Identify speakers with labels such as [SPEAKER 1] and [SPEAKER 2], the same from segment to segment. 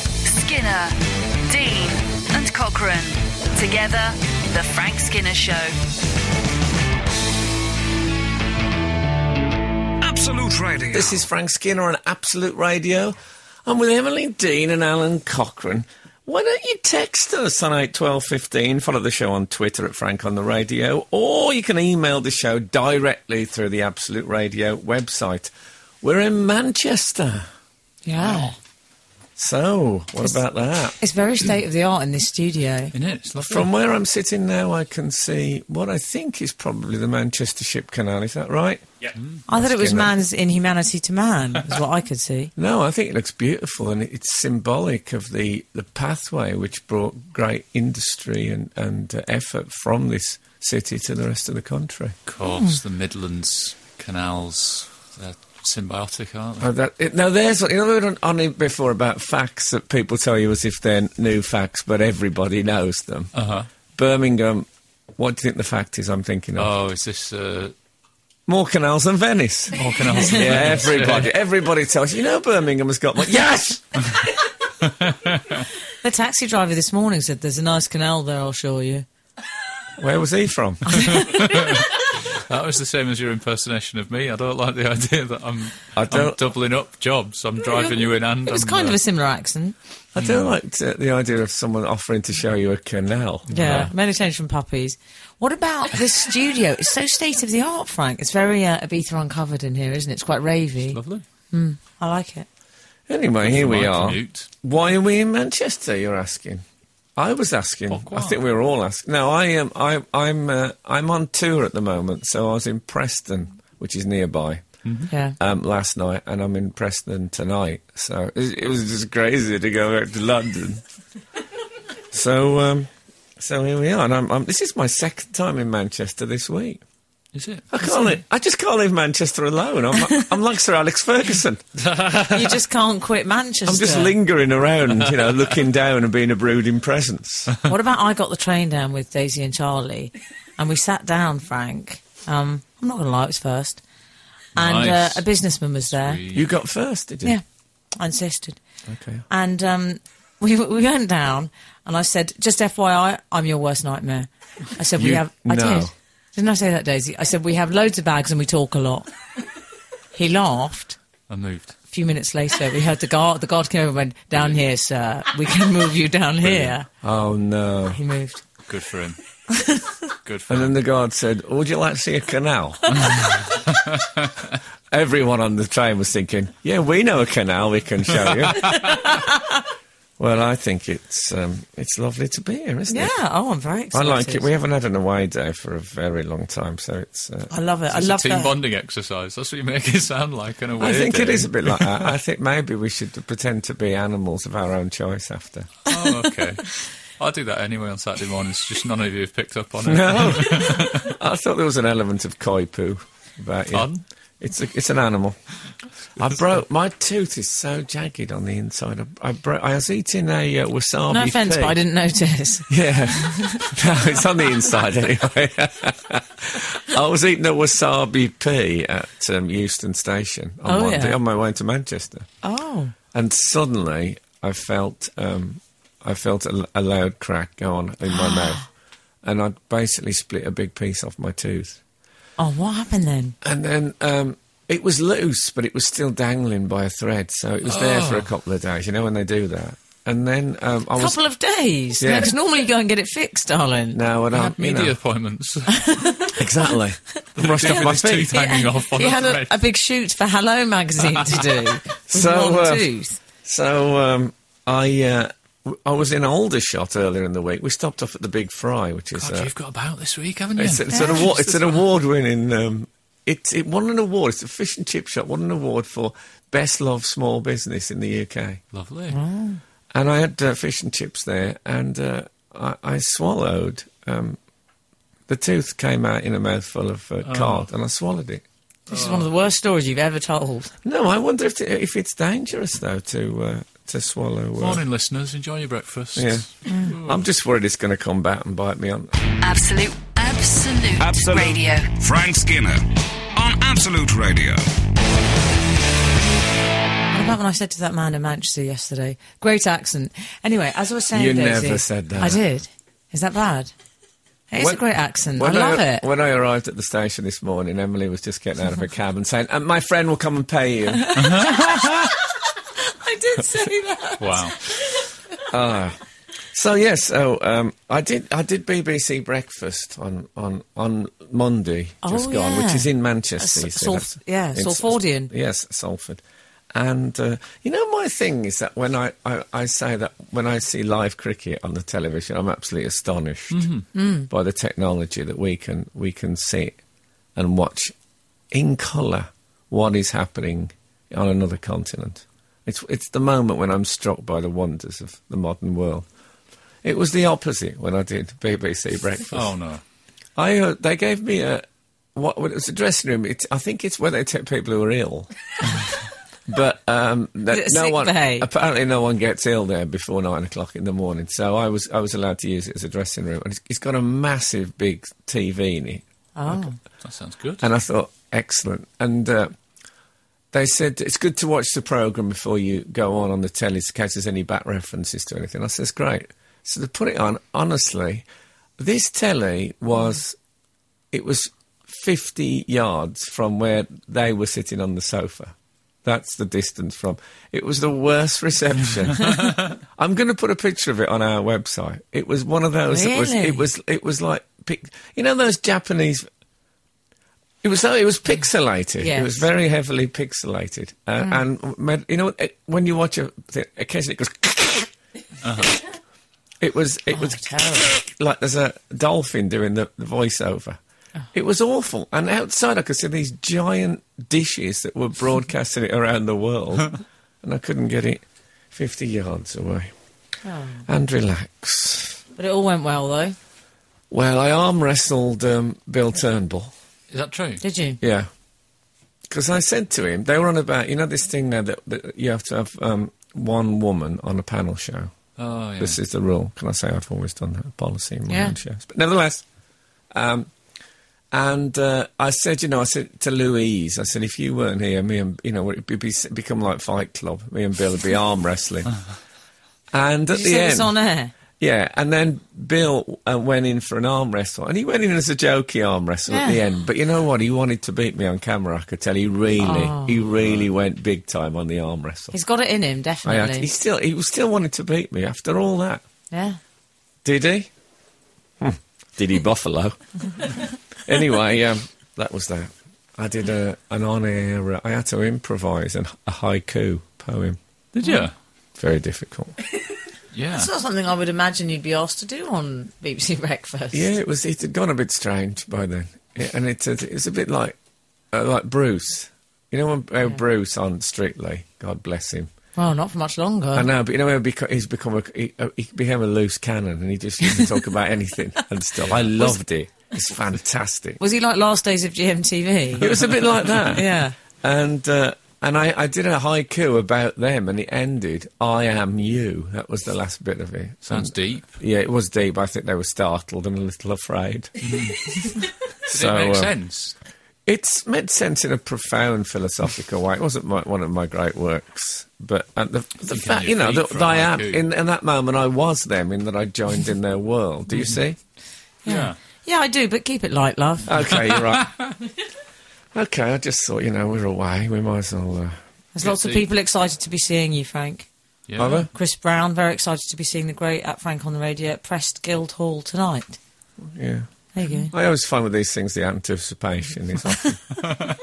[SPEAKER 1] Skinner, Dean, and Cochrane. Together, The Frank Skinner Show.
[SPEAKER 2] Absolute Radio.
[SPEAKER 3] This is Frank Skinner on Absolute Radio. I'm with Emily Dean and Alan Cochrane. Why don't you text us on 81215? Follow the show on Twitter at Frank on the Radio, or you can email the show directly through the Absolute Radio website. We're in Manchester.
[SPEAKER 4] Yeah.
[SPEAKER 3] So, what about that?
[SPEAKER 4] It's very state of the art in this studio.
[SPEAKER 5] Isn't it? It's lovely.
[SPEAKER 3] From where I'm sitting now, I can see what I think is probably the Manchester Ship Canal. Is that right?
[SPEAKER 4] I thought it was
[SPEAKER 3] Skinner.
[SPEAKER 4] man's inhumanity to man, is what I could see.
[SPEAKER 3] No, I think it looks beautiful, and it's symbolic of the, the pathway which brought great industry and and uh, effort from this city to the rest of the country.
[SPEAKER 5] of course, the Midlands canals, they're symbiotic, aren't they?
[SPEAKER 3] Oh, that, it, now, there's what you know we were on, on it before about facts that people tell you as if they're new facts, but everybody knows them. Uh,
[SPEAKER 5] Uh-huh.
[SPEAKER 3] Birmingham. What do you think the fact is? I'm thinking of
[SPEAKER 5] Oh, is this uh,
[SPEAKER 3] more canals than Venice.
[SPEAKER 5] more canals?
[SPEAKER 3] Yeah, everybody, everybody tells you. You know, Birmingham has got one. Yes,
[SPEAKER 4] The taxi driver this morning said there's a nice canal there, I'll show you.
[SPEAKER 3] where was he from?
[SPEAKER 5] That was the same as your impersonation of me. I don't like the idea that I'm,
[SPEAKER 3] I
[SPEAKER 5] I'm
[SPEAKER 3] don't-
[SPEAKER 5] doubling up jobs. I'm driving you in and
[SPEAKER 4] It was
[SPEAKER 5] I'm,
[SPEAKER 4] kind
[SPEAKER 5] uh,
[SPEAKER 4] of a similar accent.
[SPEAKER 3] I do like uh, the idea of someone offering to show you a canal. Uh,
[SPEAKER 4] Yeah, made a change from puppies. What about the studio? It's so state of the art, Frank. It's very uh, Ibiza uncovered in here, isn't it? It's quite ravey.
[SPEAKER 5] lovely.
[SPEAKER 4] I like it.
[SPEAKER 3] Anyway, here we
[SPEAKER 5] My
[SPEAKER 3] are.
[SPEAKER 5] commute.
[SPEAKER 3] Why are we in Manchester? You're asking. I was asking.
[SPEAKER 5] Oh, go
[SPEAKER 3] I
[SPEAKER 5] on.
[SPEAKER 3] think we were all asking. No, I am. I, I'm. Uh, I'm on tour at the moment, so I was in Preston, which is nearby,
[SPEAKER 4] Yeah.
[SPEAKER 3] um, last night, and I'm in Preston tonight. So it, it was just crazy to go back to London. so, um, so here we are, and I'm, I'm, this is my second time in Manchester this week.
[SPEAKER 5] Is it?
[SPEAKER 3] I can't. li- I just can't leave Manchester alone. I'm, like- I'm like Sir Alex Ferguson.
[SPEAKER 4] you just can't quit Manchester.
[SPEAKER 3] I'm just lingering around, you know, looking down and being a brooding presence.
[SPEAKER 4] What about I got the train down with Daisy and Charlie, and we sat down, Frank. Um, I'm not going to lie, it was first. And
[SPEAKER 5] Nice.
[SPEAKER 4] uh, a businessman was there.
[SPEAKER 3] You got first, did you?
[SPEAKER 4] Yeah, I insisted.
[SPEAKER 3] Okay.
[SPEAKER 4] And um, we we went down, and I said, "Just FYI, I'm your worst nightmare." I said, "We
[SPEAKER 3] You-
[SPEAKER 4] have." I
[SPEAKER 3] no.
[SPEAKER 4] did. Didn't I say that, Daisy? I said we have loads of bags and we talk a lot. he laughed.
[SPEAKER 5] I moved.
[SPEAKER 4] A few minutes later, we heard the guard. The guard came over and went down here, sir. We can move you down here.
[SPEAKER 3] Oh no!
[SPEAKER 4] He moved.
[SPEAKER 5] Good for him. Good for
[SPEAKER 3] And then
[SPEAKER 5] him.
[SPEAKER 3] the guard said, "Oh, "Would you like to see a canal?" Everyone on the train was thinking, "Yeah, we know a canal we can show you." well, I think it's um, it's lovely to be here, isn't
[SPEAKER 4] Yeah.
[SPEAKER 3] it?
[SPEAKER 4] Oh, I'm very
[SPEAKER 3] I
[SPEAKER 4] excited.
[SPEAKER 3] like it. We haven't had an away day for a very long time, so it's. Uh,
[SPEAKER 4] I love it. I
[SPEAKER 5] It's
[SPEAKER 4] love
[SPEAKER 5] a team
[SPEAKER 4] that.
[SPEAKER 5] bonding exercise. That's what you make it sound like in a way.
[SPEAKER 3] I think it is a bit like that. I think maybe we should pretend to be animals of our own choice after.
[SPEAKER 5] Oh, okay. I do that anyway on Saturday mornings. Just none of you have picked up on it.
[SPEAKER 3] No, I thought there was an element of koi poo about you.
[SPEAKER 5] Pardon?
[SPEAKER 3] It's a, it's an animal. I broke my tooth is so jagged on the inside. I, I broke. I was eating a uh, wasabi.
[SPEAKER 4] No offence,
[SPEAKER 3] pea.
[SPEAKER 4] but I didn't notice.
[SPEAKER 3] Yeah, no, it's on the inside anyway. I was eating a wasabi pea at um, Euston Station on
[SPEAKER 4] Oh,
[SPEAKER 3] Monday
[SPEAKER 4] yeah.
[SPEAKER 3] on my way to Manchester,
[SPEAKER 4] oh.
[SPEAKER 3] and suddenly I felt um, I felt a, a loud crack go on in my mouth, and I basically split a big piece off my tooth.
[SPEAKER 4] Oh, what happened then?
[SPEAKER 3] And then um, it was loose, but it was still dangling by a thread. So it was there for a couple of days, you know, when they do that. And then um, I was.
[SPEAKER 4] couple of days.
[SPEAKER 3] Yeah.
[SPEAKER 4] Yeah. Because normally you go and get it fixed, darling.
[SPEAKER 3] No, and
[SPEAKER 5] I
[SPEAKER 3] I
[SPEAKER 5] had media
[SPEAKER 3] You know,
[SPEAKER 5] appointments.
[SPEAKER 3] exactly. I'm rushed off
[SPEAKER 5] With
[SPEAKER 3] my
[SPEAKER 5] his
[SPEAKER 3] feet.
[SPEAKER 5] teeth hanging off on
[SPEAKER 4] He
[SPEAKER 5] a
[SPEAKER 4] had
[SPEAKER 5] thread.
[SPEAKER 4] a, a big shoot for Hello magazine to do. with
[SPEAKER 3] So,
[SPEAKER 4] one
[SPEAKER 3] uh,
[SPEAKER 4] tooth.
[SPEAKER 3] So um, I. Uh, w- I was in Aldershot earlier in the week. We stopped off at the Big Fry, which is
[SPEAKER 5] God,
[SPEAKER 3] uh,
[SPEAKER 5] you've got about this week, haven't you?
[SPEAKER 3] it's, it's an award. It's an award-winning. Um, it it won an award. It's a fish and chip shop. Won an award for best loved small business in the UK.
[SPEAKER 5] Lovely.
[SPEAKER 3] And I had uh, fish and chips there, and uh, I, I swallowed. Um, the tooth came out in a mouthful of uh, card, and I swallowed it.
[SPEAKER 4] This is one of the worst stories you've ever told.
[SPEAKER 3] No, I wonder if if it's dangerous though to uh, to swallow. Uh,
[SPEAKER 5] Morning, listeners. Enjoy your breakfast.
[SPEAKER 3] Yeah, I'm just worried it's going to come back and bite me on.
[SPEAKER 1] Absolute, absolute,
[SPEAKER 3] Absolute.
[SPEAKER 1] radio.
[SPEAKER 2] Frank Skinner on Absolute Radio.
[SPEAKER 4] I'm about when I said to that man in Manchester yesterday? Great accent. Anyway, as I was saying,
[SPEAKER 3] You
[SPEAKER 4] Daisy-
[SPEAKER 3] never said that.
[SPEAKER 4] I did. Is that bad? It is
[SPEAKER 3] When-
[SPEAKER 4] a great accent. I
[SPEAKER 3] When
[SPEAKER 4] love it.
[SPEAKER 3] When I arrived at the station this morning, Emily was just getting out of a cab and saying, "Uh, "My friend will come and pay you."
[SPEAKER 4] I did say that.
[SPEAKER 5] Wow.
[SPEAKER 3] So yes, so um, I did. I did BBC Breakfast on on on Monday just
[SPEAKER 4] Oh,
[SPEAKER 3] gone,
[SPEAKER 4] yeah.
[SPEAKER 3] which is in Manchester.
[SPEAKER 4] Uh,
[SPEAKER 3] you see,
[SPEAKER 4] Sul-
[SPEAKER 3] that's-
[SPEAKER 4] yeah,
[SPEAKER 3] in-
[SPEAKER 4] Salfordian.
[SPEAKER 3] Yes, Salford. And uh, you know, my thing is that when I, I, I say that when I see live cricket on the television, I'm absolutely astonished
[SPEAKER 4] Mm-hmm.
[SPEAKER 3] by the technology that we can we can see and watch in colour what is happening on another continent. It's it's the moment when I'm struck by the wonders of the modern world. It was the opposite when I did BBC Breakfast.
[SPEAKER 5] Oh no.
[SPEAKER 3] I uh, they gave me a what what- it was a dressing room. It, I think it's where they take people who are ill. but um, that-
[SPEAKER 4] Is it a
[SPEAKER 3] no
[SPEAKER 4] sick
[SPEAKER 3] one
[SPEAKER 4] bay?
[SPEAKER 3] apparently no one gets ill there before nine o'clock in the morning. So I was I was allowed to use it as a dressing room, and it's, it's got a massive big TV in it.
[SPEAKER 4] Oh,
[SPEAKER 5] That sounds good.
[SPEAKER 3] And I thought, excellent. And uh, they said, it's good to watch the programme before you go on on the telly in case there's any back references to anything. I says, great. So they put it on. Honestly, this telly was, it was 50 yards from where they were sitting on the sofa. That's the distance from. It was the worst reception. I'm going to put a picture of it on our website. It was one of those. That was,
[SPEAKER 4] Really?
[SPEAKER 3] it was. It was like, pic- you know, those Japanese it was it was pixelated. It
[SPEAKER 4] Yes. Mm.
[SPEAKER 3] was very heavily pixelated, uh, and med- you know it- when you watch a th- occasionally it goes. It was it was
[SPEAKER 4] Uh-huh. Oh, terrible.
[SPEAKER 3] like there's a dolphin doing the, the voiceover.
[SPEAKER 4] Oh.
[SPEAKER 3] It was awful, and outside I could see these giant dishes that were broadcasting it around the world, and I couldn't get it fifty yards away.
[SPEAKER 4] Oh.
[SPEAKER 3] And relax.
[SPEAKER 4] but it all went well though.
[SPEAKER 3] Well, I arm wrestled um, Bill Turnbull.
[SPEAKER 5] Is that true?
[SPEAKER 4] Did you?
[SPEAKER 3] Yeah. Because I said to him, they were on about, you know, this thing now that, that you have to have um, one woman on a panel show.
[SPEAKER 5] Oh yeah.
[SPEAKER 3] This is the rule. Can I say I've always done that policy in my
[SPEAKER 4] Yeah.
[SPEAKER 3] own shows? But nevertheless, um, and uh, I said, you know, I said to Louise, I said, if you weren't here, me and, you know, it'd be, be, become like Fight Club. Me and Bill would be arm wrestling. And at
[SPEAKER 4] Did you
[SPEAKER 3] the
[SPEAKER 4] say
[SPEAKER 3] end,
[SPEAKER 4] this on air?
[SPEAKER 3] yeah, and then Bill uh, went in for an arm wrestle, and he went in as a jokey arm wrestle at the
[SPEAKER 4] Yeah.
[SPEAKER 3] end. But you know what? He wanted to beat me on camera. I could tell. He really, he really went big time on the arm wrestle.
[SPEAKER 4] Oh. He's got it in
[SPEAKER 3] I
[SPEAKER 4] him,
[SPEAKER 3] had-
[SPEAKER 4] definitely.
[SPEAKER 3] he still, he was still wanted to beat me after all that.
[SPEAKER 4] yeah.
[SPEAKER 3] Did he? Hmm. Did he Buffalo? anyway, um, that was that. I did a, an on-air. uh, I had to improvise an, a haiku poem.
[SPEAKER 5] Did you?
[SPEAKER 3] Mm. Very difficult.
[SPEAKER 5] Yeah.
[SPEAKER 4] That's not something I would imagine you'd be asked to do on BBC Breakfast.
[SPEAKER 3] Yeah, it was. It had gone a bit strange by then, Yeah, and it it was a bit like uh, like Bruce. You know, when, uh, Bruce on Strictly, God bless him.
[SPEAKER 4] Well, not for much longer.
[SPEAKER 3] I know, but you know, how beco- he's become a he, uh, he became a loose cannon, and he just used to talk about anything and stuff. I loved it. It's fantastic.
[SPEAKER 4] Was he like Last Days of GMTV?
[SPEAKER 3] It was a bit like that.
[SPEAKER 4] Yeah.
[SPEAKER 3] and uh, and I, I did a haiku about them, and it ended. I am you. That was the last bit of it.
[SPEAKER 5] Sounds deep.
[SPEAKER 3] Yeah, it was deep. I think they were startled and a little afraid.
[SPEAKER 5] Does
[SPEAKER 3] So,
[SPEAKER 5] it make
[SPEAKER 3] uh,
[SPEAKER 5] sense?
[SPEAKER 3] It's made sense in a profound philosophical way. It wasn't my, one of my great works, but and the, the
[SPEAKER 5] on
[SPEAKER 3] fact,
[SPEAKER 5] your
[SPEAKER 3] you know,
[SPEAKER 5] feet
[SPEAKER 3] that
[SPEAKER 5] for a
[SPEAKER 3] I am
[SPEAKER 5] haiku.
[SPEAKER 3] in, in that moment, I was them in that I joined in their world. Do you see?
[SPEAKER 5] Yeah.
[SPEAKER 4] Yeah, I do, but keep it light, love.
[SPEAKER 3] Okay, you're right. Okay, I just thought, you know, we're away. We might as well. Uh,
[SPEAKER 4] There's lots of
[SPEAKER 5] see.
[SPEAKER 4] people excited to be seeing you, Frank.
[SPEAKER 5] Yeah.
[SPEAKER 3] Are there?
[SPEAKER 4] Chris Brown, very excited to be seeing the great at Frank on the radio at Prest Guildhall tonight.
[SPEAKER 3] yeah.
[SPEAKER 4] There you go.
[SPEAKER 3] I always find with these things the anticipation is often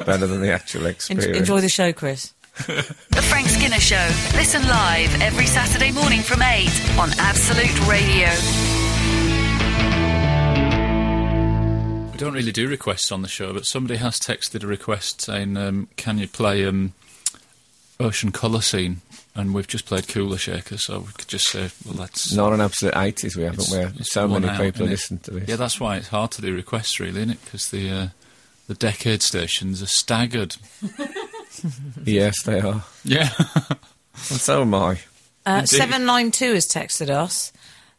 [SPEAKER 3] better than the actual
[SPEAKER 4] En-
[SPEAKER 3] experience.
[SPEAKER 4] enjoy the show, Chris.
[SPEAKER 1] The Frank Skinner Show. Listen live every Saturday morning from 8 on Absolute Radio.
[SPEAKER 5] We don't really do requests on the show, but somebody has texted a request saying, um, "Can you play um, Ocean Colour Scene?" And we've just played Cooler Shaker, so we could just say, "Well, that's
[SPEAKER 3] Not an absolute 80s, we haven't,
[SPEAKER 5] it's-
[SPEAKER 3] where
[SPEAKER 5] it's
[SPEAKER 3] so
[SPEAKER 5] worn
[SPEAKER 3] many
[SPEAKER 5] out,
[SPEAKER 3] people
[SPEAKER 5] innit?
[SPEAKER 3] listen to this.
[SPEAKER 5] Yeah, that's why it's hard to do requests, really, isn't it? Because the uh, the decade stations are staggered.
[SPEAKER 3] yes, they are.
[SPEAKER 5] Yeah,
[SPEAKER 3] And so am I.
[SPEAKER 4] Uh,
[SPEAKER 5] Indeed.
[SPEAKER 4] 792 has texted us.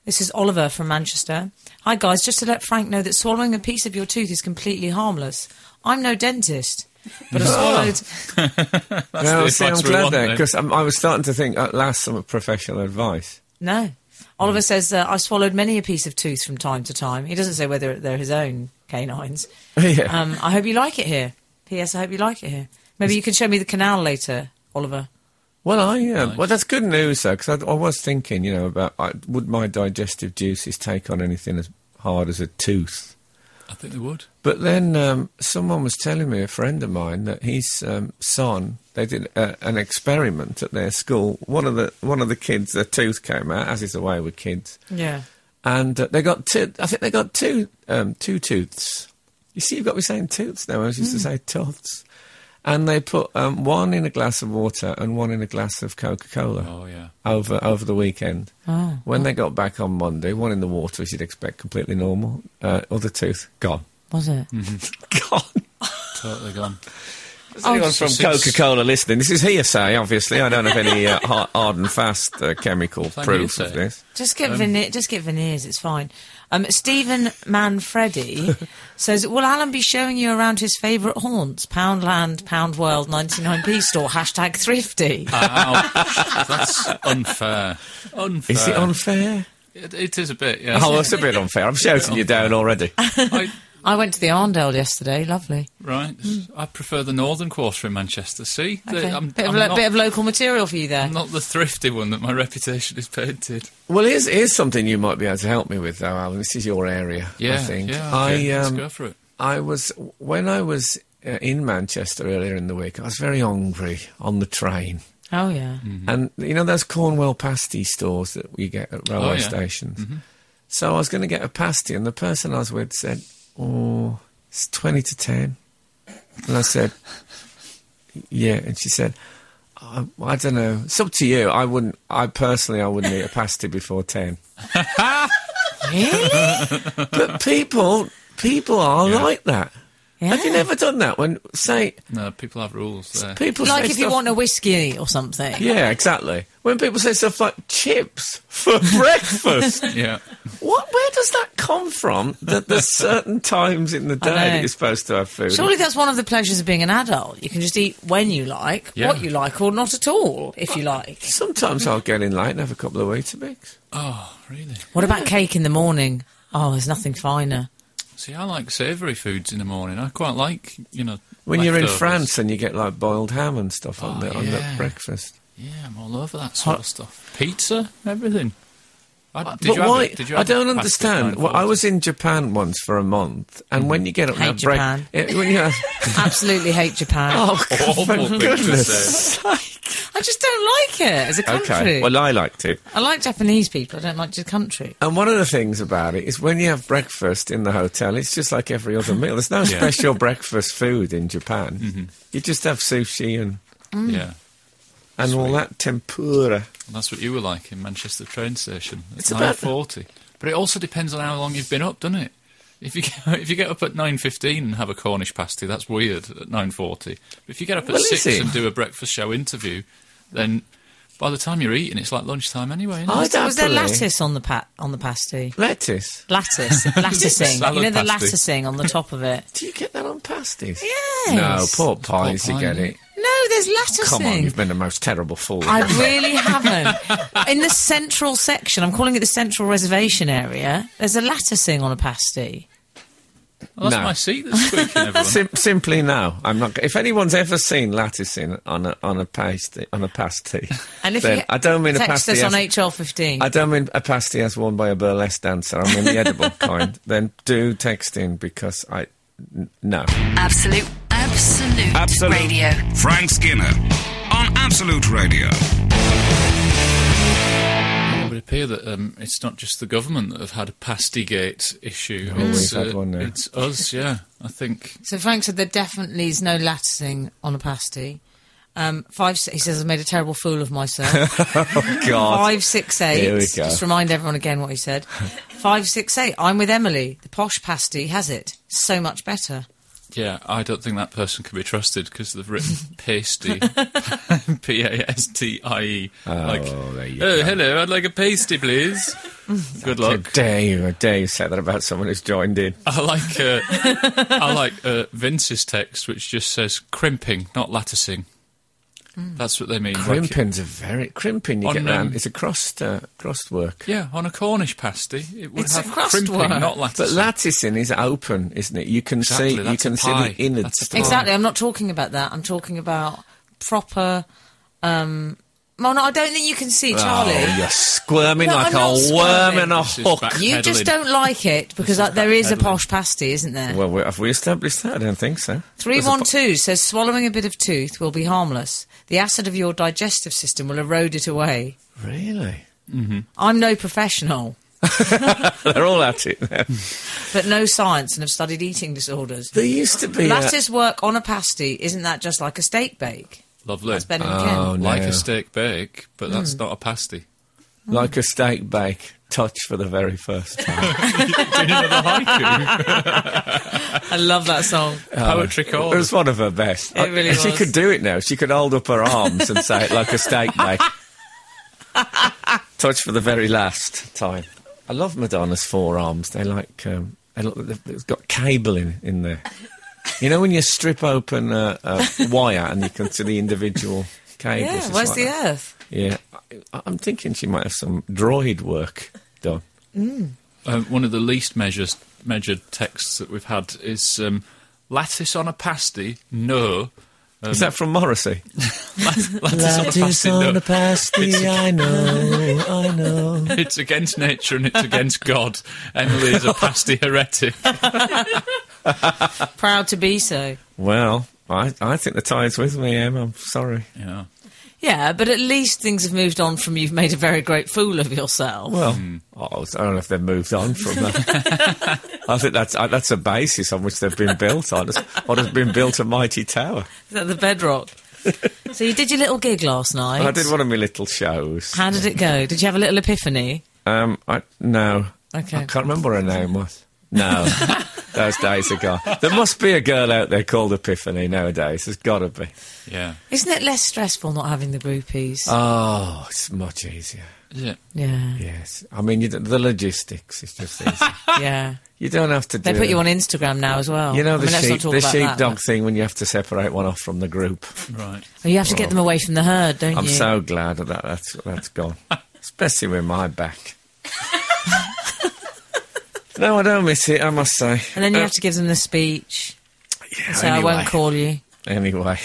[SPEAKER 4] This is Oliver from Manchester. Hi, guys. Just to let Frank know that swallowing a piece of your tooth is completely harmless. I'm no dentist. But I swallowed.
[SPEAKER 3] Well,
[SPEAKER 5] the
[SPEAKER 3] see, I'm
[SPEAKER 5] advice we
[SPEAKER 3] glad
[SPEAKER 5] want
[SPEAKER 3] there
[SPEAKER 5] then.
[SPEAKER 3] because I was starting to think at last some professional advice.
[SPEAKER 4] No. Oliver says, uh, I swallowed many a piece of tooth from time to time. He doesn't say whether they're his own canines.
[SPEAKER 3] Yeah.
[SPEAKER 4] Um, I hope you like it here. P.S. I hope you like it here. Maybe you can show me the canal later, Oliver.
[SPEAKER 3] Well, I yeah. Well, that's good news though, because I, I was thinking, you know, about I, would my digestive juices take on anything as hard as a tooth?
[SPEAKER 5] I think they would.
[SPEAKER 3] But then um, someone was telling me, a friend of mine, that his um, son they did uh, an experiment at their school. One of the one of the kids, their tooth came out, as is the way with kids,
[SPEAKER 4] Yeah.
[SPEAKER 3] and uh, they got two. I think they got two um, two tooths. You see, you've got me saying tooths now. I was used to say tufts. And they put um, one in a glass of water and one in a glass of Coca Cola
[SPEAKER 5] Oh, yeah.
[SPEAKER 3] over over the weekend.
[SPEAKER 4] Oh.
[SPEAKER 3] When they got back on Monday, one in the water, as you'd expect, completely normal. Uh, other tooth gone.
[SPEAKER 4] Was it?
[SPEAKER 3] Gone.
[SPEAKER 5] Totally gone.
[SPEAKER 3] Is anyone from
[SPEAKER 5] since-
[SPEAKER 3] Coca Cola listening? This is hearsay, obviously. I don't have any uh, hard, hard and fast uh, chemical
[SPEAKER 5] Plenty
[SPEAKER 3] proof of
[SPEAKER 5] hearsay.
[SPEAKER 3] this.
[SPEAKER 4] Just
[SPEAKER 5] Um,
[SPEAKER 4] get veneer. Just get veneers. It's fine. Um, Stephen Manfredi says, "Will Alan be showing you around his favourite haunts? Poundland, Pound World, 99p store. Hashtag thrifty.
[SPEAKER 5] Uh, Ow. That's unfair. Unfair.
[SPEAKER 3] Is it unfair?
[SPEAKER 5] It, it Uh, is a bit, yeah.
[SPEAKER 3] Oh, it's a bit unfair. I'm shouting you down already.
[SPEAKER 5] I,
[SPEAKER 4] I went to the Arndale yesterday. Lovely.
[SPEAKER 5] right. I prefer the northern quarter in Manchester. See? The-
[SPEAKER 4] Okay.
[SPEAKER 5] I'm,
[SPEAKER 4] bit, of
[SPEAKER 5] um, I'm
[SPEAKER 4] lo-
[SPEAKER 5] not,
[SPEAKER 4] bit of local material for you there.
[SPEAKER 5] not the thrifty one that my reputation is painted.
[SPEAKER 3] Well, here's, here's something you might be able to help me with, though, Alan. This is your area,
[SPEAKER 5] Yeah.
[SPEAKER 3] I think.
[SPEAKER 5] Yeah, okay.
[SPEAKER 3] I,
[SPEAKER 5] Let's
[SPEAKER 3] um,
[SPEAKER 5] go for it.
[SPEAKER 3] I was when I was uh, in Manchester earlier in the week. I was very hungry on the train,
[SPEAKER 4] Oh yeah.
[SPEAKER 5] Mm. Mm-hmm.
[SPEAKER 3] and you know those Cornwall pasty stores that we get at railway
[SPEAKER 5] Oh, yeah. Mm-hmm.
[SPEAKER 3] stations. So I was going to get a pasty, and the person I was with said, "Oh, it's twenty to 10. and I said, "Yeah," and she said. I, I don't know. It's up to you. I wouldn't. I personally, I wouldn't eat a pasty before ten.
[SPEAKER 4] Really?
[SPEAKER 3] But people, people are
[SPEAKER 5] Yeah.
[SPEAKER 3] like that. Have you
[SPEAKER 4] Yeah.
[SPEAKER 3] never done that? When say
[SPEAKER 5] No, people have rules there.
[SPEAKER 3] people
[SPEAKER 4] like
[SPEAKER 3] say
[SPEAKER 4] if you
[SPEAKER 3] stuff-
[SPEAKER 4] want a whiskey or something.
[SPEAKER 3] Yeah, exactly. When people say stuff like chips for breakfast,
[SPEAKER 5] yeah.
[SPEAKER 3] what? Where does that come from? That there's certain times in the day
[SPEAKER 4] know.
[SPEAKER 3] that you're supposed to have food.
[SPEAKER 4] Surely that's one of the pleasures of being an adult. You can just eat when you like,
[SPEAKER 5] Yeah.
[SPEAKER 4] what you like, or not at all if you like.
[SPEAKER 3] Sometimes I'll get in late and have a couple of Weetabix.
[SPEAKER 5] Oh, really?
[SPEAKER 4] What about cake in the morning? Oh, there's nothing finer.
[SPEAKER 5] See, I like savoury foods in the morning. I quite like, you know.
[SPEAKER 3] When you're in
[SPEAKER 5] leftovers.
[SPEAKER 3] France and you get like boiled ham and stuff on
[SPEAKER 5] Oh,
[SPEAKER 3] the on the
[SPEAKER 5] yeah.
[SPEAKER 3] breakfast.
[SPEAKER 5] Yeah, I'm all over that sort of stuff. Pizza, everything. I, did
[SPEAKER 3] but
[SPEAKER 5] you have
[SPEAKER 3] why?
[SPEAKER 5] it? Did you
[SPEAKER 3] I
[SPEAKER 5] have it
[SPEAKER 3] don't
[SPEAKER 5] past
[SPEAKER 3] understand.
[SPEAKER 5] 9:40?
[SPEAKER 3] Well, I was in Japan once for a month, and
[SPEAKER 5] Mm.
[SPEAKER 3] when you get up and have
[SPEAKER 4] Hate
[SPEAKER 3] breakfast,
[SPEAKER 4] Japan. Absolutely hate Japan.
[SPEAKER 3] oh,
[SPEAKER 5] Awful
[SPEAKER 3] for
[SPEAKER 5] thing to
[SPEAKER 3] goodness
[SPEAKER 5] say.
[SPEAKER 3] sake.
[SPEAKER 4] I just don't like it as a country.
[SPEAKER 3] Okay, well, I liked it.
[SPEAKER 4] I like Japanese people. I don't like the country.
[SPEAKER 3] And one of the things about it is when you have breakfast in the hotel, it's just like every other meal. There's no special breakfast food in Japan.
[SPEAKER 4] Mm-hmm.
[SPEAKER 3] You just have sushi and,
[SPEAKER 5] Yeah.
[SPEAKER 3] and all that tempura.
[SPEAKER 5] And Mm. that's what you were like in Manchester train station. It's
[SPEAKER 3] It's about-
[SPEAKER 5] nine forty. But it also depends on how long you've been up, doesn't it? If you get, if you get up at nine fifteen and have a Cornish pasty, that's weird at nine forty. But if you get up at
[SPEAKER 3] Well, is
[SPEAKER 5] six
[SPEAKER 3] it?
[SPEAKER 5] and do a breakfast show interview, then by the time you're eating, it's like lunchtime anyway. Isn't
[SPEAKER 3] I
[SPEAKER 5] it?
[SPEAKER 4] Was there, was there
[SPEAKER 3] happily-
[SPEAKER 4] lattice on the pa- on the pasty?
[SPEAKER 3] Lettuce.
[SPEAKER 4] Lattice, latticing. you know
[SPEAKER 5] Salad
[SPEAKER 4] the
[SPEAKER 5] pasty.
[SPEAKER 4] latticing on the top of it.
[SPEAKER 3] Do you get that on pasties? No,
[SPEAKER 4] Yes.
[SPEAKER 3] pork pies,
[SPEAKER 5] pie,
[SPEAKER 3] you get
[SPEAKER 5] yeah.
[SPEAKER 3] it.
[SPEAKER 4] No, there's latticing.
[SPEAKER 3] Come on, you've been the most terrible fool.
[SPEAKER 4] I really haven't. In the central section, I'm calling it the central reservation area. There's a latticing on a pasty.
[SPEAKER 5] Well, that's
[SPEAKER 3] No.
[SPEAKER 5] my seat that's squeaking. Everyone.
[SPEAKER 3] Sim- simply now, I'm not. If anyone's ever seen latticing on a on a pasty on a pasty,
[SPEAKER 4] And if
[SPEAKER 3] then
[SPEAKER 4] you
[SPEAKER 3] I don't mean a
[SPEAKER 4] text
[SPEAKER 3] pasty.
[SPEAKER 4] us on
[SPEAKER 3] as-
[SPEAKER 4] HL15.
[SPEAKER 3] I don't mean a pasty as worn by a burlesque dancer. I mean the edible kind. Then do text in because I n- no.
[SPEAKER 1] Absolute, absolute,
[SPEAKER 3] Absolute.
[SPEAKER 1] radio.
[SPEAKER 2] Frank Skinner on Absolute Radio.
[SPEAKER 5] It would appear that um, it's not just the government that have had a Pastygate issue.
[SPEAKER 3] No,
[SPEAKER 5] it's, uh,
[SPEAKER 3] we've had one now.
[SPEAKER 5] it's us, yeah. I think.
[SPEAKER 4] So Frank said there definitely is no latticing on a pasty. Um, five, he says I made a terrible fool of myself.
[SPEAKER 3] God,
[SPEAKER 4] five six eight.
[SPEAKER 3] Here we go.
[SPEAKER 4] Just remind everyone again what he said. five six eight. I'm with Emily. The posh pasty has it so much better.
[SPEAKER 5] Yeah, I don't think that person can be trusted because they've written pasty, P A S T I "Oh, E. like,
[SPEAKER 3] there you
[SPEAKER 5] oh,
[SPEAKER 3] go."
[SPEAKER 5] hello, I'd like a pasty, please. Good
[SPEAKER 3] How
[SPEAKER 5] luck.
[SPEAKER 3] dare you? How dare you say that about someone who's joined in?
[SPEAKER 5] I like uh, I like uh, Vince's text, which just says crimping, not latticing.
[SPEAKER 3] Mm.
[SPEAKER 5] That's what they mean. like-
[SPEAKER 3] Crimping's a very crimping. You
[SPEAKER 5] On,
[SPEAKER 3] get round.
[SPEAKER 5] um,
[SPEAKER 3] it's a crossed uh, crossed work.
[SPEAKER 5] yeah, on a Cornish pasty, it would
[SPEAKER 4] It's a
[SPEAKER 5] have
[SPEAKER 4] crust
[SPEAKER 5] crimping,
[SPEAKER 4] work.
[SPEAKER 5] not
[SPEAKER 3] But
[SPEAKER 5] latticing.
[SPEAKER 3] latticing is open, isn't it? You can
[SPEAKER 5] Exactly,
[SPEAKER 3] see you
[SPEAKER 5] that's a
[SPEAKER 3] can see
[SPEAKER 5] pie.
[SPEAKER 3] the innards. Oh,
[SPEAKER 5] That's a
[SPEAKER 3] to it.
[SPEAKER 4] Exactly. I'm not talking about that. I'm talking about proper. Um, well, no, I don't think you can see, Charlie.
[SPEAKER 3] Oh, you're squirming
[SPEAKER 4] No,
[SPEAKER 3] like
[SPEAKER 4] I'm not
[SPEAKER 3] a worm
[SPEAKER 4] squirming.
[SPEAKER 3] in a
[SPEAKER 5] This is
[SPEAKER 3] hook.
[SPEAKER 5] back-
[SPEAKER 4] You
[SPEAKER 5] Peddling.
[SPEAKER 4] just don't like it because uh, there is a posh pasty, isn't there?
[SPEAKER 3] Well, we- have we established that? I don't think so.
[SPEAKER 4] Three one two says swallowing a bit of tooth will be harmless. The acid of your digestive system will erode it away.
[SPEAKER 3] Really?
[SPEAKER 4] I'm no professional,
[SPEAKER 3] They're all at it. then.
[SPEAKER 4] but no science and have studied eating disorders.
[SPEAKER 3] there used to be. a-
[SPEAKER 4] Lattice work on a pasty isn't that just like a steak bake?
[SPEAKER 5] Lovely.
[SPEAKER 4] That's Ben and
[SPEAKER 3] Oh,
[SPEAKER 4] Ken.
[SPEAKER 3] no.
[SPEAKER 5] Like a steak bake, but that's not a pasty.
[SPEAKER 3] like a steak bake, touch for the very first time.
[SPEAKER 4] I love that song.
[SPEAKER 3] Oh.
[SPEAKER 5] Poetry
[SPEAKER 3] it
[SPEAKER 5] corner.
[SPEAKER 3] was one of her best.
[SPEAKER 4] It really
[SPEAKER 3] she
[SPEAKER 4] was.
[SPEAKER 3] could do it now. She could hold up her arms and say it like a steak bake. touch for the very last time. I love Madonna's forearms. They like um, they look, they've they've got cable in, in there. You know when you strip open a, a wire and you can see the individual cables.
[SPEAKER 4] Yeah,
[SPEAKER 3] It's
[SPEAKER 4] where's
[SPEAKER 3] like
[SPEAKER 4] the
[SPEAKER 3] that.
[SPEAKER 4] earth?
[SPEAKER 3] Yeah, I, I'm thinking she might have some droid work done.
[SPEAKER 5] Um, one of the least measures, measured texts that we've had is um, lattice on a pasty. No,
[SPEAKER 3] Is
[SPEAKER 4] Um,
[SPEAKER 3] that from Morrissey?
[SPEAKER 5] lattice, on a pasty. No,
[SPEAKER 3] pasty, I know, I know.
[SPEAKER 5] it's against nature and it's against God. Emily is a pasty heretic.
[SPEAKER 4] Proud to be so.
[SPEAKER 3] Well, I, I think the tide's with me, Em. I'm sorry.
[SPEAKER 5] Yeah.
[SPEAKER 4] Yeah, but at least things have moved on from you've made a very great fool of yourself.
[SPEAKER 3] Well, Oh, I was- I don't know if they've moved on from that. I think that's uh, that's a basis on which they've been built on. It's- What has been built a mighty tower.
[SPEAKER 4] Is that the bedrock? so you did your little gig last night.
[SPEAKER 3] I did one of my little shows.
[SPEAKER 4] How did it go? Did you have a little epiphany?
[SPEAKER 3] Um, I no.
[SPEAKER 4] Okay.
[SPEAKER 3] I can't remember her name was. No, those days are gone. There must be a girl out there called Epiphany nowadays. There's got to be.
[SPEAKER 5] Yeah.
[SPEAKER 4] Isn't it less stressful not having the groupies?
[SPEAKER 3] Oh, it's much easier.
[SPEAKER 5] Is it?
[SPEAKER 4] yeah,
[SPEAKER 3] Yes, I mean you, d- the logistics is just easy.
[SPEAKER 4] yeah.
[SPEAKER 3] you don't have to.
[SPEAKER 4] They
[SPEAKER 3] do
[SPEAKER 4] put you
[SPEAKER 3] it.
[SPEAKER 4] on Instagram now as well.
[SPEAKER 3] You know
[SPEAKER 4] I
[SPEAKER 3] the
[SPEAKER 4] mean, let's not
[SPEAKER 3] sheep,
[SPEAKER 4] talk
[SPEAKER 3] the
[SPEAKER 4] about that.
[SPEAKER 3] sheepdog thing when you have to separate one off from the group.
[SPEAKER 5] Right.
[SPEAKER 4] Oh, You have to get them away from the herd, don't
[SPEAKER 3] I'm
[SPEAKER 4] you?
[SPEAKER 3] so glad that that's that's gone, especially with my back. no, I don't miss it. I must say.
[SPEAKER 4] and then you
[SPEAKER 3] Uh,
[SPEAKER 4] have to give them the speech.
[SPEAKER 3] yeah,
[SPEAKER 4] So I won't call you.
[SPEAKER 3] Anyway,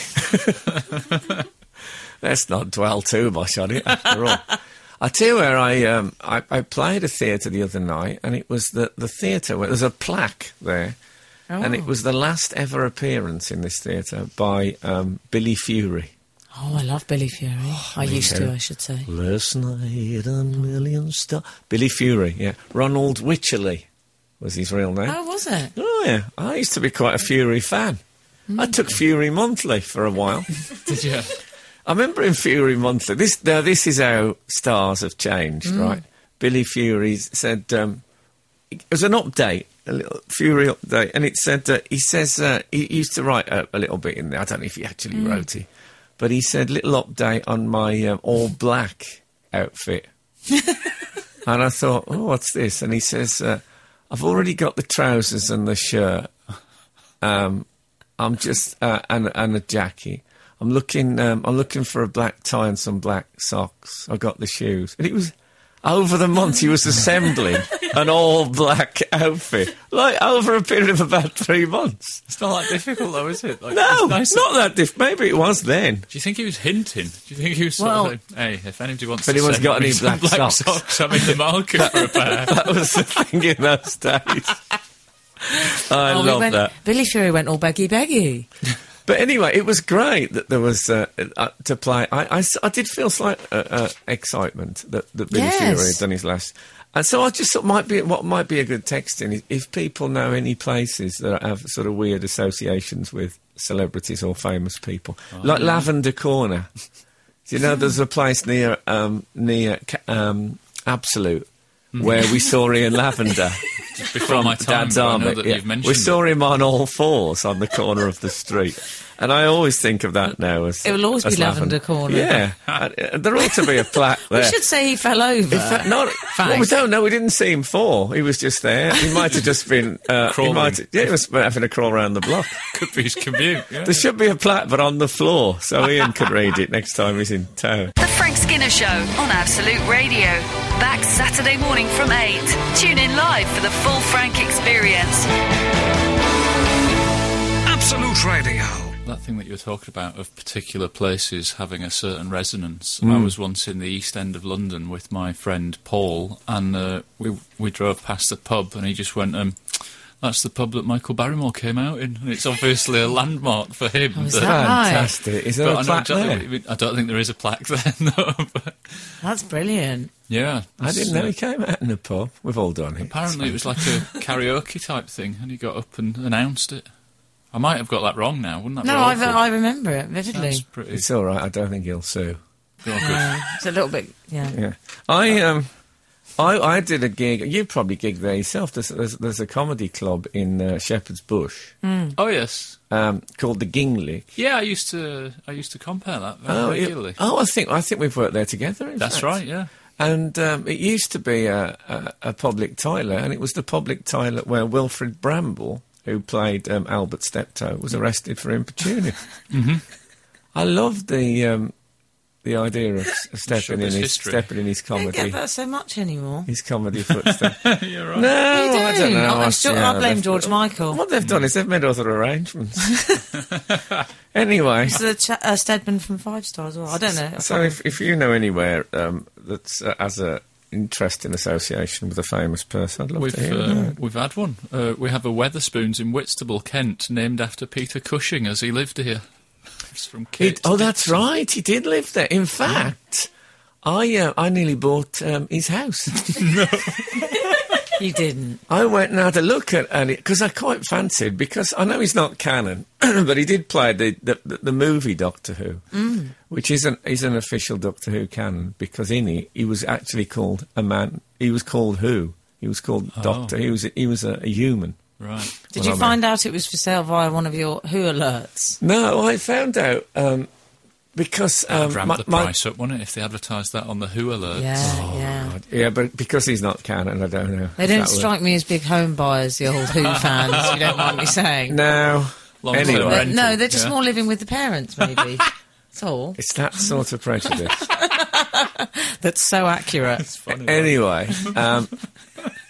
[SPEAKER 3] let's not dwell too much on it after all. I tell you where I, um, I I played a theatre the other night, and it was the the theatre where there's a plaque there, and
[SPEAKER 4] Oh.
[SPEAKER 3] it was the last ever appearance in this theatre by um, Billy Fury.
[SPEAKER 4] Oh, I love Billy Fury.
[SPEAKER 3] Oh,
[SPEAKER 4] I used
[SPEAKER 3] too.
[SPEAKER 4] to, I should say.
[SPEAKER 3] Last night a million star. Billy Fury, yeah. Ronald Wycherley was his real name.
[SPEAKER 4] Oh, was it?
[SPEAKER 3] Oh yeah, I used to be quite a Fury fan. I took Fury Monthly for a while.
[SPEAKER 5] Did you?
[SPEAKER 3] I remember in Fury Monthly. This now this is how stars have changed, right? Billy Fury said um, it was an update, a little Fury update, and it said uh, he says uh, he used to write a, a little bit in there. I don't know if he actually wrote it, but he said little update on my um, all black outfit, and I thought, oh, what's this? And he says, uh, I've already got the trousers and the shirt. Um, I'm just uh, and and a jacket. I'm looking. Um, I'm looking for a black tie and some black socks. I got the shoes, and it was over the month. He was assembling an all black outfit, like over a period of about three months.
[SPEAKER 5] It's not that difficult, though, is it? Like,
[SPEAKER 3] No,
[SPEAKER 5] it's nice-
[SPEAKER 3] not that diff. Maybe it was then.
[SPEAKER 5] Do you think he was hinting? Do you think he was sort
[SPEAKER 4] Well-
[SPEAKER 5] of like, hey, if anybody wants
[SPEAKER 3] If
[SPEAKER 5] to
[SPEAKER 3] anyone's
[SPEAKER 5] send
[SPEAKER 3] got
[SPEAKER 5] me
[SPEAKER 3] any black
[SPEAKER 5] some black
[SPEAKER 3] socks.
[SPEAKER 5] socks, I'm in the market for a pair.
[SPEAKER 3] That was the thing in those days. I
[SPEAKER 4] oh, we
[SPEAKER 3] love
[SPEAKER 4] went,
[SPEAKER 3] that.
[SPEAKER 4] Billy Fury went all beggy beggy.
[SPEAKER 3] But anyway, it was great that there was uh, uh, to play. I, I s- I did feel slight uh, uh, excitement that, that Billy
[SPEAKER 4] Yes.
[SPEAKER 3] Fury had done his last. And so I just thought might be what might be a good texting is if people know any places that have sort of weird associations with celebrities or famous people, like Lavender Corner. Do you know there's a place near um, near Ca- um, Absolute where we saw Ian Lavender.
[SPEAKER 5] Before my time,
[SPEAKER 3] Dad's
[SPEAKER 5] but I
[SPEAKER 3] army.
[SPEAKER 5] know that
[SPEAKER 3] yeah.
[SPEAKER 5] you've mentioned
[SPEAKER 3] We saw him on all fours on the corner of the street. And I always think of that now as
[SPEAKER 4] It will always
[SPEAKER 3] as
[SPEAKER 4] be Lavender Corner.
[SPEAKER 3] Yeah, And, uh, there ought to be a plaque there.
[SPEAKER 4] We should say he fell over.
[SPEAKER 3] In fact, no, well, we don't know. We didn't see him fall. He was just there. He might have just been uh, He
[SPEAKER 5] Crawling.
[SPEAKER 3] might have, yeah, he was having a crawl around the block.
[SPEAKER 5] Could be his commute. Yeah.
[SPEAKER 3] There should be a plaque, but on the floor, so Ian could read it next time he's in town.
[SPEAKER 1] The Frank Skinner Show on Absolute Radio. Back Saturday morning from 8. Tune in live for the full Frank experience.
[SPEAKER 2] Absolute Radio.
[SPEAKER 5] That thing that you were talking about of particular places having a certain resonance.
[SPEAKER 3] Mm.
[SPEAKER 5] I was once in the East End of London with my friend Paul, and uh, we we drove past the pub, and he just went, um, "That's the pub that Michael Barrymore came out in, and it's obviously a landmark for him."
[SPEAKER 4] Oh, is
[SPEAKER 5] But-
[SPEAKER 4] that right?
[SPEAKER 3] Fantastic! Is there a
[SPEAKER 5] but I, know
[SPEAKER 3] plaque
[SPEAKER 5] exactly
[SPEAKER 3] there?
[SPEAKER 5] what you mean. I don't think there is a plaque there. No, but
[SPEAKER 4] That's brilliant.
[SPEAKER 5] yeah,
[SPEAKER 3] I
[SPEAKER 5] it's,
[SPEAKER 3] didn't know
[SPEAKER 5] uh,
[SPEAKER 3] he came out in a pub. We've all done it.
[SPEAKER 5] Apparently, it was like a karaoke type thing, and he got up and announced it. I might have got that wrong now, wouldn't that
[SPEAKER 4] No,
[SPEAKER 5] be
[SPEAKER 4] I,
[SPEAKER 5] awful?
[SPEAKER 4] I remember it vividly.
[SPEAKER 5] That's pretty
[SPEAKER 3] It's all right. I don't think he'll sue.
[SPEAKER 5] God, good.
[SPEAKER 4] It's a little bit, yeah.
[SPEAKER 3] Yeah, I
[SPEAKER 5] Uh,
[SPEAKER 3] um, I I did a gig. You probably gigged there yourself. There's there's, there's a comedy club in uh, Shepherd's Bush
[SPEAKER 5] Oh yes,
[SPEAKER 3] um, called the Gingley.
[SPEAKER 5] yeah. I used to I used to compare that very
[SPEAKER 3] Oh, it-
[SPEAKER 5] regularly.
[SPEAKER 3] oh, I think I think we've worked there together. in
[SPEAKER 5] Ah, That's
[SPEAKER 3] fact.
[SPEAKER 5] right. Yeah.
[SPEAKER 3] And um, it used to be a, a, a public toilet, and it was the public toilet where Wilfred Bramble, who played um, Albert Steptoe, was arrested for importunity. mm-hmm. I love the um, the idea of s- stepping in
[SPEAKER 5] Showbiz
[SPEAKER 3] his
[SPEAKER 5] history.
[SPEAKER 3] stepping in his
[SPEAKER 4] I don't get
[SPEAKER 3] comedy.
[SPEAKER 4] that so much anymore.
[SPEAKER 3] His comedy footsteps.
[SPEAKER 5] You're right.
[SPEAKER 3] No,
[SPEAKER 4] You
[SPEAKER 3] I don't
[SPEAKER 4] don't.
[SPEAKER 3] know.
[SPEAKER 4] I'm
[SPEAKER 3] I-
[SPEAKER 4] sure-
[SPEAKER 3] yeah,
[SPEAKER 4] I blame
[SPEAKER 3] they've-
[SPEAKER 4] George Michael.
[SPEAKER 3] What they've done is they've made other arrangements. anyway,
[SPEAKER 4] So the ch- uh, Stedman from Five Star as well. I don't know.
[SPEAKER 3] so if, if you know anywhere um, that uh, has a interest in association with a famous person, I'd love
[SPEAKER 5] We've
[SPEAKER 3] to hear
[SPEAKER 5] uh,
[SPEAKER 3] that.
[SPEAKER 5] we've had one. Uh, we have a Weatherspoons in Whitstable, Kent, named after Peter Cushing, as he lived here. It's from
[SPEAKER 3] He-
[SPEAKER 5] Kent.
[SPEAKER 3] oh, that's right. He did live there. In fact, I uh, I nearly bought um, his house.
[SPEAKER 4] You didn't.
[SPEAKER 3] I went and had a look at and because I quite fancied because I know he's not canon, but he did play the the, the, the movie Doctor Who,
[SPEAKER 4] Mm.
[SPEAKER 3] which isn't is an official Doctor Who canon because in it he was actually called a man. He was called Who. He was called
[SPEAKER 5] Oh.
[SPEAKER 3] Doctor. He was he was a, a human.
[SPEAKER 5] Right.
[SPEAKER 4] Did
[SPEAKER 3] Well, I
[SPEAKER 4] you
[SPEAKER 3] mean-
[SPEAKER 4] find out it was for sale via one of your Who alerts?
[SPEAKER 3] No, I found out um, because um,
[SPEAKER 5] Ramp
[SPEAKER 3] my-
[SPEAKER 5] the
[SPEAKER 3] my- Oh,
[SPEAKER 5] price up, wouldn't it, if they advertised that on the Who alert?
[SPEAKER 4] Yeah, yeah.
[SPEAKER 3] yeah, but because he's not canon, I don't know.
[SPEAKER 4] They
[SPEAKER 3] if
[SPEAKER 4] don't
[SPEAKER 3] that would-
[SPEAKER 4] strike me as big home buyers, the old Who fans, if you don't mind me saying.
[SPEAKER 3] No.
[SPEAKER 5] Long-term
[SPEAKER 3] Anyway.
[SPEAKER 4] But
[SPEAKER 5] rental,
[SPEAKER 4] no, they're just
[SPEAKER 5] yeah.
[SPEAKER 4] more living with the parents, maybe. That's all.
[SPEAKER 3] It's that sort of prejudice.
[SPEAKER 4] That's so accurate.
[SPEAKER 3] anyway, um,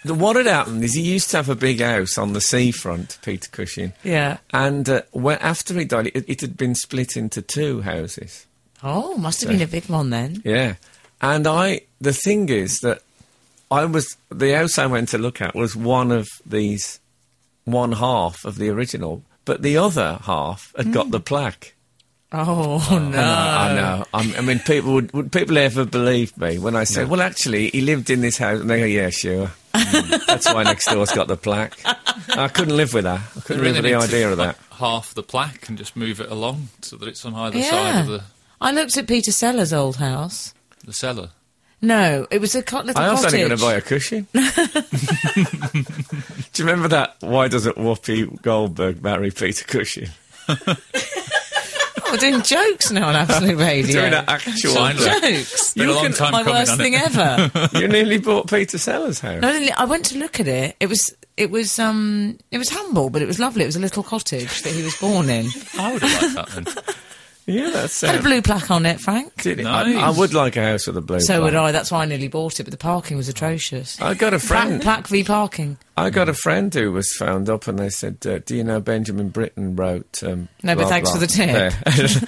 [SPEAKER 3] the, what had happened is he used to have a big house on the seafront, Peter Cushing.
[SPEAKER 4] Yeah.
[SPEAKER 3] And uh, when, after he died, it, it had been split into two houses.
[SPEAKER 4] Oh, must have been a big one then.
[SPEAKER 3] Yeah. And I, the thing is that I was, the house I went to look at was one of these, one half of the original, but the other half had got the plaque.
[SPEAKER 4] Oh,
[SPEAKER 3] I
[SPEAKER 4] no.
[SPEAKER 3] know, I know. I'm, I mean, people would, would people ever believe me when I said, "Well, actually, he lived in this house," and they go, "Yeah, sure."
[SPEAKER 4] Mm.
[SPEAKER 3] That's why next door's got the plaque. I couldn't live with that. I
[SPEAKER 5] They
[SPEAKER 3] couldn't
[SPEAKER 5] really
[SPEAKER 3] live
[SPEAKER 5] need
[SPEAKER 3] with
[SPEAKER 5] to
[SPEAKER 3] the idea of that.
[SPEAKER 5] like half the plaque and just move it along so that it's on either side of
[SPEAKER 4] Yeah.
[SPEAKER 5] the,
[SPEAKER 4] I looked at Peter Sellers' old house.
[SPEAKER 5] the cellar.
[SPEAKER 4] No, it was a co- little
[SPEAKER 3] I also
[SPEAKER 4] cottage.
[SPEAKER 3] ain't going to buy a cushion. Do you remember that? Why doesn't Whoopi Goldberg marry Peter Cushing?
[SPEAKER 4] Oh, we're doing jokes now on Absolute Radio.
[SPEAKER 3] Doing an actual.
[SPEAKER 5] Finally.
[SPEAKER 4] jokes.
[SPEAKER 5] been a long time
[SPEAKER 4] my
[SPEAKER 5] coming,
[SPEAKER 4] worst
[SPEAKER 5] hasn't
[SPEAKER 4] thing
[SPEAKER 5] it?
[SPEAKER 4] ever.
[SPEAKER 3] you nearly bought Peter Sellers' house.
[SPEAKER 4] No, I didn't- I went to look at it. It was it was um it was humble, but it was lovely. It was a little cottage that he was born in.
[SPEAKER 5] I would have liked that then.
[SPEAKER 3] Yeah, that's
[SPEAKER 4] Had a
[SPEAKER 3] uh,
[SPEAKER 4] blue plaque on it, Frank.
[SPEAKER 3] did it.
[SPEAKER 5] Nice.
[SPEAKER 3] I, I would like a house with a blue.
[SPEAKER 4] So would
[SPEAKER 3] plaque.
[SPEAKER 4] I. That's why I nearly bought it, but the parking was atrocious.
[SPEAKER 3] I got a
[SPEAKER 4] Pla-
[SPEAKER 3] friend.
[SPEAKER 4] plaque v parking.
[SPEAKER 3] I got a friend who was found up, and they said, uh, "Do you know Benjamin Britten wrote?" Um,
[SPEAKER 4] No, but
[SPEAKER 3] blah,
[SPEAKER 4] thanks
[SPEAKER 3] blah."
[SPEAKER 4] for the tip.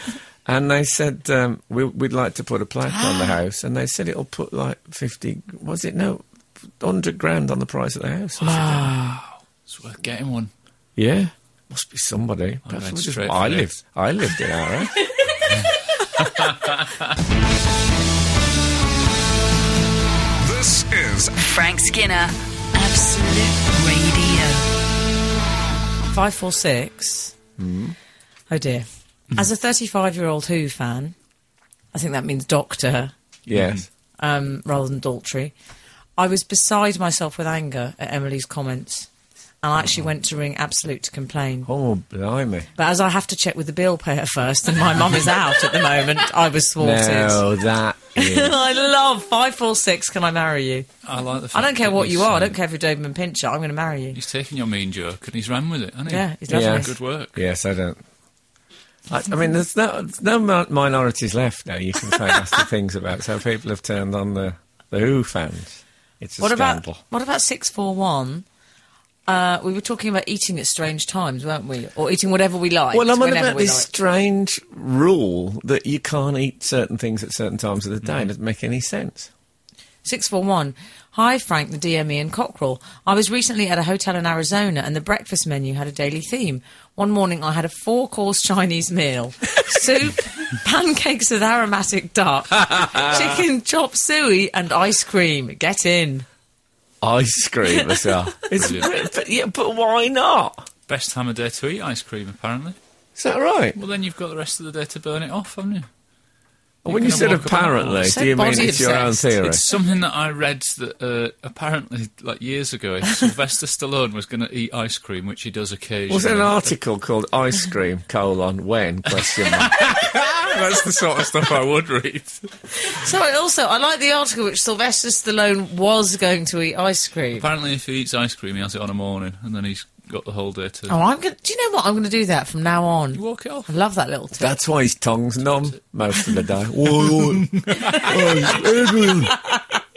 [SPEAKER 3] Yeah. and they said, um, we, "We'd like to put a plaque on the house," and they said it'll put like fifty. Was it no, hundred grand on the price of the house? I said,
[SPEAKER 5] It's worth getting one.
[SPEAKER 3] yeah, must be somebody. Perhaps
[SPEAKER 5] going
[SPEAKER 3] we'll just-
[SPEAKER 5] straight
[SPEAKER 3] I
[SPEAKER 5] for it.
[SPEAKER 3] lived. I lived in our house.
[SPEAKER 2] This is
[SPEAKER 1] Frank Skinner, Absolute Radio.
[SPEAKER 4] Five four six.
[SPEAKER 3] Hmm.
[SPEAKER 4] Oh dear. As a thirty-five-year-old Who fan, I think that means Doctor
[SPEAKER 3] yes.
[SPEAKER 4] um, rather than Daltrey. I was beside myself with anger at Emily's comments and I
[SPEAKER 3] Uh-huh.
[SPEAKER 4] actually went to ring Absolute to complain.
[SPEAKER 3] Oh, blimey.
[SPEAKER 4] But as I have to check with the bill payer first, and my mum is out at the moment, I was thwarted.
[SPEAKER 3] No, that is.
[SPEAKER 4] I love five four six. Can I marry you?
[SPEAKER 5] I like the fact
[SPEAKER 4] I don't care
[SPEAKER 5] that
[SPEAKER 4] what
[SPEAKER 5] he's,
[SPEAKER 4] you are. I
[SPEAKER 5] um,
[SPEAKER 4] don't care if you're Doberman Pinscher. I'm going to marry you.
[SPEAKER 5] He's taken your mean joke and he's ran with it, hasn't he?
[SPEAKER 4] Yeah, he's loving
[SPEAKER 3] Yeah.
[SPEAKER 4] it.
[SPEAKER 5] Good work.
[SPEAKER 3] yes, I don't. I, I mean, there's no, there's no mi- minorities left now you can say nasty things about. So people have turned on the, the Who fans. It's a
[SPEAKER 4] What
[SPEAKER 3] scandal.
[SPEAKER 4] about what about six four one? Uh, we were talking about eating at strange times, weren't we? Or eating whatever we like.
[SPEAKER 3] Well, I'm on
[SPEAKER 4] whenever
[SPEAKER 3] about
[SPEAKER 4] we
[SPEAKER 3] this
[SPEAKER 4] like.
[SPEAKER 3] strange rule that you can't eat certain things at certain times of the
[SPEAKER 5] Mm-hmm.
[SPEAKER 3] day. It doesn't make any sense.
[SPEAKER 4] 641. Hi, Frank, the DM Ian Cockrell. I was recently at a hotel in Arizona and the breakfast menu had a daily theme. One morning I had a four course Chinese meal soup, pancakes with aromatic duck, chicken chop suey, and ice cream. Get in.
[SPEAKER 3] Ice cream as well. It's
[SPEAKER 5] Brilliant.
[SPEAKER 3] but, yeah, but why not?
[SPEAKER 5] Best time of day to eat ice cream, apparently.
[SPEAKER 3] Is that right?
[SPEAKER 5] Well, then you've got the rest of the day to burn it off, haven't you?
[SPEAKER 3] when you
[SPEAKER 5] can
[SPEAKER 3] said
[SPEAKER 5] walk about.
[SPEAKER 3] apparently,
[SPEAKER 4] Said
[SPEAKER 3] do you mean it's
[SPEAKER 4] body
[SPEAKER 3] your own
[SPEAKER 4] obsessed.
[SPEAKER 3] theory?
[SPEAKER 5] It's something that I read that uh, apparently, like years ago, if Sylvester Stallone was going to eat ice cream, which he does occasionally.
[SPEAKER 3] Was there an article called "Ice Cream: colon When?" question mark?
[SPEAKER 5] That's the sort of stuff I would read.
[SPEAKER 4] So, I also, I like the article which Sylvester Stallone was going to eat ice cream.
[SPEAKER 5] Apparently, if he eats ice cream, he has it on a morning, and then he's got the whole day to
[SPEAKER 4] Oh, I'm going to. Do you know what? I'm going to do that from now on.
[SPEAKER 5] walk it off.
[SPEAKER 4] I love that little tip.
[SPEAKER 3] That's why his tongue's numb most of the day. Whoa, whoa.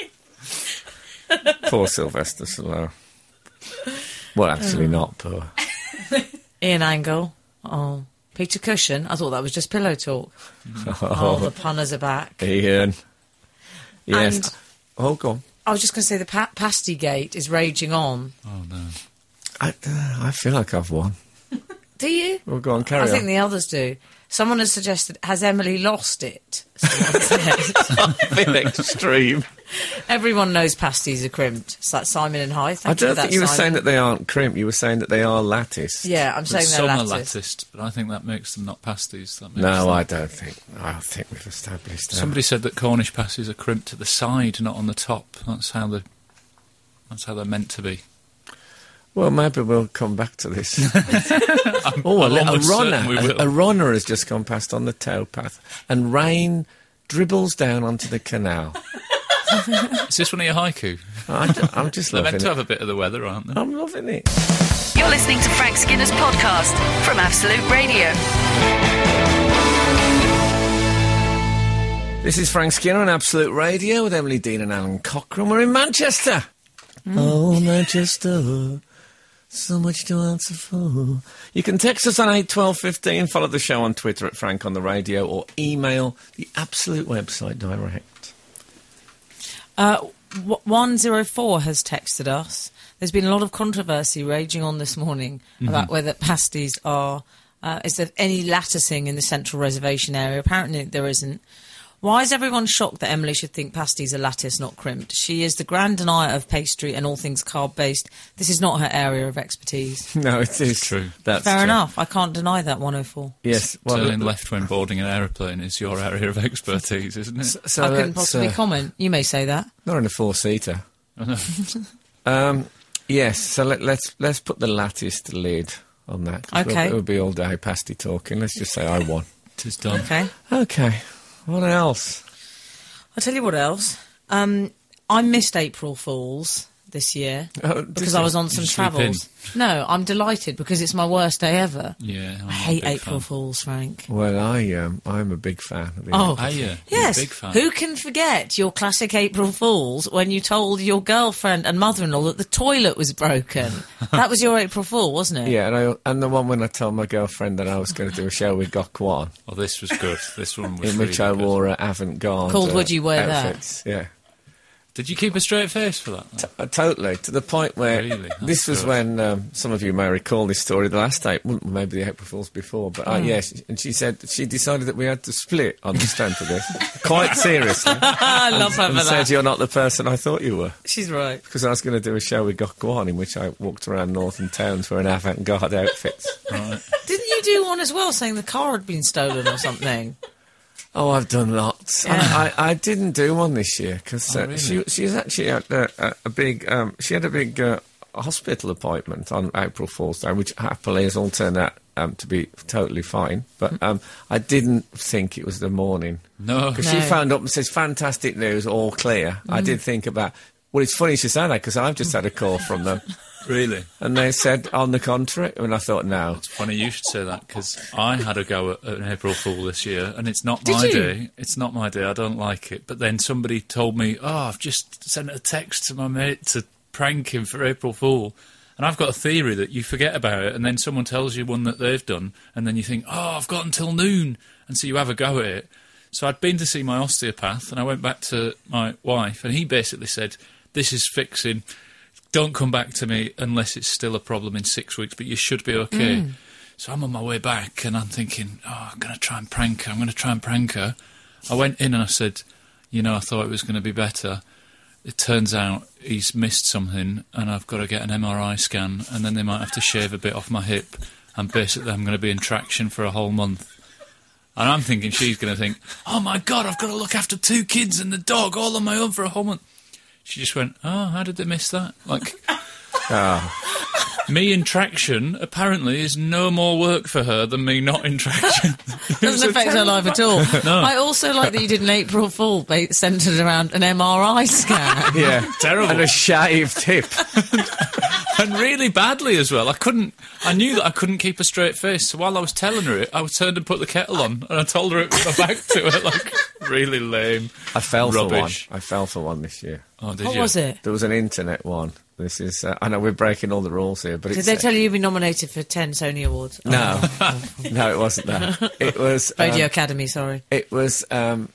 [SPEAKER 3] poor Sylvester Stallone. Well, actually, not poor.
[SPEAKER 4] Ian Angle. Oh. Peter Cushion. I thought that was just pillow talk. Oh, the punners are back.
[SPEAKER 3] Ian. Yes.
[SPEAKER 4] And-
[SPEAKER 3] oh, go on.
[SPEAKER 4] I was just going to say the pa- pasty gate is raging on.
[SPEAKER 5] Oh no!
[SPEAKER 3] I, uh, I feel like I've won.
[SPEAKER 4] Do you?
[SPEAKER 3] Well, go on, carry
[SPEAKER 4] I
[SPEAKER 3] on.
[SPEAKER 4] think the others do. Someone has suggested, has Emily lost it? Someone said.
[SPEAKER 3] feel extreme.
[SPEAKER 4] Everyone knows pasties are crimped. It's like Simon and Hyde.
[SPEAKER 3] I
[SPEAKER 4] Thank you
[SPEAKER 3] don't
[SPEAKER 4] for
[SPEAKER 3] think
[SPEAKER 4] that,
[SPEAKER 3] you were saying
[SPEAKER 4] Simon.
[SPEAKER 3] that they aren't crimp. You were saying that they are lattice.
[SPEAKER 4] Yeah, I'm saying they're
[SPEAKER 5] Some are
[SPEAKER 4] lattice.
[SPEAKER 5] latticed, but I think that makes them not pasties. That makes
[SPEAKER 3] No,
[SPEAKER 5] them-
[SPEAKER 3] I don't think. I don't think we've established that.
[SPEAKER 5] Somebody said that Cornish pasties are crimped to the side, not on the top. That's how they. That's how they're meant to be.
[SPEAKER 3] Well, maybe we'll come back to this. oh, a
[SPEAKER 5] I'm
[SPEAKER 3] little
[SPEAKER 5] almost certain we
[SPEAKER 3] runner.
[SPEAKER 5] will.
[SPEAKER 3] A, a runner has just gone past on the towpath, and rain dribbles down onto the canal.
[SPEAKER 5] Is this one of your haiku?
[SPEAKER 3] I, am just
[SPEAKER 5] They're
[SPEAKER 3] loving
[SPEAKER 5] meant to
[SPEAKER 3] it.
[SPEAKER 5] have a bit of the weather, aren't they?
[SPEAKER 3] I'm loving it.
[SPEAKER 1] You're listening to Frank Skinner's podcast from Absolute Radio.
[SPEAKER 3] This is Frank Skinner on Absolute Radio with Emily Dean and Alan Cochrane. We're in Manchester.
[SPEAKER 4] Mm.
[SPEAKER 3] Oh, Manchester. So much to answer for. You can text us on 81215, follow the show on Twitter at Frank on the Radio, or email the Absolute website direct.
[SPEAKER 4] Uh, w- 104 has texted us. There's been a lot of controversy raging on this morning
[SPEAKER 3] Mm-hmm.
[SPEAKER 4] about whether pasties are. Uh, is there any latticing in the central reservation area? Apparently, there isn't. Why is everyone shocked that Emily should think pasties are lattice, not crimped? She is the grand denier of pastry and all things carb based. This is not her area of expertise.
[SPEAKER 3] No, it is
[SPEAKER 5] True.
[SPEAKER 3] That's
[SPEAKER 4] Fair
[SPEAKER 3] true.
[SPEAKER 4] enough. I can't deny that 104.
[SPEAKER 3] Yes.
[SPEAKER 5] Turning left when boarding an aeroplane is your area of expertise, isn't it?
[SPEAKER 3] So
[SPEAKER 4] I couldn't
[SPEAKER 3] that's,
[SPEAKER 4] possibly
[SPEAKER 3] uh,
[SPEAKER 4] comment. You may say that.
[SPEAKER 3] Not in a four seater.
[SPEAKER 5] I know.
[SPEAKER 3] Um, yes. So let, let's let's put the latticed lid on that. 'cause
[SPEAKER 4] Okay.
[SPEAKER 3] It would be all day pasty talking. Let's just say I won.
[SPEAKER 5] Tis done.
[SPEAKER 4] Okay.
[SPEAKER 3] okay. What else?
[SPEAKER 4] I'll tell you what else. Um, I missed April Fools this year
[SPEAKER 3] Oh, did
[SPEAKER 4] because
[SPEAKER 3] you?
[SPEAKER 4] I was on
[SPEAKER 5] Did
[SPEAKER 4] some
[SPEAKER 5] you sleep in?
[SPEAKER 4] travels. No, I'm delighted because it's my worst day ever.
[SPEAKER 5] Yeah. Oh, I'm
[SPEAKER 4] I hate
[SPEAKER 5] a big
[SPEAKER 4] April
[SPEAKER 5] fan.
[SPEAKER 4] Fools, Frank.
[SPEAKER 3] Well, I um, I'm a big fan. Of the
[SPEAKER 4] Oh,
[SPEAKER 5] Are you?
[SPEAKER 4] Yes.
[SPEAKER 5] You're a big fan.
[SPEAKER 4] Who can forget your classic April Fools when you told your girlfriend and mother-in-law that the toilet was broken? that was your April Fool, wasn't it?
[SPEAKER 3] Yeah, and I and the one when I told my girlfriend that I was going to do a show with Gok Wan,
[SPEAKER 5] Oh, this was good. This one was
[SPEAKER 3] in which
[SPEAKER 5] really
[SPEAKER 3] I
[SPEAKER 5] good.
[SPEAKER 3] wore a avant-garde.
[SPEAKER 4] Called
[SPEAKER 3] uh,
[SPEAKER 4] Would You Wear That?
[SPEAKER 3] outfits. Yeah.
[SPEAKER 5] Did you keep a straight face for that?
[SPEAKER 3] T- uh, totally, to the point where
[SPEAKER 5] Really? That's
[SPEAKER 3] this was
[SPEAKER 5] good.
[SPEAKER 3] when um, some of you may recall this story the last day, well, maybe the April Fool's before, but
[SPEAKER 5] Mm.
[SPEAKER 3] uh, yeah, she, and she said she decided that we had to split on the strength of this, quite seriously,
[SPEAKER 4] I love her
[SPEAKER 3] and
[SPEAKER 4] for
[SPEAKER 3] said
[SPEAKER 4] that.
[SPEAKER 3] you're not the person I thought you were
[SPEAKER 4] She's right.
[SPEAKER 3] because I was going to do a show with Gokwan in which I walked around northern towns wearing avant-garde outfits.
[SPEAKER 5] Right.
[SPEAKER 4] Didn't you do one as well, saying the car had been stolen or something?
[SPEAKER 3] Oh, I've done lots.
[SPEAKER 4] Yeah.
[SPEAKER 3] I, I, I didn't do one this year because uh,
[SPEAKER 5] really?
[SPEAKER 3] she she was actually at uh, a, a big um, she had a big uh, hospital appointment on April Fool's Day, which happily has all turned out um, to be totally fine. But um, I didn't think it was the morning.
[SPEAKER 5] No.
[SPEAKER 3] Because
[SPEAKER 4] No.
[SPEAKER 3] she phoned up and says, fantastic news, all clear. I did think about, well, it's funny she said that because I've just had a call from them.
[SPEAKER 5] Really?
[SPEAKER 3] And they said, on the contrary. And I thought, no.
[SPEAKER 5] It's funny you should say that because I had a go at an April Fool this year, and it's not
[SPEAKER 4] Did
[SPEAKER 5] my
[SPEAKER 4] you?
[SPEAKER 5] day. It's not my day. I don't like it. But then somebody told me, "Oh, I've just sent a text to my mate to prank him for April Fool." And I've got a theory that you forget about it, and then someone tells you one that they've done, and then you think, "Oh, I've got until noon," and so you have a go at it. So I'd been to see my osteopath, and I went back to my wife, and he basically said, "This is fixing." don't come back to me unless it's still a problem in six weeks, but you should be okay. So I'm on my way back and I'm thinking, oh, I'm going to try and prank her. I'm going to try and prank her. I went in and I said, you know, I thought it was going to be better. It turns out he's missed something and I've got to get an MRI scan and then they might have to shave a bit off my hip and basically I'm going to be in traction for a whole month. And I'm thinking she's going to think, oh my God, I've got to look after two kids and the dog all on my own for a whole month. She just went, oh, how did they miss that? Like, me in traction apparently is no more work for her than me not in traction.
[SPEAKER 4] Doesn't affect her life at all.
[SPEAKER 5] No.
[SPEAKER 4] I also like that you did an April Fool ba- centred around an MRI scan.
[SPEAKER 3] Yeah.
[SPEAKER 5] Terrible.
[SPEAKER 3] And a shaved hip.
[SPEAKER 5] and really badly as well. I couldn't. I knew that I couldn't keep a straight face. So while I was telling her it, I was turned and put the kettle on, and I told her it with my back to her. Like really lame.
[SPEAKER 3] I fell
[SPEAKER 5] Rubbish.
[SPEAKER 3] for one. I fell for one this year.
[SPEAKER 5] Oh, did
[SPEAKER 4] what
[SPEAKER 5] you?
[SPEAKER 4] was it?
[SPEAKER 3] There was an internet one. This is, uh, I know we're breaking all the rules here, but
[SPEAKER 4] Did
[SPEAKER 3] it's.
[SPEAKER 4] they tell you you've been nominated for 10 Sony Awards? Oh,
[SPEAKER 3] no, no, it wasn't that. It was. um,
[SPEAKER 4] Radio Academy, sorry.
[SPEAKER 3] it was. Um,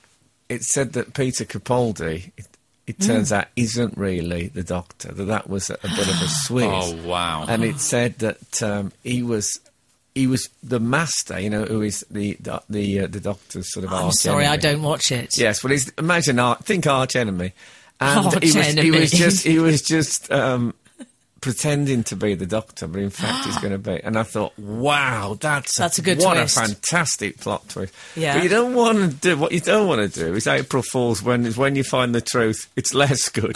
[SPEAKER 3] it said that Peter Capaldi, it, it turns
[SPEAKER 4] Mm.
[SPEAKER 3] out, isn't really the doctor. That that was a, a bit of a swing.
[SPEAKER 5] Oh wow.
[SPEAKER 3] And it said that um, he was. He was the master, you know, who is the the the, uh, the doctor's sort of.
[SPEAKER 4] I'm
[SPEAKER 3] arch
[SPEAKER 4] sorry, I
[SPEAKER 3] enemy.
[SPEAKER 4] don't watch it.
[SPEAKER 3] Yes, well, he's imagine ar think arch enemy, and
[SPEAKER 4] Arch
[SPEAKER 3] he was he
[SPEAKER 4] enemy.
[SPEAKER 3] was just he was just um, pretending to be the doctor, but in fact he's going to be. And I thought, wow, that's
[SPEAKER 4] That's a good
[SPEAKER 3] what
[SPEAKER 4] twist.
[SPEAKER 3] a fantastic plot twist.
[SPEAKER 4] Yeah.
[SPEAKER 3] but you don't want to do what you don't want to do is April Fools when is when you find the truth. It's less good.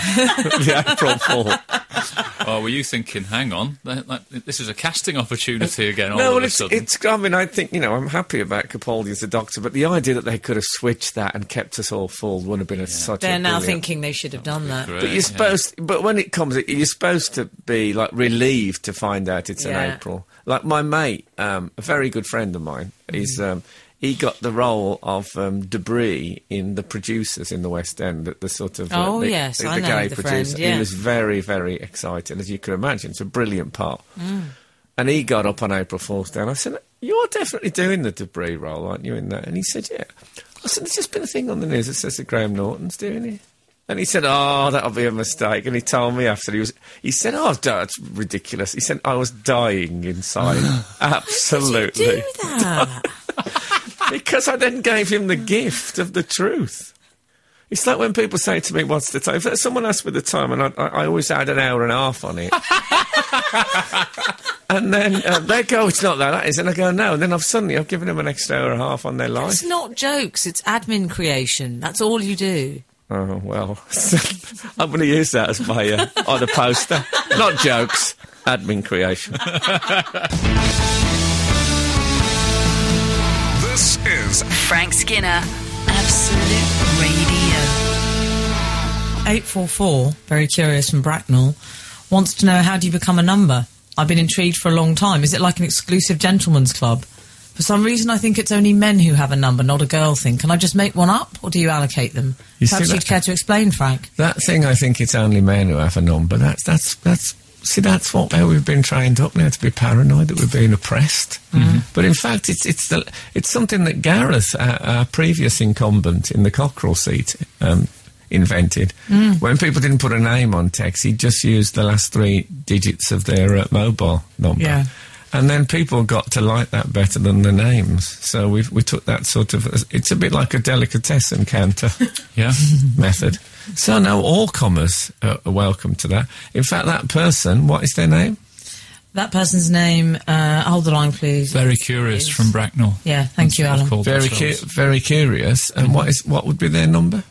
[SPEAKER 3] the April Fool.
[SPEAKER 5] Oh, were you thinking? Hang on, that, that, this is a casting opportunity again. All
[SPEAKER 3] No,
[SPEAKER 5] of
[SPEAKER 3] well,
[SPEAKER 5] a
[SPEAKER 3] it's,
[SPEAKER 5] sudden.
[SPEAKER 3] it's. I mean, I think you know, I'm happy about Capaldi as the doctor, but the idea that they could have switched that and kept us all fooled would have been a, such.
[SPEAKER 4] They're
[SPEAKER 3] a
[SPEAKER 4] now
[SPEAKER 3] brilliant-
[SPEAKER 4] thinking they should have done that.
[SPEAKER 5] Great,
[SPEAKER 3] But
[SPEAKER 5] yeah.
[SPEAKER 3] you're supposed, but when it comes, you're supposed to be like relieved to find out it's in
[SPEAKER 4] Yeah.
[SPEAKER 3] April. Like my mate, um, a very good friend of mine, is
[SPEAKER 4] Mm.
[SPEAKER 3] um, he got the role of um, debris in the producers in the West End, the, the sort of uh,
[SPEAKER 4] Oh,
[SPEAKER 3] the,
[SPEAKER 4] yes,
[SPEAKER 3] the,
[SPEAKER 4] I
[SPEAKER 3] the
[SPEAKER 4] know
[SPEAKER 3] gay
[SPEAKER 4] the friend,
[SPEAKER 3] producer.
[SPEAKER 4] yeah.
[SPEAKER 3] He was very very excited, as you can imagine. It's a brilliant part. And he got up on April Fool's Day, and I said, "You're definitely doing the debris role, aren't you?" In that, and he said, "Yeah." I said, "There's just been a thing on the news that says that Graham Norton's doing it." And he said, "Oh, that'll be a mistake." And he told me after he was, he said, "Oh, that's ridiculous." He said, "I was dying inside, absolutely,
[SPEAKER 4] Do that.
[SPEAKER 3] because I then gave him the gift of the truth." It's like when people say to me, "What's the time?" If someone asked me the time, and I, I, I always add an hour and a half on it. And then uh, they go, it's not like that, is it? And I go, no. And then I've suddenly, I've given them an extra hour and a half on their life.
[SPEAKER 4] It's not jokes, it's admin creation. That's all you do.
[SPEAKER 3] Oh, well. I'm going to use that as my, uh, on a poster. not jokes, admin creation.
[SPEAKER 2] This is
[SPEAKER 1] Frank Skinner, Absolute Radio.
[SPEAKER 4] 844, very curious from Bracknell, wants to know how do you become a number? I've been intrigued for a long time. Is it like an exclusive gentleman's club? For some reason, I think it's only men who have a number, not a girl thing. Can I just make one up, or do you allocate them?
[SPEAKER 3] You see
[SPEAKER 4] Perhaps
[SPEAKER 3] that-
[SPEAKER 4] you'd care to explain, Frank.
[SPEAKER 3] That thing, I think it's only men who have a number. That's, that's, that's, see, that's what how we've been trained up now to be paranoid that we're being oppressed. Mm-hmm. But in fact, it's, it's, the, it's something that Gareth, our, our previous incumbent in the Cockerel seat, um, invented. When people didn't put a name on text, he just used the last three digits of their uh, mobile number.
[SPEAKER 4] Yeah.
[SPEAKER 3] And then people got to like that better than the names. So we we took that sort of. It's a bit like a delicatessen counter
[SPEAKER 5] yeah.
[SPEAKER 3] method. So now all comers are, are welcome to that. In fact, that person, what is their name?
[SPEAKER 4] That person's name, uh, hold the line, please.
[SPEAKER 5] Very curious
[SPEAKER 4] Yes.
[SPEAKER 5] from Bracknell.
[SPEAKER 4] Yeah, thank
[SPEAKER 5] That's
[SPEAKER 4] you,
[SPEAKER 5] what they've
[SPEAKER 4] Alan.
[SPEAKER 5] called
[SPEAKER 3] Very cu-
[SPEAKER 5] themselves.
[SPEAKER 3] very curious. And what is what would be their number?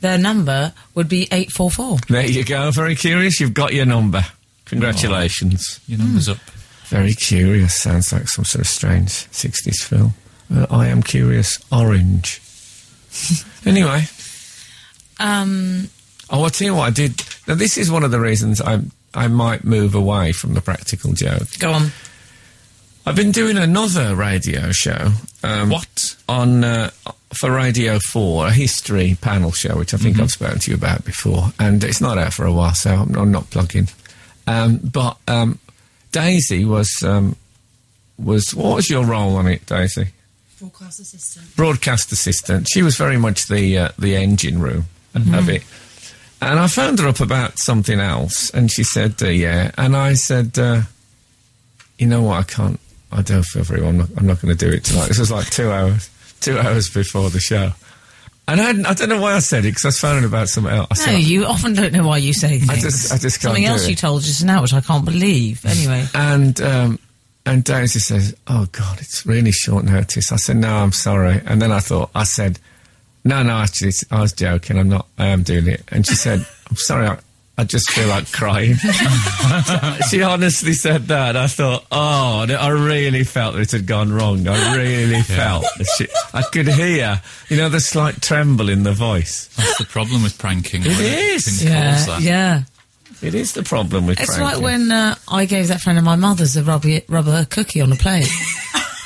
[SPEAKER 4] Their number would be 844.
[SPEAKER 3] There you go. Very curious. You've got your number. Congratulations.
[SPEAKER 5] Your number's up.
[SPEAKER 3] Very Curious sounds like some sort of strange 60s film. Uh, I am Curious Orange. anyway,
[SPEAKER 4] Um,
[SPEAKER 3] oh, I'll tell you what I did. Now, this is one of the reasons I, I might move away from the practical joke.
[SPEAKER 4] go on.
[SPEAKER 3] I've been doing another radio show. Um,
[SPEAKER 5] What?
[SPEAKER 3] on uh, for Radio Four, a history panel show, which I think I've spoken to you about before, and it's not out for a while, so I'm, I'm not plugging. Um, but um, Daisy was um, was what was your role on it, Daisy?
[SPEAKER 6] Broadcast assistant.
[SPEAKER 3] broadcast assistant. She was very much the uh, the engine room of it. And I phoned her up about something else, and she said, uh, "Yeah." And I said, uh, "You know what? I can't. I don't feel very well. I'm not, I'm not going to do it tonight." This was like two hours, two hours before the show. And I, hadn't- I don't know why I said it because I was phoning about something else. I
[SPEAKER 4] No,
[SPEAKER 3] said,
[SPEAKER 4] you often don't know why you say things.
[SPEAKER 3] I just- I just can't
[SPEAKER 4] Something
[SPEAKER 3] do
[SPEAKER 4] else
[SPEAKER 3] it.
[SPEAKER 4] you told just now, which I can't believe. Anyway,
[SPEAKER 3] And um, and Daisy says, "Oh God, it's really short notice." I said, "No, I'm sorry." And then I thought, I said, "No, no, actually, it's, I was joking. I'm not. I am doing it." And she said, "I'm sorry. I, I just feel like crying." she honestly said that. And I thought, "Oh, no, I really felt that it had gone wrong. I really felt. That she, I could hear, you know, the slight tremble in the voice.
[SPEAKER 5] That's the problem with pranking. It
[SPEAKER 3] is.
[SPEAKER 5] Calls
[SPEAKER 4] yeah,
[SPEAKER 5] that.
[SPEAKER 4] yeah.
[SPEAKER 3] It is the problem with
[SPEAKER 4] It's
[SPEAKER 3] pranking.
[SPEAKER 4] like when uh, I gave that friend of my mother's a rubber, rubber cookie on a plate.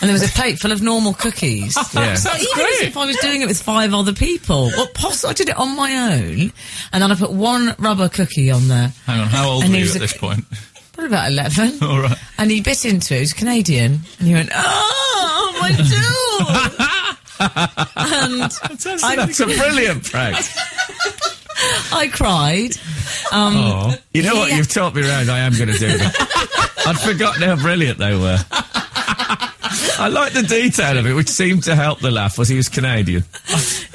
[SPEAKER 4] And there was a plate full of normal cookies.
[SPEAKER 3] Yeah.
[SPEAKER 4] So even as if I was doing it with five other people, well, poss- I did it on my own, and then I put one rubber cookie on there,
[SPEAKER 5] Hang on, how old
[SPEAKER 4] And
[SPEAKER 5] were
[SPEAKER 4] he
[SPEAKER 5] you
[SPEAKER 4] was
[SPEAKER 5] at
[SPEAKER 4] a-
[SPEAKER 5] this point?
[SPEAKER 4] probably about eleven.
[SPEAKER 5] All right.
[SPEAKER 4] And he bit into it. He was Canadian, and he went, "Oh my tooth!" and
[SPEAKER 3] That's a brilliant prank.
[SPEAKER 4] I cried. Um,
[SPEAKER 3] Oh. You know what?
[SPEAKER 4] Yeah.
[SPEAKER 3] You've talked me round. I am going to do that. I'd forgotten how brilliant they were. I like the detail of it, which seemed to help the laugh. Was he was Canadian?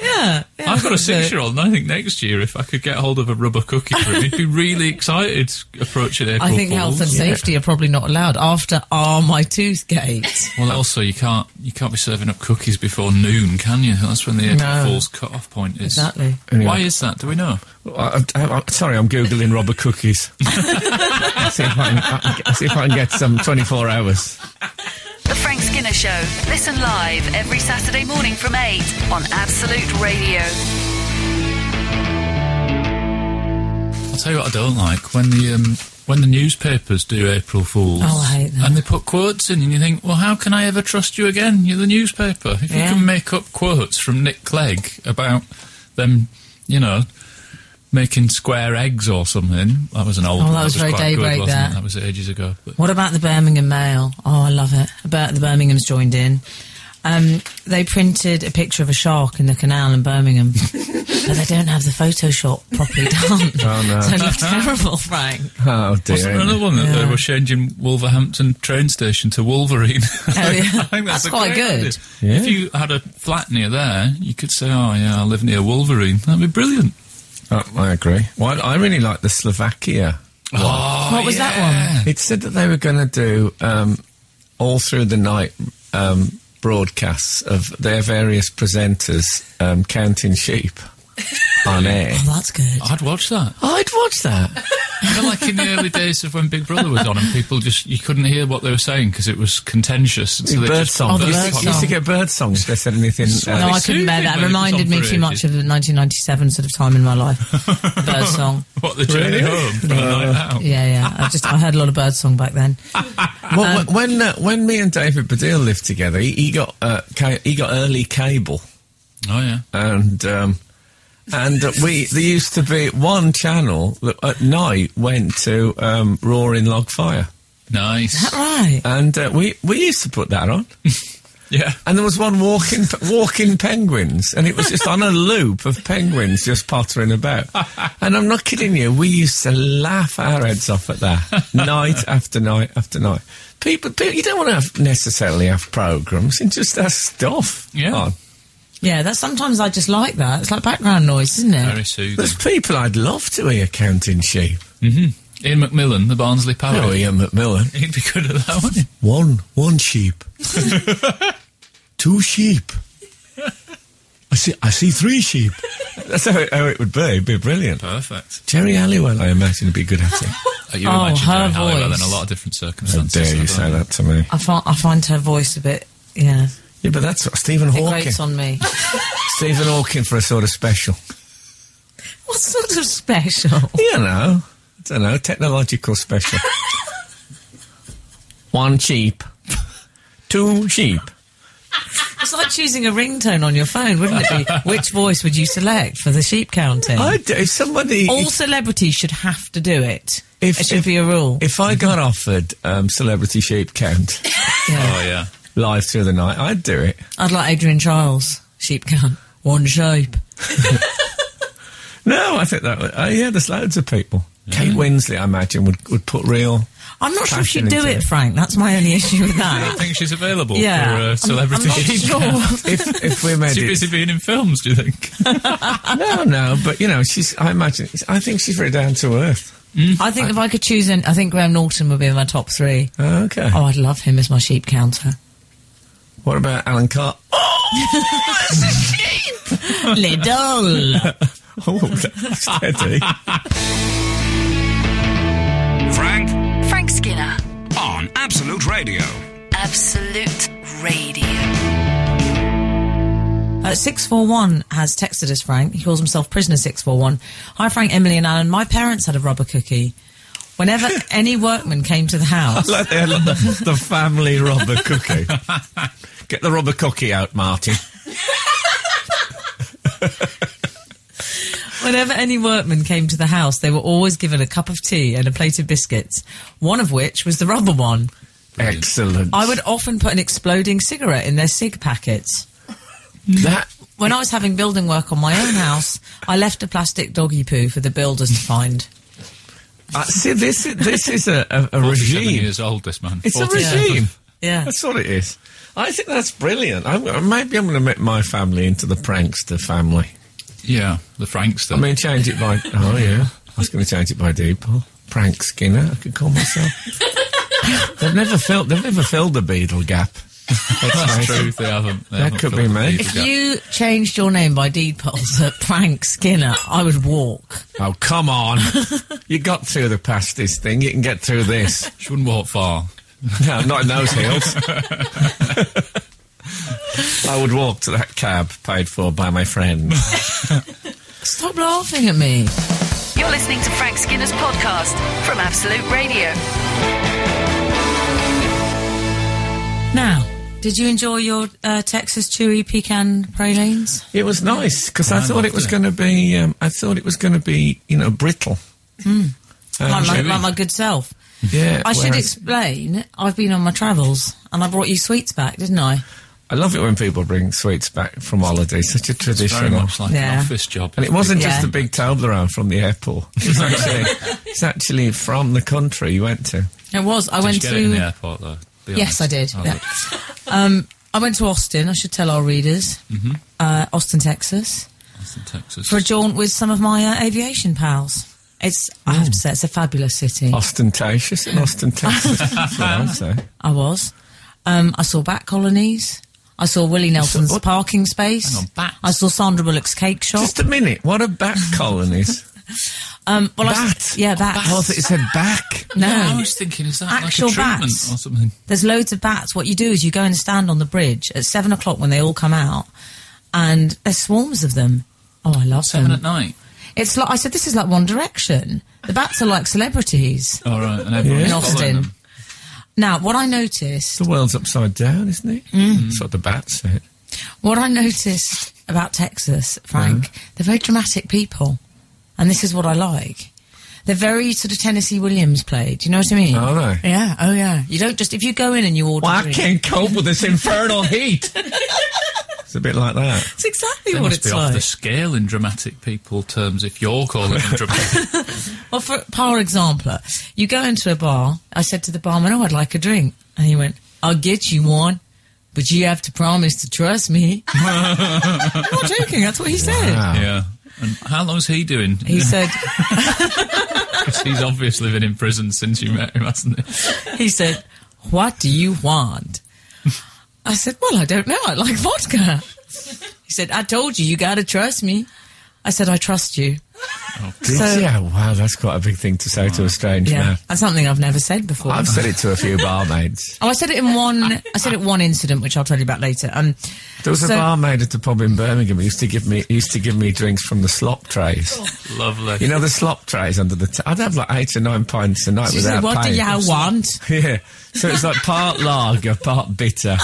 [SPEAKER 4] Yeah, yeah,
[SPEAKER 5] I've got a
[SPEAKER 4] that was it.
[SPEAKER 5] six-year-old, and I think next year, if I could get hold of a rubber cookie for him, he'd be really excited approaching April
[SPEAKER 4] I think
[SPEAKER 5] Fools.
[SPEAKER 4] health and safety are probably not allowed after "Ah, my tooth gate."
[SPEAKER 5] Well, also you can't you can't be serving up cookies before noon, can you? That's when the April
[SPEAKER 4] No.
[SPEAKER 5] Fool's cut-off point is.
[SPEAKER 4] Exactly.
[SPEAKER 5] Why is that? Do we know?
[SPEAKER 3] I, I, I, sorry, I'm googling rubber cookies. I'll see, if I can, I- I'll see if I can get some 24 hours.
[SPEAKER 1] The Frank Skinner Show. Listen live every Saturday morning from 8 on Absolute Radio.
[SPEAKER 5] I'll tell you what I don't like when the um, when the newspapers do April Fools.
[SPEAKER 4] Oh, I hate that.
[SPEAKER 5] And they put quotes in, and you think, well, how can I ever trust you again? You're the newspaper. If
[SPEAKER 4] Yeah.
[SPEAKER 5] you can make up quotes from Nick Clegg about them, you know. Making square eggs or something. That was an old.
[SPEAKER 4] Oh,
[SPEAKER 5] one.
[SPEAKER 4] that was very
[SPEAKER 5] quite good,
[SPEAKER 4] daybreak,
[SPEAKER 5] wasn't
[SPEAKER 4] that.
[SPEAKER 5] It? That was ages ago. But
[SPEAKER 4] What about the Birmingham Mail? Oh, I love it. About the Birmingham's joined in. Um, they printed a picture of a shark in the canal in Birmingham, but they don't have the Photoshop properly done.
[SPEAKER 3] Oh, no.
[SPEAKER 4] So it looked terrible, Frank.
[SPEAKER 3] Oh, dear.
[SPEAKER 5] Wasn't there another one that they
[SPEAKER 4] Yeah.
[SPEAKER 5] were changing Wolverhampton train station to Wolverine?
[SPEAKER 4] Oh, yeah. That's
[SPEAKER 5] a
[SPEAKER 4] quite
[SPEAKER 5] great
[SPEAKER 4] good.
[SPEAKER 5] idea.
[SPEAKER 3] Yeah.
[SPEAKER 5] If you had a flat near there, you could say, "Oh yeah, I live near Wolverine." That'd be brilliant.
[SPEAKER 3] Oh, I agree. Well, I really like the Slovakia
[SPEAKER 5] Oh,
[SPEAKER 4] What was that one?
[SPEAKER 3] It said that they were going to do um, all through the night um, broadcasts of their various presenters um, counting sheep on air.
[SPEAKER 4] Oh, that's good.
[SPEAKER 5] I'd watch that.
[SPEAKER 3] I'd watch that.
[SPEAKER 5] You know, like in the early days of when Big Brother was on, and people just you couldn't hear what they were saying because it was contentious. and So they
[SPEAKER 3] bird
[SPEAKER 5] just
[SPEAKER 3] songs.
[SPEAKER 4] Oh, the
[SPEAKER 5] bird
[SPEAKER 4] bird
[SPEAKER 3] You used to get bird songs if they said anything.
[SPEAKER 4] No,
[SPEAKER 3] Uh,
[SPEAKER 4] I couldn't bear that.
[SPEAKER 5] Soothing when it was
[SPEAKER 4] Reminded
[SPEAKER 5] on
[SPEAKER 4] me
[SPEAKER 5] for
[SPEAKER 4] too much
[SPEAKER 5] ages.
[SPEAKER 4] of the 1997 sort of time in my life. Bird song.
[SPEAKER 5] What the journey
[SPEAKER 3] Really? Uh,
[SPEAKER 5] home from the night out.
[SPEAKER 4] Yeah, yeah. I just I heard a lot of bird song back then.
[SPEAKER 3] well, wh- when uh, when me and David Baddiel lived together, he, he got uh, ca- he got early cable,
[SPEAKER 5] Oh yeah.
[SPEAKER 3] and um, and uh, we there used to be one channel that at night went to um, Roaring Log Fire,
[SPEAKER 5] Nice.
[SPEAKER 4] Right.
[SPEAKER 3] and uh, we we used to put that on.
[SPEAKER 5] Yeah.
[SPEAKER 3] And there was one walking walking penguins, and it was just on a loop of penguins just pottering about. And I'm not kidding you, we used to laugh our heads off at that night after night after night. People, people you don't want to have necessarily have programs, and just have stuff. Oh,
[SPEAKER 5] Yeah.
[SPEAKER 3] on.
[SPEAKER 4] Yeah, that sometimes I just like that. It's like background noise, isn't it?
[SPEAKER 5] Very soothing.
[SPEAKER 3] there's people I'd love to hear counting sheep.
[SPEAKER 5] Ian McMillan, the Barnsley Parrot.
[SPEAKER 3] Oh, Ian McMillan,
[SPEAKER 5] He'd be good at that, wouldn't he?
[SPEAKER 3] one one sheep, two sheep, I see, I see three sheep. That's how it, how it would be. It'd be brilliant.
[SPEAKER 5] Perfect.
[SPEAKER 3] Jerry Halliwell, I imagine, would be good at it.
[SPEAKER 5] Uh, you
[SPEAKER 4] Oh,
[SPEAKER 5] imagine
[SPEAKER 4] her
[SPEAKER 5] Jerry Halliwell
[SPEAKER 4] voice.
[SPEAKER 5] in a lot of different
[SPEAKER 3] How
[SPEAKER 5] circumstances.
[SPEAKER 3] dare you say that to me?
[SPEAKER 4] I find I find her voice a bit yeah.
[SPEAKER 3] Yeah, but that's what Stephen
[SPEAKER 4] It
[SPEAKER 3] Hawking.
[SPEAKER 4] grates on me.
[SPEAKER 3] Stephen Hawking for a sort of special.
[SPEAKER 4] what sort of special?
[SPEAKER 3] You know, I don't know, technological special. One sheep, two sheep.
[SPEAKER 4] It's like choosing a ringtone on your phone, wouldn't it be? Which voice would you select for the sheep counting?
[SPEAKER 3] I do, if somebody,
[SPEAKER 4] All
[SPEAKER 3] if,
[SPEAKER 4] celebrities should have to do it.
[SPEAKER 3] If-
[SPEAKER 4] it should
[SPEAKER 3] if-
[SPEAKER 4] be a rule.
[SPEAKER 3] if I got offered um, celebrity sheep count
[SPEAKER 4] yeah.
[SPEAKER 5] Oh, yeah.
[SPEAKER 3] live through the night, I'd do it.
[SPEAKER 4] I'd like Adrian Charles sheep count. One sheep.
[SPEAKER 3] No, I think that. Would, oh yeah, there's loads of people. Kate Winslet, I imagine, would would put real.
[SPEAKER 4] I'm not sure if she'd do
[SPEAKER 3] Fascinating. uh,
[SPEAKER 4] it, Frank. That's my only issue with
[SPEAKER 5] I
[SPEAKER 4] that.
[SPEAKER 5] think she's available
[SPEAKER 4] yeah,
[SPEAKER 5] for
[SPEAKER 4] I'm-
[SPEAKER 5] uh,
[SPEAKER 4] I'm
[SPEAKER 5] celebrity
[SPEAKER 4] not
[SPEAKER 5] sheep.
[SPEAKER 4] sure.
[SPEAKER 3] If if we made
[SPEAKER 5] Too
[SPEAKER 3] it,
[SPEAKER 5] busy being in films, do you think?
[SPEAKER 3] no, no, but you know, she's. I imagine. I think she's very down to earth.
[SPEAKER 4] I think if I could choose, an, I think Graham Norton would be in my top three.
[SPEAKER 3] Okay.
[SPEAKER 4] Oh, I'd love him as my sheep counter.
[SPEAKER 3] What about Alan Carr? Oh,
[SPEAKER 4] Lidl.
[SPEAKER 3] Oh, that's steady.
[SPEAKER 2] Frank
[SPEAKER 1] Frank Skinner,
[SPEAKER 2] on Absolute Radio.
[SPEAKER 1] Absolute Radio.
[SPEAKER 4] Uh, 641 has texted us, Frank. He calls himself Prisoner 641. Hi, Frank, Emily, and Alan. My parents had a rubber cookie. Whenever any workman came to the house,
[SPEAKER 3] like they had the, the family rubber cookie. Get the rubber cookie out, Martin.
[SPEAKER 4] whenever any workman came to the house, they were always given a cup of tea and a plate of biscuits, one of which was the rubber one.
[SPEAKER 3] Excellent.
[SPEAKER 4] I would often put an exploding cigarette in their cig packets.
[SPEAKER 3] that
[SPEAKER 4] When I was having building work on my own house, I left a plastic doggy poo for the builders to find.
[SPEAKER 3] uh, see this this is a, a, a
[SPEAKER 5] 47
[SPEAKER 3] regime.
[SPEAKER 5] years old, this man.
[SPEAKER 3] It's a
[SPEAKER 4] 47.
[SPEAKER 3] regime.
[SPEAKER 4] Yeah.
[SPEAKER 3] That's what it is. I think that's brilliant. I'm, uh, maybe I'm going to make my family into the prankster family.
[SPEAKER 5] Yeah, the
[SPEAKER 3] I
[SPEAKER 5] Frankster.
[SPEAKER 3] mean, change it by. Oh yeah, I was going to change it by Deepo. Prank Skinner, I could call myself. they've never filled. They've never filled the Beadle gap.
[SPEAKER 5] that's true. They haven't. They
[SPEAKER 3] That
[SPEAKER 5] haven't
[SPEAKER 3] could
[SPEAKER 5] filled
[SPEAKER 3] be
[SPEAKER 5] the
[SPEAKER 3] me.
[SPEAKER 5] people
[SPEAKER 4] If
[SPEAKER 5] gap.
[SPEAKER 4] you changed your name by deed poll to Frank Skinner, I would walk.
[SPEAKER 3] Oh come on! you got through the pasties thing. You can get through this.
[SPEAKER 5] She wouldn't walk far.
[SPEAKER 3] No, not in those hills. I would walk to that cab paid for by my friend.
[SPEAKER 4] Stop laughing at me.
[SPEAKER 1] You're listening to Frank Skinner's podcast from Absolute Radio.
[SPEAKER 4] Now, did you enjoy your uh, Texas Chewy Pecan Pralines?
[SPEAKER 3] It was nice because
[SPEAKER 4] Oh,
[SPEAKER 3] I thought it was going to be. Um, I thought it was going to be, you know, brittle.
[SPEAKER 5] Uh,
[SPEAKER 3] Um,
[SPEAKER 4] Hmm. like, my,
[SPEAKER 3] maybe-
[SPEAKER 4] like my good self.
[SPEAKER 3] yeah,
[SPEAKER 4] I should
[SPEAKER 3] whereas-
[SPEAKER 4] explain, I've been on my travels and I brought you sweets back, didn't I?
[SPEAKER 3] I love it when people bring sweets back from holiday. Such a
[SPEAKER 5] It's very
[SPEAKER 3] tradition.
[SPEAKER 5] much like
[SPEAKER 4] Yeah.
[SPEAKER 5] an office job.
[SPEAKER 3] And it wasn't
[SPEAKER 4] Yeah.
[SPEAKER 3] just the big Toblerone from the airport. It's actually, it's actually from the country you went to.
[SPEAKER 4] It was. I
[SPEAKER 5] Did you
[SPEAKER 4] went
[SPEAKER 5] get
[SPEAKER 4] to.
[SPEAKER 5] it in the airport, though? Be
[SPEAKER 4] Yes,
[SPEAKER 5] honest.
[SPEAKER 4] I did.
[SPEAKER 5] Oh,
[SPEAKER 4] yeah.
[SPEAKER 5] look.
[SPEAKER 4] um, I went to Austin, I should tell our readers.
[SPEAKER 5] Mm-hmm.
[SPEAKER 4] Uh, Austin, Texas.
[SPEAKER 5] Austin, Texas.
[SPEAKER 4] For a jaunt with some of my uh, aviation pals. It's, I have to say, it's a fabulous city.
[SPEAKER 3] Oh. Ostentatious in Austin, Texas. That's what I'd say.
[SPEAKER 4] I was. Um, I saw Bat Colonies. I saw Willie Nelson's
[SPEAKER 3] what?
[SPEAKER 4] parking space.
[SPEAKER 5] Hang on, bats?
[SPEAKER 4] I saw Sandra Bullock's cake shop.
[SPEAKER 3] Just a minute. What a back colonies.
[SPEAKER 4] um, well, I,
[SPEAKER 3] bat?
[SPEAKER 4] s- yeah,
[SPEAKER 3] Oh,
[SPEAKER 4] bats.
[SPEAKER 3] I thought it said back.
[SPEAKER 4] No.
[SPEAKER 5] Yeah, I was thinking, is that
[SPEAKER 4] Actual
[SPEAKER 5] like a treatment
[SPEAKER 4] bats.
[SPEAKER 5] or something?
[SPEAKER 4] There's loads of bats. What you do is you go and stand on the bridge at seven o'clock when they all come out, and there's swarms of them. Oh, I love
[SPEAKER 5] Seven
[SPEAKER 4] them.
[SPEAKER 5] at night.
[SPEAKER 4] It's like I said, this is like One Direction. The bats are like celebrities
[SPEAKER 5] All right, and everyone's
[SPEAKER 4] in
[SPEAKER 5] following
[SPEAKER 4] Austin.
[SPEAKER 5] them.
[SPEAKER 4] Now, what I noticed,
[SPEAKER 3] The world's upside down, isn't it? Mm. That's what the bat said.
[SPEAKER 4] what I noticed about Texas, Frank, they're very dramatic people, and this is what I like. They're very sort of Tennessee Williams played. You know what I mean?
[SPEAKER 3] Are they?
[SPEAKER 4] Yeah. Oh, yeah. You don't just if you go in and you order.
[SPEAKER 3] Well, I
[SPEAKER 4] drinks-
[SPEAKER 3] can't cope with this infernal heat. it's a bit like that.
[SPEAKER 4] That's exactly
[SPEAKER 5] They
[SPEAKER 4] what
[SPEAKER 5] must
[SPEAKER 4] it's
[SPEAKER 5] be
[SPEAKER 4] like.
[SPEAKER 5] off the scale in dramatic people terms if you're calling them dramatic.
[SPEAKER 4] Well, for, for example, you go into a bar. I said to the barman, "Oh, I'd like a drink," and he went, "I'll get you one, but you have to promise to trust me." I'm not joking. That's what he said.
[SPEAKER 3] Wow.
[SPEAKER 5] yeah. And how long's he doing?
[SPEAKER 4] He said,
[SPEAKER 5] Because he's obviously been in prison since you met him, hasn't he?
[SPEAKER 4] "He said, what do you want?" I said, "Well, I don't know. I like vodka." He said, I told you, you got to trust me. I said, I trust you.
[SPEAKER 3] Did
[SPEAKER 4] So-
[SPEAKER 3] you? Wow, that's quite a big thing to say to a strange
[SPEAKER 4] Yeah.
[SPEAKER 3] man.
[SPEAKER 4] That's something I've never said before.
[SPEAKER 3] I've said it to a few barmaids.
[SPEAKER 4] Oh, I said it in one. I said it one incident, which I'll tell you about later. Um,
[SPEAKER 3] There was a
[SPEAKER 4] So-
[SPEAKER 3] barmaid at the pub in Birmingham who used to give me used to give me drinks from the slop trays.
[SPEAKER 5] Lovely.
[SPEAKER 3] You know the slop trays under the. T- I'd have like eight or nine pints a night
[SPEAKER 4] she
[SPEAKER 3] without
[SPEAKER 4] said, "What do
[SPEAKER 3] paying.
[SPEAKER 4] you want?"
[SPEAKER 3] Yeah. So it's like part lager, part bitter.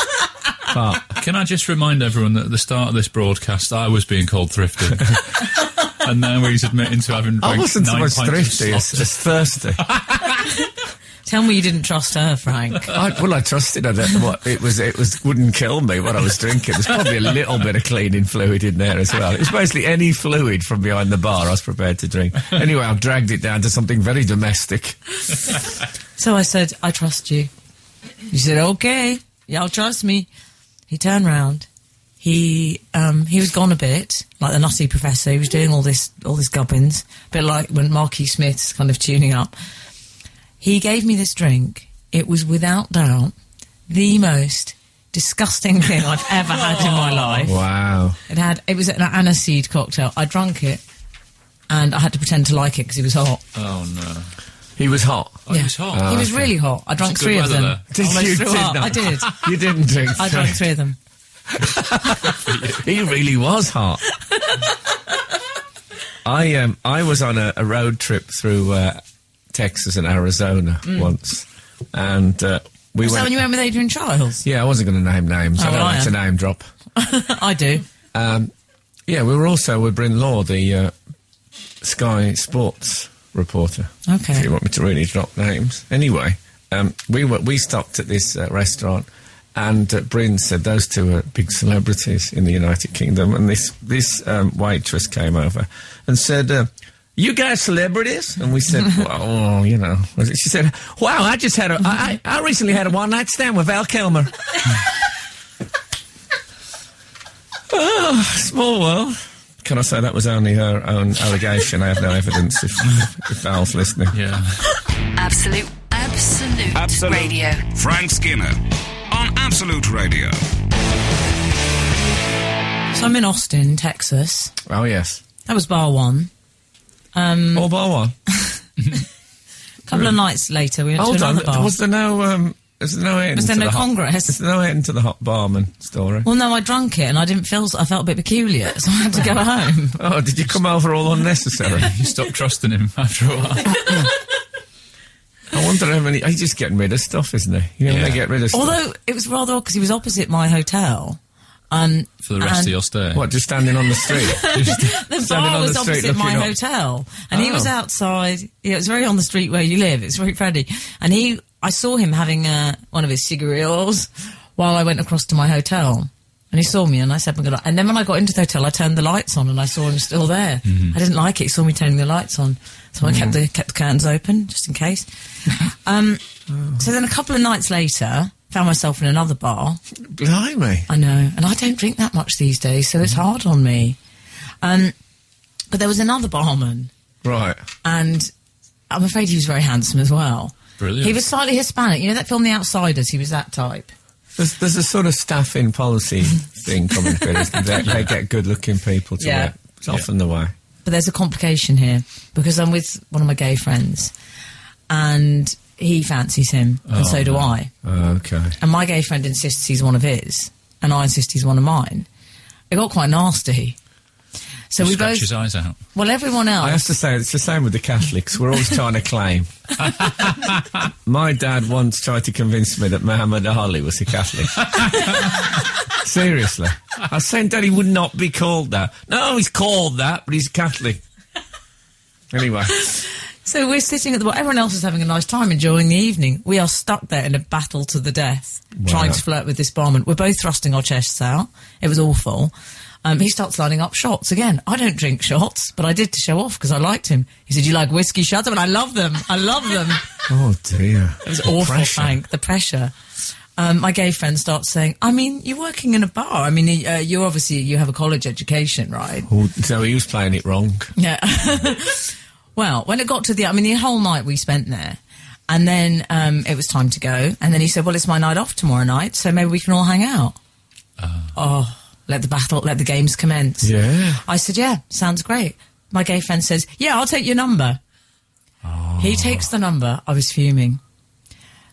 [SPEAKER 3] Part.
[SPEAKER 5] Can I just remind everyone that at the start of this broadcast, I was being called thrifty. and now he's admitting to having
[SPEAKER 3] I
[SPEAKER 5] drank
[SPEAKER 3] wasn't so
[SPEAKER 5] nine
[SPEAKER 3] much
[SPEAKER 5] pints of
[SPEAKER 3] thrifty as,
[SPEAKER 5] slop.
[SPEAKER 3] as thirsty.
[SPEAKER 4] Tell me you didn't trust her, Frank.
[SPEAKER 3] I, well, I trusted. I don't know what it was. It was wouldn't kill me what I was drinking. There's probably a little bit of cleaning fluid in there as well. It was basically any fluid from behind the bar I was prepared to drink. Anyway, I dragged it down to something very domestic.
[SPEAKER 4] So I said, "I trust you." You said, "Okay, y'all trust me." He turned round. He um, he was gone a bit, like the nutty professor. He was doing all this all this gubbins, a bit like when Marky Smith's kind of tuning up. He gave me this drink. It was without doubt the most disgusting thing I've ever had in my life.
[SPEAKER 3] Wow.
[SPEAKER 4] It had it was an aniseed cocktail. I drank it, and I had to pretend to like it because it was hot.
[SPEAKER 5] Oh, no.
[SPEAKER 3] He was hot.
[SPEAKER 5] Oh, it was hot.
[SPEAKER 3] Ah,
[SPEAKER 4] He
[SPEAKER 3] Uh,
[SPEAKER 4] was really hot. I drank
[SPEAKER 5] good
[SPEAKER 4] three of
[SPEAKER 5] weather
[SPEAKER 4] them.
[SPEAKER 5] there.
[SPEAKER 3] Did
[SPEAKER 4] Almost
[SPEAKER 3] you
[SPEAKER 4] threw
[SPEAKER 3] did
[SPEAKER 4] up.
[SPEAKER 3] not?
[SPEAKER 4] I did.
[SPEAKER 3] You didn't drink.
[SPEAKER 4] I drank three of them.
[SPEAKER 3] He really was hot. I um I was on a, a road trip through uh, Texas and Arizona once, and uh, we
[SPEAKER 4] Mm.
[SPEAKER 3] went.
[SPEAKER 4] Was that when you went with Adrian Charles?
[SPEAKER 3] yeah, I wasn't going to name names. I
[SPEAKER 4] Oh,
[SPEAKER 3] don't
[SPEAKER 4] well, I
[SPEAKER 3] like to
[SPEAKER 4] am.
[SPEAKER 3] name drop.
[SPEAKER 4] I do.
[SPEAKER 3] Yeah, we were also with Bryn Law, the uh, Sky Sports reporter.
[SPEAKER 4] Okay.
[SPEAKER 3] If you want me to really drop names. Anyway, um, we were, we stopped at this uh, restaurant, and uh, Bryn said those two are big celebrities in the United Kingdom, and this this um, waitress came over and said. Uh, you guys celebrities? And we said, well, oh, you know. She said, wow, I just had a, I, I I recently had a one night stand with Val Kilmer. Small world. Oh, Can I say that was only her own allegation? I have no evidence if, if Al's listening.
[SPEAKER 5] Yeah.
[SPEAKER 1] Absolute, absolute,
[SPEAKER 7] Absolute.
[SPEAKER 1] radio.
[SPEAKER 2] Frank Skinner on Absolute Radio.
[SPEAKER 4] So I'm in Austin, Texas.
[SPEAKER 3] Oh, yes.
[SPEAKER 4] That was bar one.
[SPEAKER 3] All bar one.
[SPEAKER 4] A couple of nights later, we went
[SPEAKER 3] Hold
[SPEAKER 4] to
[SPEAKER 3] on.
[SPEAKER 4] another bar.
[SPEAKER 3] Was there no, um, is there no end
[SPEAKER 4] Was there
[SPEAKER 3] to
[SPEAKER 4] no
[SPEAKER 3] the hot-
[SPEAKER 4] Congress?
[SPEAKER 3] is there no end to the hot barman story?
[SPEAKER 4] well, no, I drank it and I didn't feel. I felt a bit peculiar, so I had to go home.
[SPEAKER 3] Oh, did you come over all unnecessary?
[SPEAKER 5] You stopped trusting him after a while.
[SPEAKER 3] I wonder how many. He's just getting rid of stuff, isn't he? You know,
[SPEAKER 5] Yeah.
[SPEAKER 3] they get rid of stuff.
[SPEAKER 4] Although it was rather odd because he was opposite my hotel. Um,
[SPEAKER 5] For the rest
[SPEAKER 4] And-
[SPEAKER 5] of your stay.
[SPEAKER 3] what, just standing on the street? Just
[SPEAKER 4] the
[SPEAKER 3] standing
[SPEAKER 4] bar
[SPEAKER 3] on
[SPEAKER 4] was
[SPEAKER 3] the street
[SPEAKER 4] opposite my
[SPEAKER 3] looking up.
[SPEAKER 4] hotel, and he was
[SPEAKER 3] Oh.
[SPEAKER 4] outside. Yeah, it's very on the street where you live. It's very Freddy, and he. I saw him having uh, one of his cigarillos while I went across to my hotel, and he saw me, and I said, "Oh "My God!" And then when I got into the hotel, I turned the lights on, and I saw him still there.
[SPEAKER 3] Mm-hmm.
[SPEAKER 4] I didn't like it. He saw me turning the lights on, so I kept the kept the curtains open just in case. Um, So then a couple of nights later. Found myself in another bar.
[SPEAKER 3] Blimey.
[SPEAKER 4] I know, and I don't drink that much these days, so it's hard on me. Um, but there was another barman,
[SPEAKER 3] Right.
[SPEAKER 4] and I'm afraid he was very handsome as well.
[SPEAKER 5] Brilliant.
[SPEAKER 4] He was slightly Hispanic. You know that film, The Outsiders. He was that type.
[SPEAKER 3] There's, there's a sort of staffing policy thing coming through. isn't there? They, they get good looking people to
[SPEAKER 4] Yeah.
[SPEAKER 3] work. It's often the way.
[SPEAKER 4] But there's a complication here because I'm with one of my gay friends, and he fancies him, and so do I.
[SPEAKER 3] Okay.
[SPEAKER 4] And my gay friend insists he's one of his, and I insist he's one of mine. It got quite nasty. So we
[SPEAKER 5] Scratch
[SPEAKER 4] both.
[SPEAKER 5] his eyes out.
[SPEAKER 4] Well, everyone else.
[SPEAKER 3] I have to say, it's the same with the Catholics. We're always trying to claim. My dad once tried to convince me that Muhammad Ali was a Catholic. Seriously. I was saying, Dad, he would not be called that. No, he's called that, but he's a Catholic. Anyway,
[SPEAKER 4] So we're sitting at the bar. Everyone else is having a nice time, enjoying the evening. We are stuck there in a battle to the death, trying to flirt with this barman. We're both thrusting our chests out. It was awful. Um, he starts lining up shots again. I don't drink shots, but I did to show off because I liked him. He said, "You like whiskey? Shut up!" And I love them. I love them.
[SPEAKER 3] oh dear.
[SPEAKER 4] It was awful, Frank. The pressure. Um, my gay friend starts saying, "I mean, you're working in a bar. I mean, uh, you obviously you have a college education, right?"
[SPEAKER 3] Oh, so he was playing it wrong.
[SPEAKER 4] Yeah. well, when it got to the, I mean, the whole night we spent there. And then um, it was time to go. And then he said, Well, it's my night off tomorrow night, so maybe we can all hang out. oh, Let the battle, let the games commence.
[SPEAKER 3] Yeah.
[SPEAKER 4] I said, yeah, sounds great. My gay friend says, yeah, I'll take your number. He takes the number. I was fuming.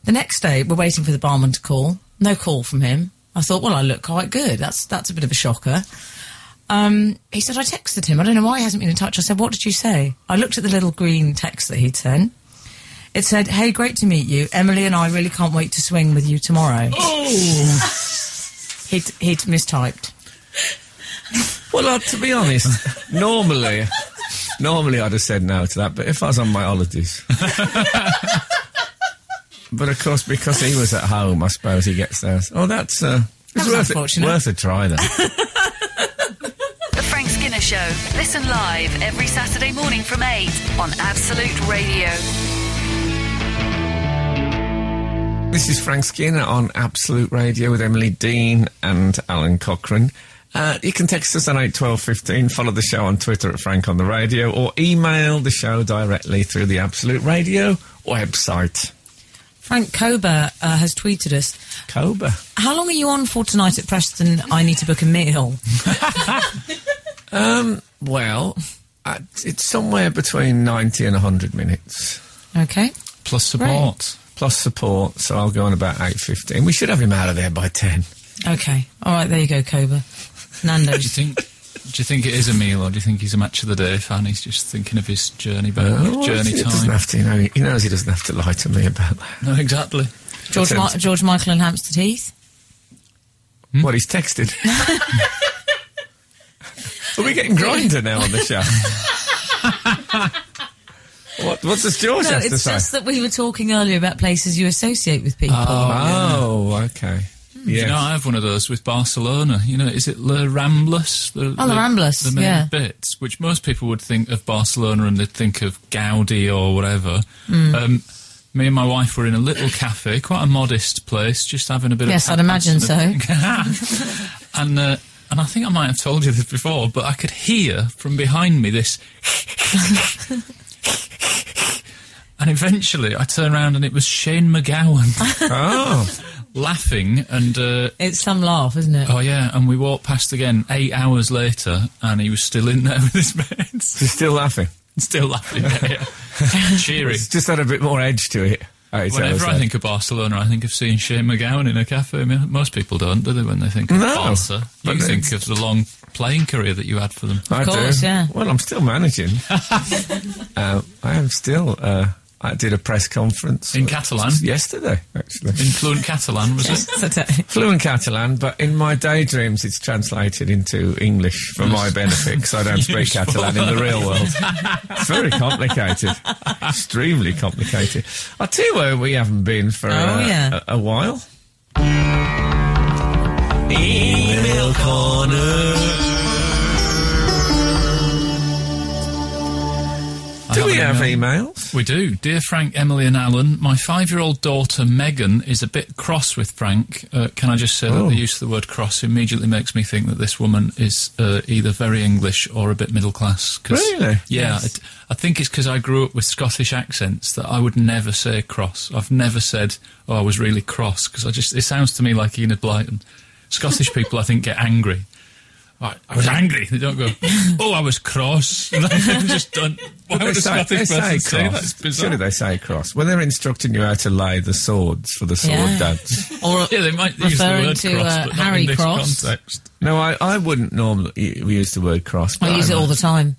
[SPEAKER 4] The next day, we're waiting for the barman to call. No call from him. I thought, well, I look quite good. That's that's a bit of a shocker. Um, he said, I texted him. I don't know why he hasn't been in touch. I said, what did you say? I looked at the little green text that he'd sent. It said, hey, great to meet you. Emily and I really can't wait to swing with you tomorrow. Oh! he'd, he'd mistyped.
[SPEAKER 3] Well, uh, to be honest, normally, normally I'd have said no to that. But if I was on my holidays, but of course because he was at home, I suppose he gets those. Oh, that's uh,
[SPEAKER 4] That
[SPEAKER 3] it's
[SPEAKER 4] was
[SPEAKER 3] worth it,
[SPEAKER 4] unfortunate.
[SPEAKER 3] worth a try then.
[SPEAKER 1] The Frank Skinner Show. Listen live every Saturday morning from 8 on Absolute Radio.
[SPEAKER 3] This is Frank Skinner on Absolute Radio with Emily Dean and Alan Cochrane. Uh, you can text us on 81215, follow the show on Twitter at Frank on the Radio, or email the show directly through the Absolute Radio website.
[SPEAKER 4] Frank Kober uh, has tweeted us,
[SPEAKER 3] Cobra.
[SPEAKER 4] how long are you on for tonight at Preston? I need to book a meal.
[SPEAKER 3] Well, uh, it's somewhere between 90 and 100 minutes,
[SPEAKER 4] Okay.
[SPEAKER 5] Plus support.
[SPEAKER 3] plus support, so I'll go on about 8.15. We should have him out of there by 10.
[SPEAKER 4] Okay. All right, there you go, Kober.
[SPEAKER 5] Do you
[SPEAKER 4] Nando's.
[SPEAKER 5] think? Do you think it is a meal, or do you think he's a match of the day fan? He's just thinking of his journey back,
[SPEAKER 3] Oh,
[SPEAKER 5] journey
[SPEAKER 3] he
[SPEAKER 5] time.
[SPEAKER 3] Doesn't have to, you know, he knows he doesn't have to lie to me about that.
[SPEAKER 5] No, exactly.
[SPEAKER 4] George, Ma-
[SPEAKER 3] Pretend-
[SPEAKER 4] George Michael and Hampstead Heath.
[SPEAKER 5] Hmm?
[SPEAKER 3] What he's texted. Are we getting grinder now on the show? what, what does George
[SPEAKER 4] No,
[SPEAKER 3] have to
[SPEAKER 4] it's
[SPEAKER 3] say?
[SPEAKER 4] just that we were talking earlier about places you associate with people.
[SPEAKER 3] oh, okay. Yeah.
[SPEAKER 5] You know, I have one of those with Barcelona. You know, is it Le Ramblas? The,
[SPEAKER 4] Oh, Le Ramblas,
[SPEAKER 5] The main
[SPEAKER 4] yeah.
[SPEAKER 5] bits, which most people would think of Barcelona and they'd think of Gaudi or whatever.
[SPEAKER 4] Hmm.
[SPEAKER 5] Um, me and my wife were in a little cafe, quite a modest place, just having a bit
[SPEAKER 4] Yes,
[SPEAKER 5] of...
[SPEAKER 4] I'd imagine so.
[SPEAKER 5] and, uh, and I think I might have told you this before, but I could hear from behind me this... and eventually I turned around and it was Shane McGowan
[SPEAKER 3] Oh,
[SPEAKER 5] laughing and... Uh,
[SPEAKER 4] It's some laugh, isn't it?
[SPEAKER 5] Oh yeah, and we walked past again eight hours later, and he was still in there with his mates,
[SPEAKER 3] he's still laughing.
[SPEAKER 5] still laughing, yeah, yeah. cheery.
[SPEAKER 3] It's just had a bit more edge to it. Oh, it's
[SPEAKER 5] Whenever I
[SPEAKER 3] outside.
[SPEAKER 5] think of Barcelona, I think of seeing Shane McGowan in a cafe. I mean, most people don't, do they? When they think of
[SPEAKER 3] No,
[SPEAKER 5] Barca, you
[SPEAKER 3] but
[SPEAKER 5] think
[SPEAKER 3] it's-
[SPEAKER 5] of the long playing career that you had for them.
[SPEAKER 3] I
[SPEAKER 4] course,
[SPEAKER 3] do.
[SPEAKER 4] yeah.
[SPEAKER 3] Well, I'm still managing. uh, I am still. Uh, I did a press conference
[SPEAKER 5] In Catalan?
[SPEAKER 3] yesterday, actually.
[SPEAKER 5] In fluent Catalan, was it?
[SPEAKER 4] That's it.
[SPEAKER 3] fluent Catalan, but in my daydreams, it's translated into English for my benefit because I don't speak
[SPEAKER 5] Useful.
[SPEAKER 3] Catalan in the real world. it's very complicated, extremely complicated. I tell you where we haven't been for
[SPEAKER 4] Oh,
[SPEAKER 3] uh,
[SPEAKER 4] yeah.
[SPEAKER 3] a, a while. Email corner.
[SPEAKER 5] I
[SPEAKER 3] Do we have
[SPEAKER 5] email.
[SPEAKER 3] emails?
[SPEAKER 5] We do. Dear Frank, Emily, and Alan, my five year old daughter Megan is a bit cross with Frank. Uh, can I just say
[SPEAKER 3] Oh.
[SPEAKER 5] that the use of the word cross immediately makes me think that this woman is uh, either very English or a bit middle class. 'cause-
[SPEAKER 3] Really?
[SPEAKER 5] Yeah. it- I think it's because I grew up with Scottish accents that I would never say cross. I've never said, oh, I was really cross because I just, it sounds to me like Enid Blyton. Scottish people, I think, get angry. I, I was angry. They don't go, oh, I was cross. they just don't. Why
[SPEAKER 3] They
[SPEAKER 5] would
[SPEAKER 3] say,
[SPEAKER 5] a Scottish
[SPEAKER 3] they say
[SPEAKER 5] person say that?
[SPEAKER 3] cross.
[SPEAKER 5] It's
[SPEAKER 3] Surely
[SPEAKER 5] bizarre.
[SPEAKER 3] they say cross. Well, they're instructing you how to lay the swords for the sword
[SPEAKER 4] Yeah.
[SPEAKER 3] dance.
[SPEAKER 4] Or
[SPEAKER 5] Yeah, they might use the
[SPEAKER 4] Referring
[SPEAKER 5] word
[SPEAKER 4] to,
[SPEAKER 5] cross,
[SPEAKER 4] uh,
[SPEAKER 5] but not
[SPEAKER 4] Harry
[SPEAKER 5] in this
[SPEAKER 4] Cross.
[SPEAKER 5] context.
[SPEAKER 3] No, I, I wouldn't normally u- use the word cross. but
[SPEAKER 4] I use it all the time.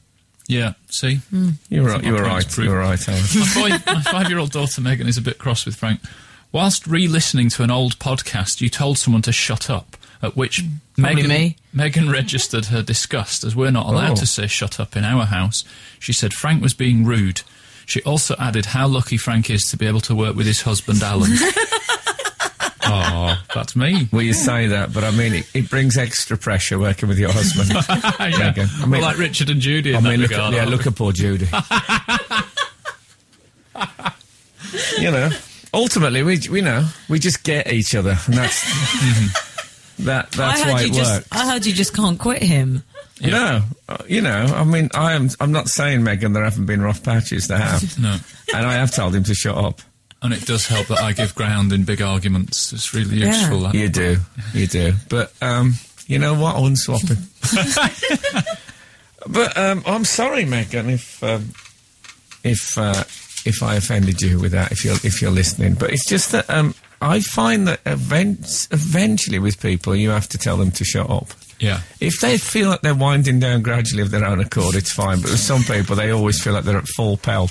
[SPEAKER 5] Yeah, see?
[SPEAKER 3] You were right. You were
[SPEAKER 5] My point's
[SPEAKER 3] right. You were right, Alan.
[SPEAKER 5] my, boy, my five-year-old daughter Megan is a bit cross with Frank. Whilst re-listening to an old podcast, you told someone to shut up, at which
[SPEAKER 4] probably
[SPEAKER 5] Megan,
[SPEAKER 4] me.
[SPEAKER 5] Megan registered her disgust, as we're not allowed
[SPEAKER 3] Oh.
[SPEAKER 5] to say shut up in our house. She said Frank was being rude. She also added how lucky Frank is to be able to work with his husband Alan. oh, that's me.
[SPEAKER 3] Well, you say that, but I mean, it, it brings extra pressure working with your husband.
[SPEAKER 5] yeah.
[SPEAKER 3] Megan. I
[SPEAKER 5] Well,
[SPEAKER 3] mean-
[SPEAKER 5] like Richard and Judy in
[SPEAKER 3] I
[SPEAKER 5] that
[SPEAKER 3] mean, look at,
[SPEAKER 5] regard,
[SPEAKER 3] yeah,
[SPEAKER 5] aren't
[SPEAKER 3] look at poor Judy. you know, ultimately, we we know we just get each other, and that's that. That's
[SPEAKER 4] I heard
[SPEAKER 3] why
[SPEAKER 4] you
[SPEAKER 3] it
[SPEAKER 4] just.
[SPEAKER 3] works.
[SPEAKER 4] I heard you just can't quit him.
[SPEAKER 3] No, uh, you know, I mean, I am. I'm not saying Megan there haven't been rough patches. There have,
[SPEAKER 5] No.
[SPEAKER 3] and I have told him to shut up.
[SPEAKER 5] And it does help that I give ground in big arguments. It's really useful. that.
[SPEAKER 3] You do, you do. But um, You know what? I wouldn't swap him. but um, I'm sorry, Megan, if um, if uh, if I offended you with that. If you're if you're listening, but it's just that um, I find that events eventually with people, you have to tell them to shut up.
[SPEAKER 5] Yeah.
[SPEAKER 3] If they feel like they're winding down gradually of their own accord, it's fine. But with some people, they always feel like they're at full pelt.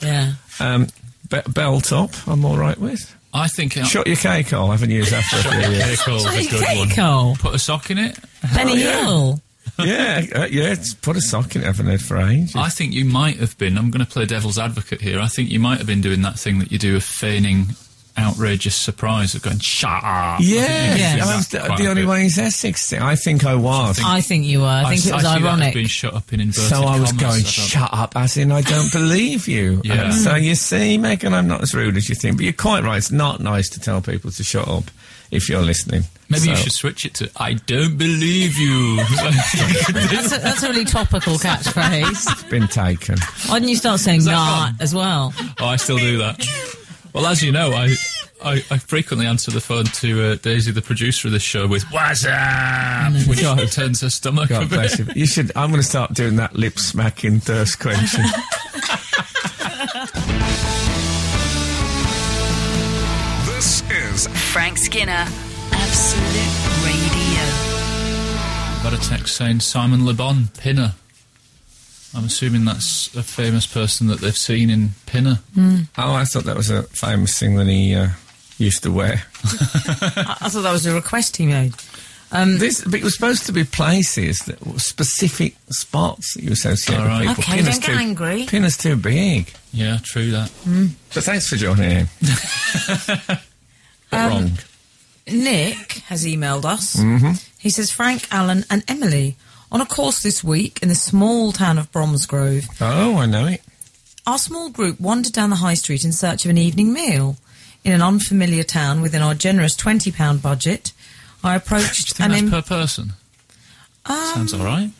[SPEAKER 4] Yeah.
[SPEAKER 3] Um, be- belt up, I'm all right with.
[SPEAKER 5] I think I-
[SPEAKER 3] Shut your cake, I'll have a news after a few years.
[SPEAKER 5] Yeah, cool,
[SPEAKER 4] Johnny
[SPEAKER 5] a Oh, good one.
[SPEAKER 4] Cahill.
[SPEAKER 5] Put a sock in it.
[SPEAKER 4] Benny Hill.
[SPEAKER 3] yeah, uh, yeah. It's put a sock in it. I haven't heard for ages.
[SPEAKER 5] I think you might have been. I'm going to play devil's advocate here. I think you might have been doing that thing that you do of feigning outrageous surprise of going shut up.
[SPEAKER 3] yeah,
[SPEAKER 4] Yeah.
[SPEAKER 3] I was the, the only one who's Essex. thing. I think I was.
[SPEAKER 4] I think you were. I think it was ironic.
[SPEAKER 5] Being shut up in inverted
[SPEAKER 3] so I was
[SPEAKER 5] commas.
[SPEAKER 3] going,
[SPEAKER 5] don't-
[SPEAKER 3] shut up, as in, I don't believe you.
[SPEAKER 5] Yeah.
[SPEAKER 3] And so you see, Megan, I'm not as rude as you think, but you're quite right. It's not nice to tell people to shut up if you're listening.
[SPEAKER 5] Maybe you
[SPEAKER 3] So-
[SPEAKER 5] should switch it to I don't believe you.
[SPEAKER 4] That's a, that's a really topical catchphrase.
[SPEAKER 3] Been taken.
[SPEAKER 4] Why didn't you start saying
[SPEAKER 5] that
[SPEAKER 4] nah
[SPEAKER 5] gone?
[SPEAKER 4] as well?
[SPEAKER 5] oh, I still do that. Well, as you know, I I, I frequently answer the phone to uh, Daisy, the producer of this show, with "What's up," which turns her stomach a
[SPEAKER 3] Oh God
[SPEAKER 5] bit.
[SPEAKER 3] bless you. You should. I'm going to start doing that lip smacking, thirst quenching.
[SPEAKER 2] This is
[SPEAKER 1] Frank Skinner, Absolute Radio.
[SPEAKER 5] Got a text saying Simon Le Bon, Pinner. I'm assuming that's a famous person that they've seen in Pinner.
[SPEAKER 3] oh, I thought that was a famous thing that he uh, used to wear.
[SPEAKER 4] I, I thought that was a request he made.
[SPEAKER 3] This, but it was supposed to be places that were specific spots that you associate
[SPEAKER 5] All right.
[SPEAKER 3] with people.
[SPEAKER 4] Okay,
[SPEAKER 3] Pinner's
[SPEAKER 4] don't get angry.
[SPEAKER 3] Pinner's too big.
[SPEAKER 5] Yeah, true that.
[SPEAKER 3] But thanks for joining in. but wrong.
[SPEAKER 4] Nick has emailed us. Mm-hmm. He says, Frank, Alan, and Emily on a course this week in the small town of Bromsgrove.
[SPEAKER 3] Oh, I know it.
[SPEAKER 4] Our small group wandered down the high street in search of an evening meal. In an unfamiliar town within our generous £20 budget, I approached
[SPEAKER 5] Do you
[SPEAKER 4] an.
[SPEAKER 5] think that's
[SPEAKER 4] Im-
[SPEAKER 5] per person? Sounds all right.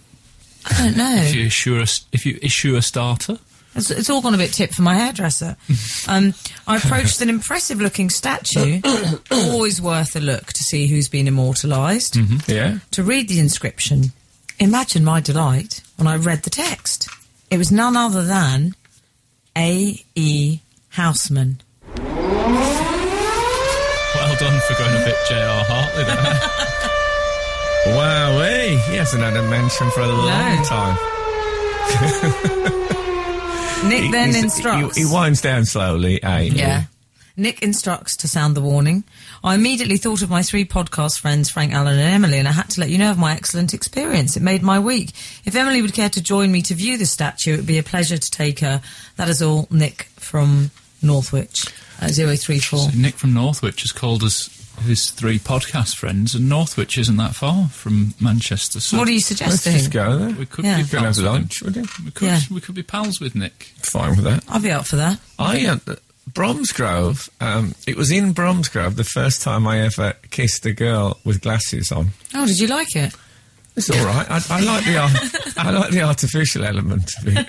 [SPEAKER 4] I don't know.
[SPEAKER 5] If you issue a, s- if you issue a starter,
[SPEAKER 4] It's, it's all gone a bit tip for my hairdresser. Um, I approached an impressive looking statue, always worth a look to see who's been immortalised,
[SPEAKER 3] Yeah.
[SPEAKER 4] to read the inscription. Imagine my delight when I read the text. It was none other than E A.E. Houseman.
[SPEAKER 5] well done for going a bit J.R. Hartley. there.
[SPEAKER 3] Wowee. He hasn't had a mention for a long time.
[SPEAKER 4] Nick then
[SPEAKER 3] He's- he-
[SPEAKER 4] instructs.
[SPEAKER 3] He, winds down slowly, eh?
[SPEAKER 4] Yeah. Nick instructs to sound the warning. I immediately thought of my three podcast friends, Frank, Alan, and Emily, and I had to let you know of my excellent experience. It made my week. If Emily would care to join me to view the statue, it would be a pleasure to take her. That is all, Nick from Northwich, uh, 034.
[SPEAKER 5] Nick from Northwich has called us his three podcast friends, and Northwich isn't that far from Manchester. So
[SPEAKER 4] What are you
[SPEAKER 3] Let's
[SPEAKER 4] suggesting?
[SPEAKER 3] just go there.
[SPEAKER 5] we
[SPEAKER 3] We
[SPEAKER 5] could
[SPEAKER 4] Yeah.
[SPEAKER 5] be
[SPEAKER 4] Go
[SPEAKER 3] can have
[SPEAKER 5] pals with him.
[SPEAKER 3] lunch, would you?
[SPEAKER 5] We could,
[SPEAKER 4] Yeah.
[SPEAKER 5] we could be pals with Nick.
[SPEAKER 3] Fine with that.
[SPEAKER 4] I'll be up for that.
[SPEAKER 3] I uh, Bromsgrove. Um, it was in Bromsgrove the first time I ever kissed a girl with glasses on.
[SPEAKER 4] Oh, did you like it?
[SPEAKER 3] It's all right. I, I like the ar- I like the artificial element of it.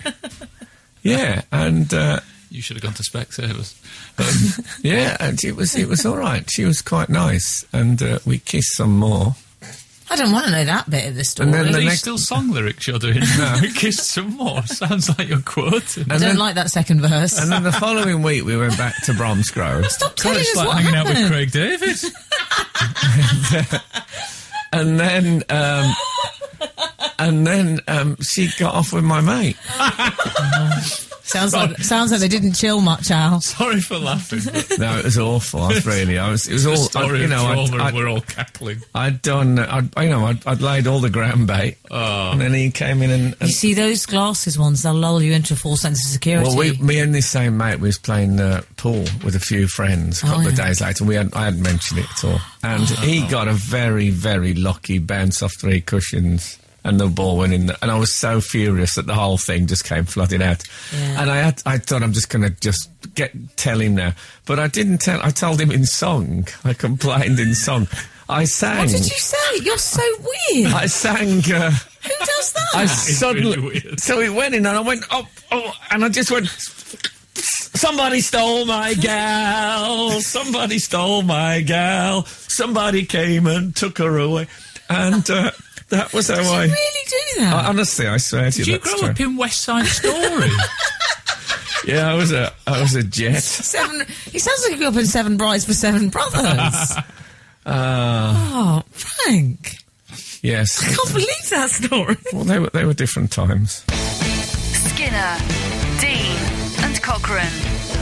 [SPEAKER 3] Yeah, and uh,
[SPEAKER 5] You should have gone to Specsavers. um,
[SPEAKER 3] yeah, and it was it was all right. She was quite nice, and uh, we kissed some more.
[SPEAKER 4] I don't want to know that bit of the story.
[SPEAKER 3] And then
[SPEAKER 5] Are
[SPEAKER 3] the
[SPEAKER 5] these
[SPEAKER 3] next-
[SPEAKER 5] still song lyrics you're doing? No. Kiss some more. Sounds like you're quoting.
[SPEAKER 4] I
[SPEAKER 3] And
[SPEAKER 4] don't
[SPEAKER 3] then,
[SPEAKER 4] like that second verse.
[SPEAKER 3] and then the following week we went back to Bromsgrove,
[SPEAKER 4] Stop
[SPEAKER 5] God,
[SPEAKER 4] telling
[SPEAKER 5] it's
[SPEAKER 4] us
[SPEAKER 5] like
[SPEAKER 4] what
[SPEAKER 5] hanging out with
[SPEAKER 4] happened.
[SPEAKER 5] Craig David.
[SPEAKER 3] and then um, and then um, she got off with my mate.
[SPEAKER 4] Sounds like, sounds like they didn't chill much, Al.
[SPEAKER 5] Sorry for laughing. But
[SPEAKER 3] No, it was awful. I was really, I was. It was all.
[SPEAKER 5] the
[SPEAKER 3] I,
[SPEAKER 5] story
[SPEAKER 3] you know,
[SPEAKER 5] of
[SPEAKER 3] I,
[SPEAKER 5] trauma,
[SPEAKER 3] I,
[SPEAKER 5] and we're all cackling.
[SPEAKER 3] I'd done, I'd, you know, I'd, I'd laid all the ground bait,
[SPEAKER 5] Ah.
[SPEAKER 3] and then he came in and.
[SPEAKER 4] You
[SPEAKER 3] and
[SPEAKER 4] see those glasses ones, they'll lull you into a false sense of security.
[SPEAKER 3] well, we, me and this same mate, we was playing uh, pool with a few friends a
[SPEAKER 4] Oh,
[SPEAKER 3] couple of
[SPEAKER 4] yeah. Oh.
[SPEAKER 3] days later. We hadn't, I hadn't mentioned it at all, and he got a very, very lucky bounce off three cushions, and the ball went in. The, and I was so furious that the whole thing just came flooding out.
[SPEAKER 4] Yeah.
[SPEAKER 3] And I, had, I thought I'm just going to just get tell him now, but I didn't tell. I told him in song. I complained in song. I sang.
[SPEAKER 4] What did you say? You're so weird.
[SPEAKER 3] I sang. Uh,
[SPEAKER 4] Who does that?
[SPEAKER 3] I suddenly
[SPEAKER 5] really weird.
[SPEAKER 3] so it went in and I went oh oh and I just went somebody stole my gal somebody stole my gal somebody came and took her away and uh, that was how I,
[SPEAKER 4] Did you really do that?
[SPEAKER 3] I. Honestly, I swear to you,
[SPEAKER 5] Did you
[SPEAKER 3] that's
[SPEAKER 5] grow
[SPEAKER 3] true.
[SPEAKER 5] up in West Side Story?
[SPEAKER 3] Yeah, I was a I was a jet.
[SPEAKER 4] seven. He sounds like he grew up in Seven Brides for Seven Brothers.
[SPEAKER 3] Uh.
[SPEAKER 4] oh, Frank! I
[SPEAKER 3] Yes.
[SPEAKER 4] can't believe that story.
[SPEAKER 3] Well, they were they were different times.
[SPEAKER 1] Skinner, Dean, and Cochrane.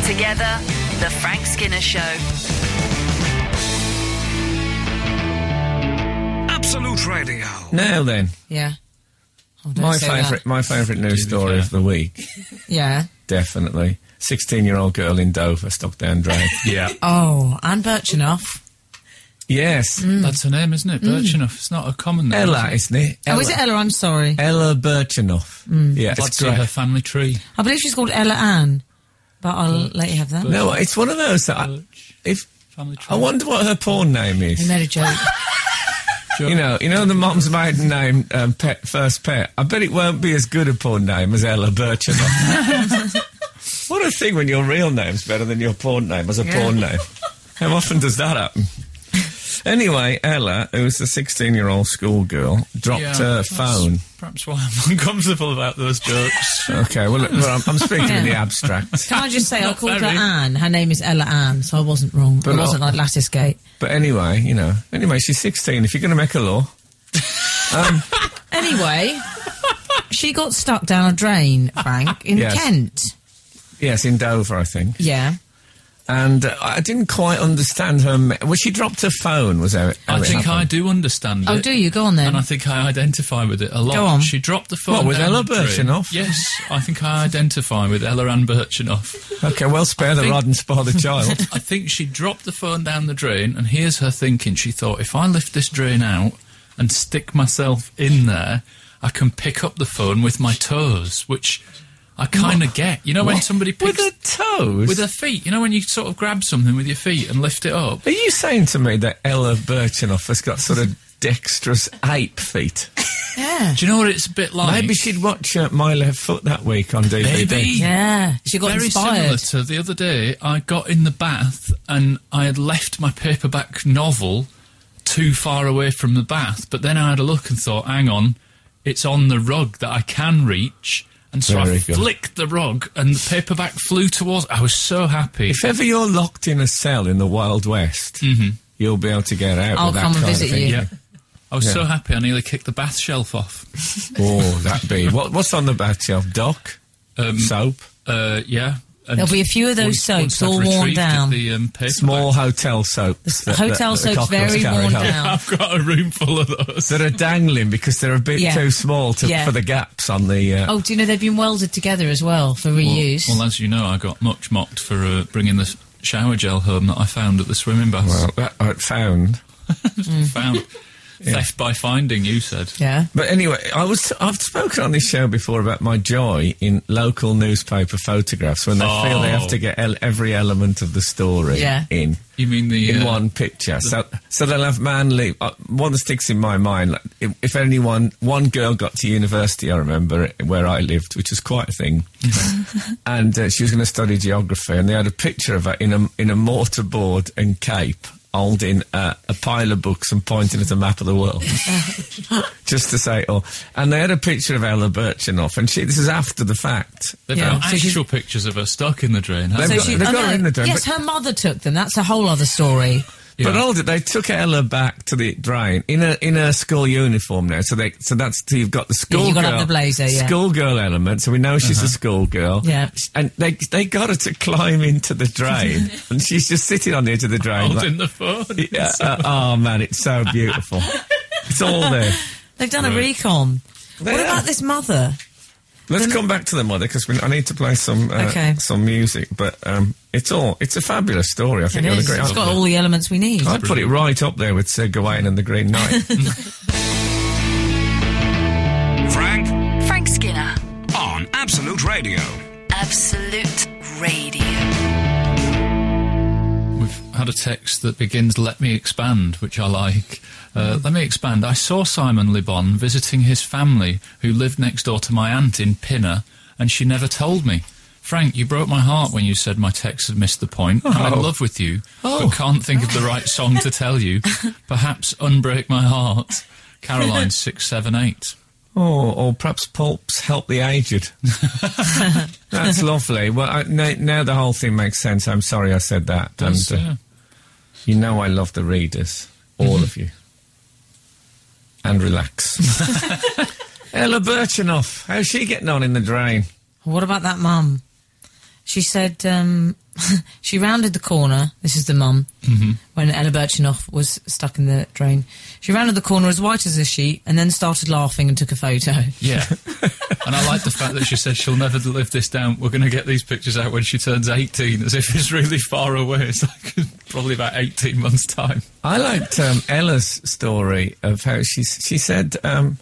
[SPEAKER 1] Together, The Frank Skinner Show.
[SPEAKER 2] Absolute Radio.
[SPEAKER 3] Now then,
[SPEAKER 4] Yeah. Oh, don't
[SPEAKER 3] my
[SPEAKER 4] say that.
[SPEAKER 3] favourite my favourite news
[SPEAKER 5] be
[SPEAKER 3] story
[SPEAKER 5] fair.
[SPEAKER 3] of the week,
[SPEAKER 4] Yeah.
[SPEAKER 3] definitely. Sixteen-year-old girl in Dover, Stockdown Drive.
[SPEAKER 5] yeah.
[SPEAKER 4] Oh, Anne Birchenough.
[SPEAKER 3] yes,
[SPEAKER 4] Mm.
[SPEAKER 5] That's her name, isn't it? Birchenough. It's not a common name.
[SPEAKER 3] Ella, isn't it? Ella,
[SPEAKER 4] Oh, is it Ella? I'm sorry.
[SPEAKER 3] Ella Birchenough. Yeah,
[SPEAKER 5] Glad to
[SPEAKER 3] it's
[SPEAKER 5] see her
[SPEAKER 3] great.
[SPEAKER 5] family tree.
[SPEAKER 4] I believe she's called Ella Ann, but I'll let you have that.
[SPEAKER 5] Birch.
[SPEAKER 3] No, it's one of those that I,
[SPEAKER 5] Birch.
[SPEAKER 3] if
[SPEAKER 5] Family tree.
[SPEAKER 3] I wonder what her porn name
[SPEAKER 4] He
[SPEAKER 3] is.
[SPEAKER 4] made a joke.
[SPEAKER 3] You know, you know the mom's maiden name, um, pet, first pet. I bet it won't be as good a porn name as Ella Birchenough. what a thing when your real name's better than your porn name as a
[SPEAKER 4] Yeah.
[SPEAKER 3] porn name. How often does that happen? Anyway, Ella, who's a 16-year-old schoolgirl, dropped
[SPEAKER 5] Yeah,
[SPEAKER 3] her
[SPEAKER 5] that's
[SPEAKER 3] phone.
[SPEAKER 5] Perhaps why I'm uncomfortable about those jokes.
[SPEAKER 3] Okay, well, look, well, I'm, I'm speaking in the
[SPEAKER 4] Yeah.
[SPEAKER 3] abstract.
[SPEAKER 4] Can I just say I called her
[SPEAKER 5] very.
[SPEAKER 4] Anne? Her name is Ella Ann, so I wasn't wrong.
[SPEAKER 3] But
[SPEAKER 4] it wasn't
[SPEAKER 3] I'll-
[SPEAKER 4] like Latticegate.
[SPEAKER 3] But anyway, you know, anyway, she's 16. If you're going to make a law,
[SPEAKER 4] Anyway, she got stuck down a drain, Frank, in
[SPEAKER 3] Yes.
[SPEAKER 4] Kent.
[SPEAKER 3] yes, in Dover, I think.
[SPEAKER 4] Yeah.
[SPEAKER 3] and uh, I didn't quite understand her. Me- well, she dropped her phone. Was that?
[SPEAKER 5] I think I do understand
[SPEAKER 4] Oh,
[SPEAKER 5] it.
[SPEAKER 4] do you? Go on then.
[SPEAKER 5] And I think I identify with it a lot.
[SPEAKER 4] Go on.
[SPEAKER 5] She dropped the phone.
[SPEAKER 3] What, with
[SPEAKER 5] down
[SPEAKER 3] Ella
[SPEAKER 5] the drain.
[SPEAKER 3] Birchenough?
[SPEAKER 5] Yes, I think I identify with Ella Ann Birchenough.
[SPEAKER 3] Okay, well, spare the
[SPEAKER 5] think-
[SPEAKER 3] rod and spoil the child.
[SPEAKER 5] I think she dropped the phone down the drain, and here's her thinking. She thought, if I lift this drain out and stick myself in there, I can pick up the phone with my toes, which I kind of get. You know, when somebody
[SPEAKER 3] with
[SPEAKER 5] picks
[SPEAKER 3] her toes.
[SPEAKER 5] with their feet, you know, when you sort of grab something with your feet and lift it up.
[SPEAKER 3] Are you saying to me that Ella Birchenough has got sort of dexterous ape feet?
[SPEAKER 4] yeah.
[SPEAKER 5] Do you know what it's a bit like?
[SPEAKER 3] Maybe she'd watch uh, My Left Foot that week on DVD.
[SPEAKER 5] Maybe.
[SPEAKER 4] Yeah. She got
[SPEAKER 5] Very
[SPEAKER 4] inspired.
[SPEAKER 5] similar to the other day, I got in the bath and I had left my paperback novel too far away from the bath, but then I had a look and thought, hang on, it's on the rug that I can reach. And so I
[SPEAKER 3] Very good.
[SPEAKER 5] flicked the rug and the paperback flew towards. I was so happy.
[SPEAKER 3] If ever you're locked in a cell in the Wild West, you'll be able to get out.
[SPEAKER 4] I'll
[SPEAKER 3] with that
[SPEAKER 4] come and
[SPEAKER 3] kind of
[SPEAKER 4] visit
[SPEAKER 3] thing.
[SPEAKER 4] you.
[SPEAKER 5] Mm-hmm. Yeah. I was
[SPEAKER 3] Yeah.
[SPEAKER 5] so happy I nearly kicked the bath shelf off.
[SPEAKER 3] Oh, that be what, what's on the back shelf? Doc,
[SPEAKER 5] Um,
[SPEAKER 3] soap,
[SPEAKER 5] Uh, yeah. and
[SPEAKER 4] There'll be a few of those
[SPEAKER 5] once- once
[SPEAKER 4] soaps
[SPEAKER 5] I'd
[SPEAKER 4] all worn
[SPEAKER 5] retrieved it,
[SPEAKER 4] down.
[SPEAKER 5] The um, paperback-
[SPEAKER 3] small hotel soap.
[SPEAKER 4] The hotel soap's very worn down.
[SPEAKER 5] I've got a room full of those.
[SPEAKER 3] that are dangling because they're a bit
[SPEAKER 4] Yeah.
[SPEAKER 3] too small to,
[SPEAKER 4] Yeah.
[SPEAKER 3] for the gaps on the. Uh,
[SPEAKER 4] Oh, do you know they've been welded together as well for reuse?
[SPEAKER 5] Well, as you know, I got much mocked for uh, bringing the s- shower gel home that I found at the swimming bath.
[SPEAKER 3] Well, that I found.
[SPEAKER 5] found theft by finding. You said.
[SPEAKER 4] Hmm. yeah.
[SPEAKER 3] But anyway, I was I've spoken on this show before about my joy in local newspaper photographs when they feel they have
[SPEAKER 5] Oh.
[SPEAKER 3] to get el- every element of the story
[SPEAKER 4] Yeah.
[SPEAKER 3] in
[SPEAKER 5] You mean the
[SPEAKER 3] in
[SPEAKER 5] uh,
[SPEAKER 3] one picture. So so they'll have Manly. Uh, one that sticks in my mind. Like, if, if anyone, one girl got to university. I remember it, where I lived, which was quite a thing, and uh, she was going to study geography, and they had a picture of her in a in a mortarboard and cape. Holding uh, a pile of books and pointing at a map of the world, just to say it all. And they had a picture of Ella Birchenoff, and she. This is after the fact.
[SPEAKER 5] They've
[SPEAKER 4] Yeah,
[SPEAKER 5] got
[SPEAKER 4] so she's-
[SPEAKER 5] actual pictures of her stuck in the drain.
[SPEAKER 3] They've
[SPEAKER 5] haven't
[SPEAKER 3] got-
[SPEAKER 5] they?
[SPEAKER 3] they've got her in the drain,
[SPEAKER 4] oh, yes, her mother took them. That's a whole other story.
[SPEAKER 5] Yeah.
[SPEAKER 3] But all that they took Ella back to the drain in a in a school uniform now. So they so that's so you've got the
[SPEAKER 4] Yeah,
[SPEAKER 3] school
[SPEAKER 4] you've got
[SPEAKER 3] girl,
[SPEAKER 4] up the blazer, yeah. Uh-huh.
[SPEAKER 3] schoolgirl element. So we know she's a schoolgirl.
[SPEAKER 4] Yeah.
[SPEAKER 3] and they they got her to climb into the drain, and she's just sitting on the edge of the drain.
[SPEAKER 5] holding
[SPEAKER 3] Like,
[SPEAKER 5] the phone.
[SPEAKER 3] yeah, uh, oh man, it's so beautiful. it's all there.
[SPEAKER 4] They've done a
[SPEAKER 5] Right.
[SPEAKER 4] recon.
[SPEAKER 3] They
[SPEAKER 4] what
[SPEAKER 3] have.
[SPEAKER 4] about this mother?
[SPEAKER 3] Let's come back to the mother because I need to play some uh,
[SPEAKER 4] Okay.
[SPEAKER 3] some music. But um, it's all it's a fabulous story. I think you'll
[SPEAKER 4] It is.
[SPEAKER 3] agree.
[SPEAKER 4] It's
[SPEAKER 3] I-
[SPEAKER 4] got all the elements we need.
[SPEAKER 3] I'd put it right up there with Sir Gawain and the Green Knight.
[SPEAKER 2] Frank
[SPEAKER 1] Frank Skinner,
[SPEAKER 2] on Absolute Radio.
[SPEAKER 1] Absolute Radio.
[SPEAKER 5] We've had a text that begins "Let me expand," which I like. Uh,
[SPEAKER 3] Mm.
[SPEAKER 5] let me expand. I saw Simon Libon visiting his family, who lived next door to my aunt in Pinner, and she never told me. Frank, you broke my heart when you said my text had missed the point. I'm
[SPEAKER 3] Oh.
[SPEAKER 5] in love with you, but can't think of the right song to tell you. Perhaps "Unbreak My Heart" Caroline six seven eight.
[SPEAKER 3] Oh, or perhaps pulps help the aged. That's lovely. Well, I, now, now the whole thing makes sense. I'm sorry I said that.
[SPEAKER 5] That's,
[SPEAKER 3] and, uh,
[SPEAKER 5] yeah. Mm-hmm.
[SPEAKER 3] You know I love the readers, all of you. And relax. Ella Birchenoff, how's she getting on in the drain?
[SPEAKER 4] What about that mum? She said um, she rounded the corner. This is the mum
[SPEAKER 3] Mm-hmm.
[SPEAKER 4] when Ella Birchenoff was stuck in the drain. She rounded the corner as white as a sheet and then started laughing and took a photo.
[SPEAKER 5] Yeah. and I like the fact that she said she'll never live this down. We're going to get these pictures out when she turns 18, as if it's really far away. It's like probably about 18 months' time.
[SPEAKER 3] I liked um, Ella's story of how she she said um,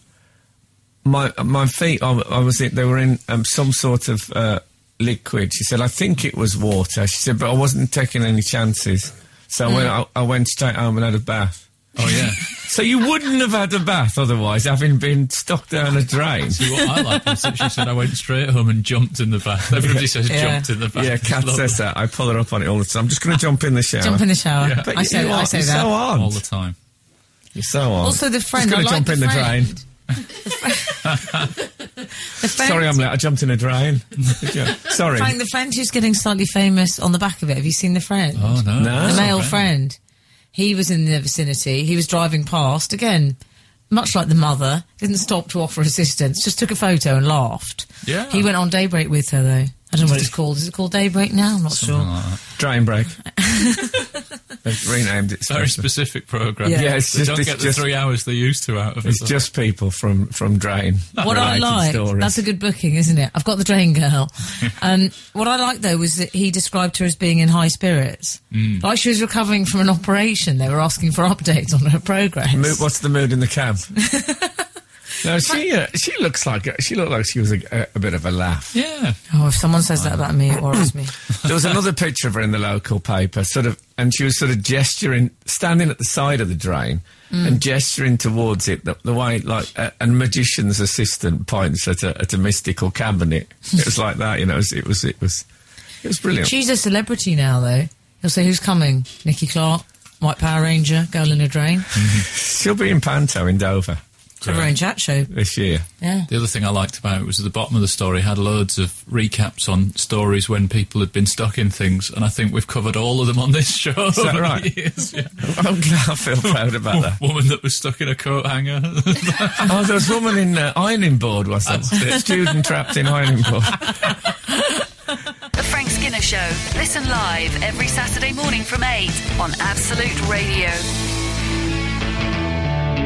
[SPEAKER 3] my my feet. I, I was in, they were in um, some sort of uh, liquid. She said I think it was water. She said, but I wasn't taking any chances. So when I, I went straight home and had a bath.
[SPEAKER 5] Oh, yeah.
[SPEAKER 3] So you wouldn't have had a bath otherwise, having been stuck down a drain.
[SPEAKER 5] See, what I like is that she said, I went straight home and jumped in the bath. Everybody says
[SPEAKER 4] Yeah.
[SPEAKER 5] jumped in the bath.
[SPEAKER 3] Yeah,
[SPEAKER 5] It's
[SPEAKER 3] Kat
[SPEAKER 5] lovely.
[SPEAKER 3] says that. I pull her up on it all the time. I'm just going to jump in the shower.
[SPEAKER 4] Jump in the shower.
[SPEAKER 5] Yeah.
[SPEAKER 3] But
[SPEAKER 4] I say,
[SPEAKER 3] you
[SPEAKER 4] I
[SPEAKER 3] are-
[SPEAKER 4] say
[SPEAKER 3] you're
[SPEAKER 4] that.
[SPEAKER 3] so on.
[SPEAKER 5] All the time.
[SPEAKER 3] You're so on.
[SPEAKER 4] Also, the friend.
[SPEAKER 3] Just
[SPEAKER 4] I
[SPEAKER 3] going to jump
[SPEAKER 4] like the
[SPEAKER 3] in
[SPEAKER 4] friend.
[SPEAKER 3] the drain.
[SPEAKER 4] The friend,
[SPEAKER 3] Sorry, I'm late. I jumped in a drain. Sorry.
[SPEAKER 4] Frank, the friend who's getting slightly famous on the back of it. Have you seen the friend?
[SPEAKER 5] Oh, no.
[SPEAKER 3] No.
[SPEAKER 4] the
[SPEAKER 3] That's
[SPEAKER 4] male friend. He was in the vicinity. He was driving past again, much like the mother. Didn't stop to offer assistance. Just took a photo and laughed.
[SPEAKER 5] Yeah.
[SPEAKER 4] He went on daybreak with her though. I don't know what it's called. Is it called daybreak now? I'm not sure.
[SPEAKER 3] Drain break. They've renamed it. special.
[SPEAKER 5] Very specific programme.
[SPEAKER 4] Yeah. Yeah,
[SPEAKER 3] it's
[SPEAKER 5] they
[SPEAKER 3] just-
[SPEAKER 5] don't
[SPEAKER 3] it's
[SPEAKER 5] get the
[SPEAKER 3] just-
[SPEAKER 5] three hours they used to out of
[SPEAKER 3] It's
[SPEAKER 5] it.
[SPEAKER 3] just people from from Drain.
[SPEAKER 4] what I
[SPEAKER 3] related
[SPEAKER 4] like,
[SPEAKER 3] stories.
[SPEAKER 4] that's a good booking, isn't it? I've got the drain girl. um, what I like though was that he described her as being in high spirits, like she was recovering from an operation. They were asking for updates on her progress.
[SPEAKER 3] Mood, what's the mood in the cab? no, she uh, she looks like a- she looked like she was a, a, a bit of a laugh.
[SPEAKER 5] yeah.
[SPEAKER 4] Oh, if someone says that about me, it worries me.
[SPEAKER 3] There was another picture of her in the local paper, sort of, and she was sort of gesturing, standing at the side of the drain
[SPEAKER 5] Mm.
[SPEAKER 3] and gesturing towards it, the, the way like a, a magician's assistant points at a, at a mystical cabinet. It was like that, you know. It was it was it was, it was brilliant.
[SPEAKER 4] She's a celebrity now, though. You'll say who's coming: Nikki Clark, White Power Ranger, Girl in a Drain,
[SPEAKER 5] Mm-hmm.
[SPEAKER 3] She'll be in Panto in Dover
[SPEAKER 4] have her own chat show.
[SPEAKER 3] this year.
[SPEAKER 4] Yeah.
[SPEAKER 5] The other thing I liked about it was at the bottom of the story had loads of recaps on stories when people had been stuck in things, and I think we've covered all of them on this show. Is
[SPEAKER 3] that right?
[SPEAKER 5] Years, yeah.
[SPEAKER 3] I'm glad I feel proud about that.
[SPEAKER 5] Woman that was stuck in a coat hanger.
[SPEAKER 3] Oh, there was a woman in uh, ironing board, wasn't there? Student trapped in ironing board.
[SPEAKER 1] The Frank Skinner Show. Listen live every Saturday morning from 8 on Absolute Radio.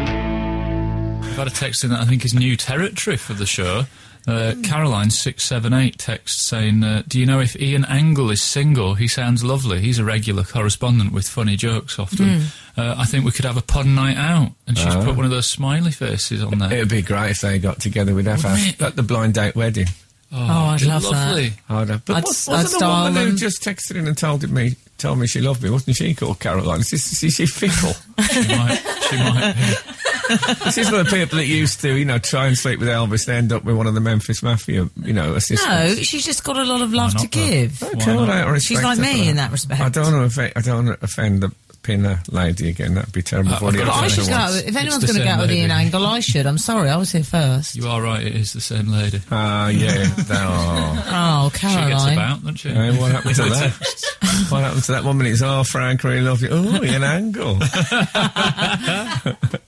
[SPEAKER 5] I've had a text in that I think is new territory for the show. Uh, Caroline six seven eight texts saying, uh, "Do you know if Ian Angle is single? He sounds lovely. He's a regular correspondent with funny jokes often.
[SPEAKER 4] Hmm.
[SPEAKER 5] Uh, I think we could have a pod night out." And she's
[SPEAKER 3] Oh.
[SPEAKER 5] put one of those smiley faces on there.
[SPEAKER 3] It'd be great if they got together. We'd have to
[SPEAKER 5] Wouldn't
[SPEAKER 3] have
[SPEAKER 5] it?
[SPEAKER 3] like the blind date wedding.
[SPEAKER 4] Oh, I'd
[SPEAKER 5] it'd be
[SPEAKER 4] love
[SPEAKER 5] lovely.
[SPEAKER 4] that.
[SPEAKER 3] I'd have, but
[SPEAKER 4] I'd-
[SPEAKER 3] was,
[SPEAKER 4] I'd
[SPEAKER 3] wasn't the
[SPEAKER 4] style
[SPEAKER 3] woman who
[SPEAKER 4] them.
[SPEAKER 3] just texted in and told me told me she loved me? Wasn't she called Caroline? Is, this, is she fickle?
[SPEAKER 5] She might, she might be.
[SPEAKER 3] this is the people that used to, you know, try and sleep with Elvis and end up with one of the Memphis Mafia, you know,
[SPEAKER 4] No,
[SPEAKER 3] assistants.
[SPEAKER 4] she's just got a lot of love
[SPEAKER 5] Why
[SPEAKER 4] to
[SPEAKER 5] not, though?
[SPEAKER 4] give.
[SPEAKER 3] Okay, well, I respect
[SPEAKER 4] She's like
[SPEAKER 3] her for
[SPEAKER 4] me in that respect.
[SPEAKER 3] I don't want to offend, I don't want to offend the pinner lady again. That'd be terrible.
[SPEAKER 5] Uh,
[SPEAKER 3] for the
[SPEAKER 5] I've
[SPEAKER 4] But
[SPEAKER 5] got
[SPEAKER 4] I
[SPEAKER 5] That's
[SPEAKER 4] should
[SPEAKER 5] what
[SPEAKER 4] go.
[SPEAKER 5] I
[SPEAKER 4] out
[SPEAKER 5] want.
[SPEAKER 4] with- If
[SPEAKER 5] It's
[SPEAKER 4] anyone's
[SPEAKER 5] the
[SPEAKER 4] going to
[SPEAKER 5] same
[SPEAKER 4] go out with
[SPEAKER 5] lady.
[SPEAKER 4] Ian Angle, I should. I'm sorry, I was here first.
[SPEAKER 5] You are right. It is the same lady.
[SPEAKER 3] Ah, yeah. no.
[SPEAKER 4] Oh,
[SPEAKER 5] She gets
[SPEAKER 4] Caroline.
[SPEAKER 5] about, doesn't she?
[SPEAKER 3] Hey, what happened to that? what happened to that woman? It's oh, Frank, I really love you. Oh, an angle.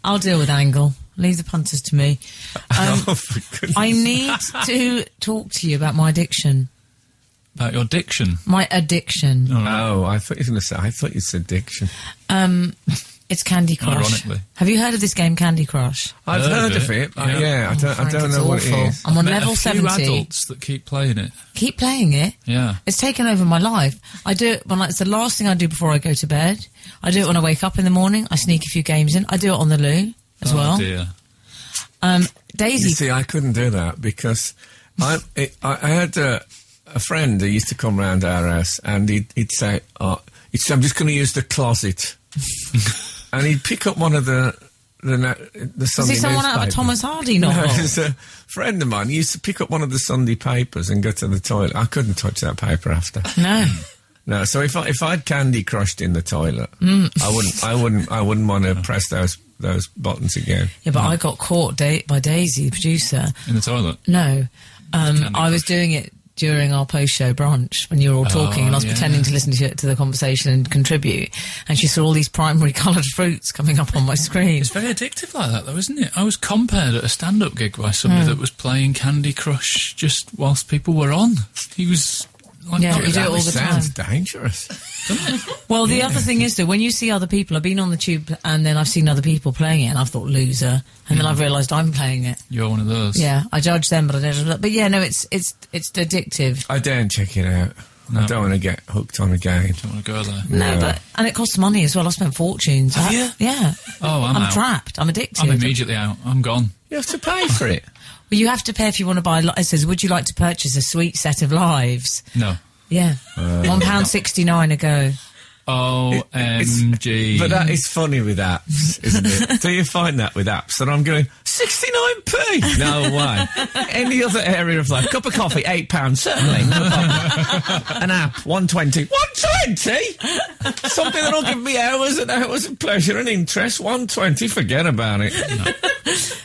[SPEAKER 4] I'll deal with Angle. Leave the punters to me. Um,
[SPEAKER 3] oh, for goodness.
[SPEAKER 4] I need to talk to you about my addiction.
[SPEAKER 5] About your diction.
[SPEAKER 4] My addiction.
[SPEAKER 3] Oh, I thought you were going to say. I thought you said diction.
[SPEAKER 4] Um, it's Candy Crush.
[SPEAKER 5] Ironically.
[SPEAKER 4] Have you heard of this game, Candy Crush? Oh,
[SPEAKER 3] I've heard,
[SPEAKER 5] Heard
[SPEAKER 3] of
[SPEAKER 5] it,
[SPEAKER 3] it. but Yeah,
[SPEAKER 5] yeah.
[SPEAKER 3] I don't. I
[SPEAKER 4] Frank,
[SPEAKER 3] don't
[SPEAKER 4] it's
[SPEAKER 3] know what it
[SPEAKER 4] awful.
[SPEAKER 3] is.
[SPEAKER 4] I'm on
[SPEAKER 5] Met
[SPEAKER 4] level
[SPEAKER 5] a few
[SPEAKER 4] 70.
[SPEAKER 5] adults that keep playing it.
[SPEAKER 4] Keep playing it.
[SPEAKER 5] Yeah.
[SPEAKER 4] It's taken over my life. I do it when I, it's the last thing I do before I go to bed. I do it when I wake up in the morning. I sneak a few games in. I do it on the loo as
[SPEAKER 5] oh
[SPEAKER 4] well.
[SPEAKER 5] dear.
[SPEAKER 4] Um,
[SPEAKER 3] You
[SPEAKER 4] Daisy.
[SPEAKER 3] see, I couldn't do that because I it, I, I had a, a friend who used to come round our house, and he'd, he'd say, oh, he'd say, "I'm just going to use the closet," and he'd pick up one of the the na- the
[SPEAKER 4] is
[SPEAKER 3] Sunday
[SPEAKER 4] he someone out of a
[SPEAKER 3] newspapers.
[SPEAKER 4] Thomas Hardy
[SPEAKER 3] No,
[SPEAKER 4] novel?
[SPEAKER 3] there's a friend of mine. He used to pick up one of the Sunday papers and go to the toilet. I couldn't touch that paper after.
[SPEAKER 4] no.
[SPEAKER 3] No, Hmm. so if I if I'd Candy crushed in the toilet, I wouldn't I wouldn't I wouldn't want to press those those buttons again.
[SPEAKER 4] Yeah, but I got caught da- by Daisy, the producer.
[SPEAKER 5] in the toilet.
[SPEAKER 4] No, um,
[SPEAKER 5] Candy
[SPEAKER 4] I was
[SPEAKER 5] Crush.
[SPEAKER 4] doing it during our post-show brunch when you were all talking, and I was
[SPEAKER 3] Oh,
[SPEAKER 5] yeah.
[SPEAKER 4] pretending to listen to, to the conversation and contribute. And she saw all these primary coloured fruits coming up on my screen.
[SPEAKER 5] It's very addictive like that, though, isn't it? I was compared at a stand-up gig by
[SPEAKER 4] Hmm.
[SPEAKER 5] somebody that was playing Candy Crush just whilst people were on. He was like,
[SPEAKER 4] Yeah,
[SPEAKER 5] not
[SPEAKER 4] you do it
[SPEAKER 5] that
[SPEAKER 4] all the time.
[SPEAKER 3] sounds dangerous.
[SPEAKER 4] Well, the other thing is that when you see other people, I've been on the tube and then I've seen other people playing it, and I've thought loser, and
[SPEAKER 5] Mm.
[SPEAKER 4] then I've realised I'm playing it.
[SPEAKER 5] You're one of those.
[SPEAKER 4] Yeah, I judge them, but I don't. But yeah, no, it's it's it's addictive.
[SPEAKER 3] I don't check it out. I
[SPEAKER 5] No.
[SPEAKER 3] don't want to get hooked on again.
[SPEAKER 5] Don't want to go there.
[SPEAKER 4] No,
[SPEAKER 3] Yeah.
[SPEAKER 4] but and it costs money as well. I spent fortunes.
[SPEAKER 5] Have
[SPEAKER 4] I-
[SPEAKER 5] you?
[SPEAKER 4] Yeah.
[SPEAKER 5] Oh, I'm out.
[SPEAKER 4] trapped. I'm addicted.
[SPEAKER 5] I'm immediately out. I'm gone.
[SPEAKER 3] You have to pay for it.
[SPEAKER 4] Well, you have to pay if you want to buy. li- It says, "Would you like to purchase a sweet set of lives?"
[SPEAKER 5] No.
[SPEAKER 4] Yeah,
[SPEAKER 5] Uh.
[SPEAKER 4] one pound sixty nine a go.
[SPEAKER 5] OMG.
[SPEAKER 3] But that is funny with apps, isn't it? Do you find that with apps? And I'm going, 69p? No way. Any other area of life? Cup of coffee, £8, certainly. No problem. An app, 120 120 Something that'll give me hours and hours of pleasure and interest. 120 forget about it.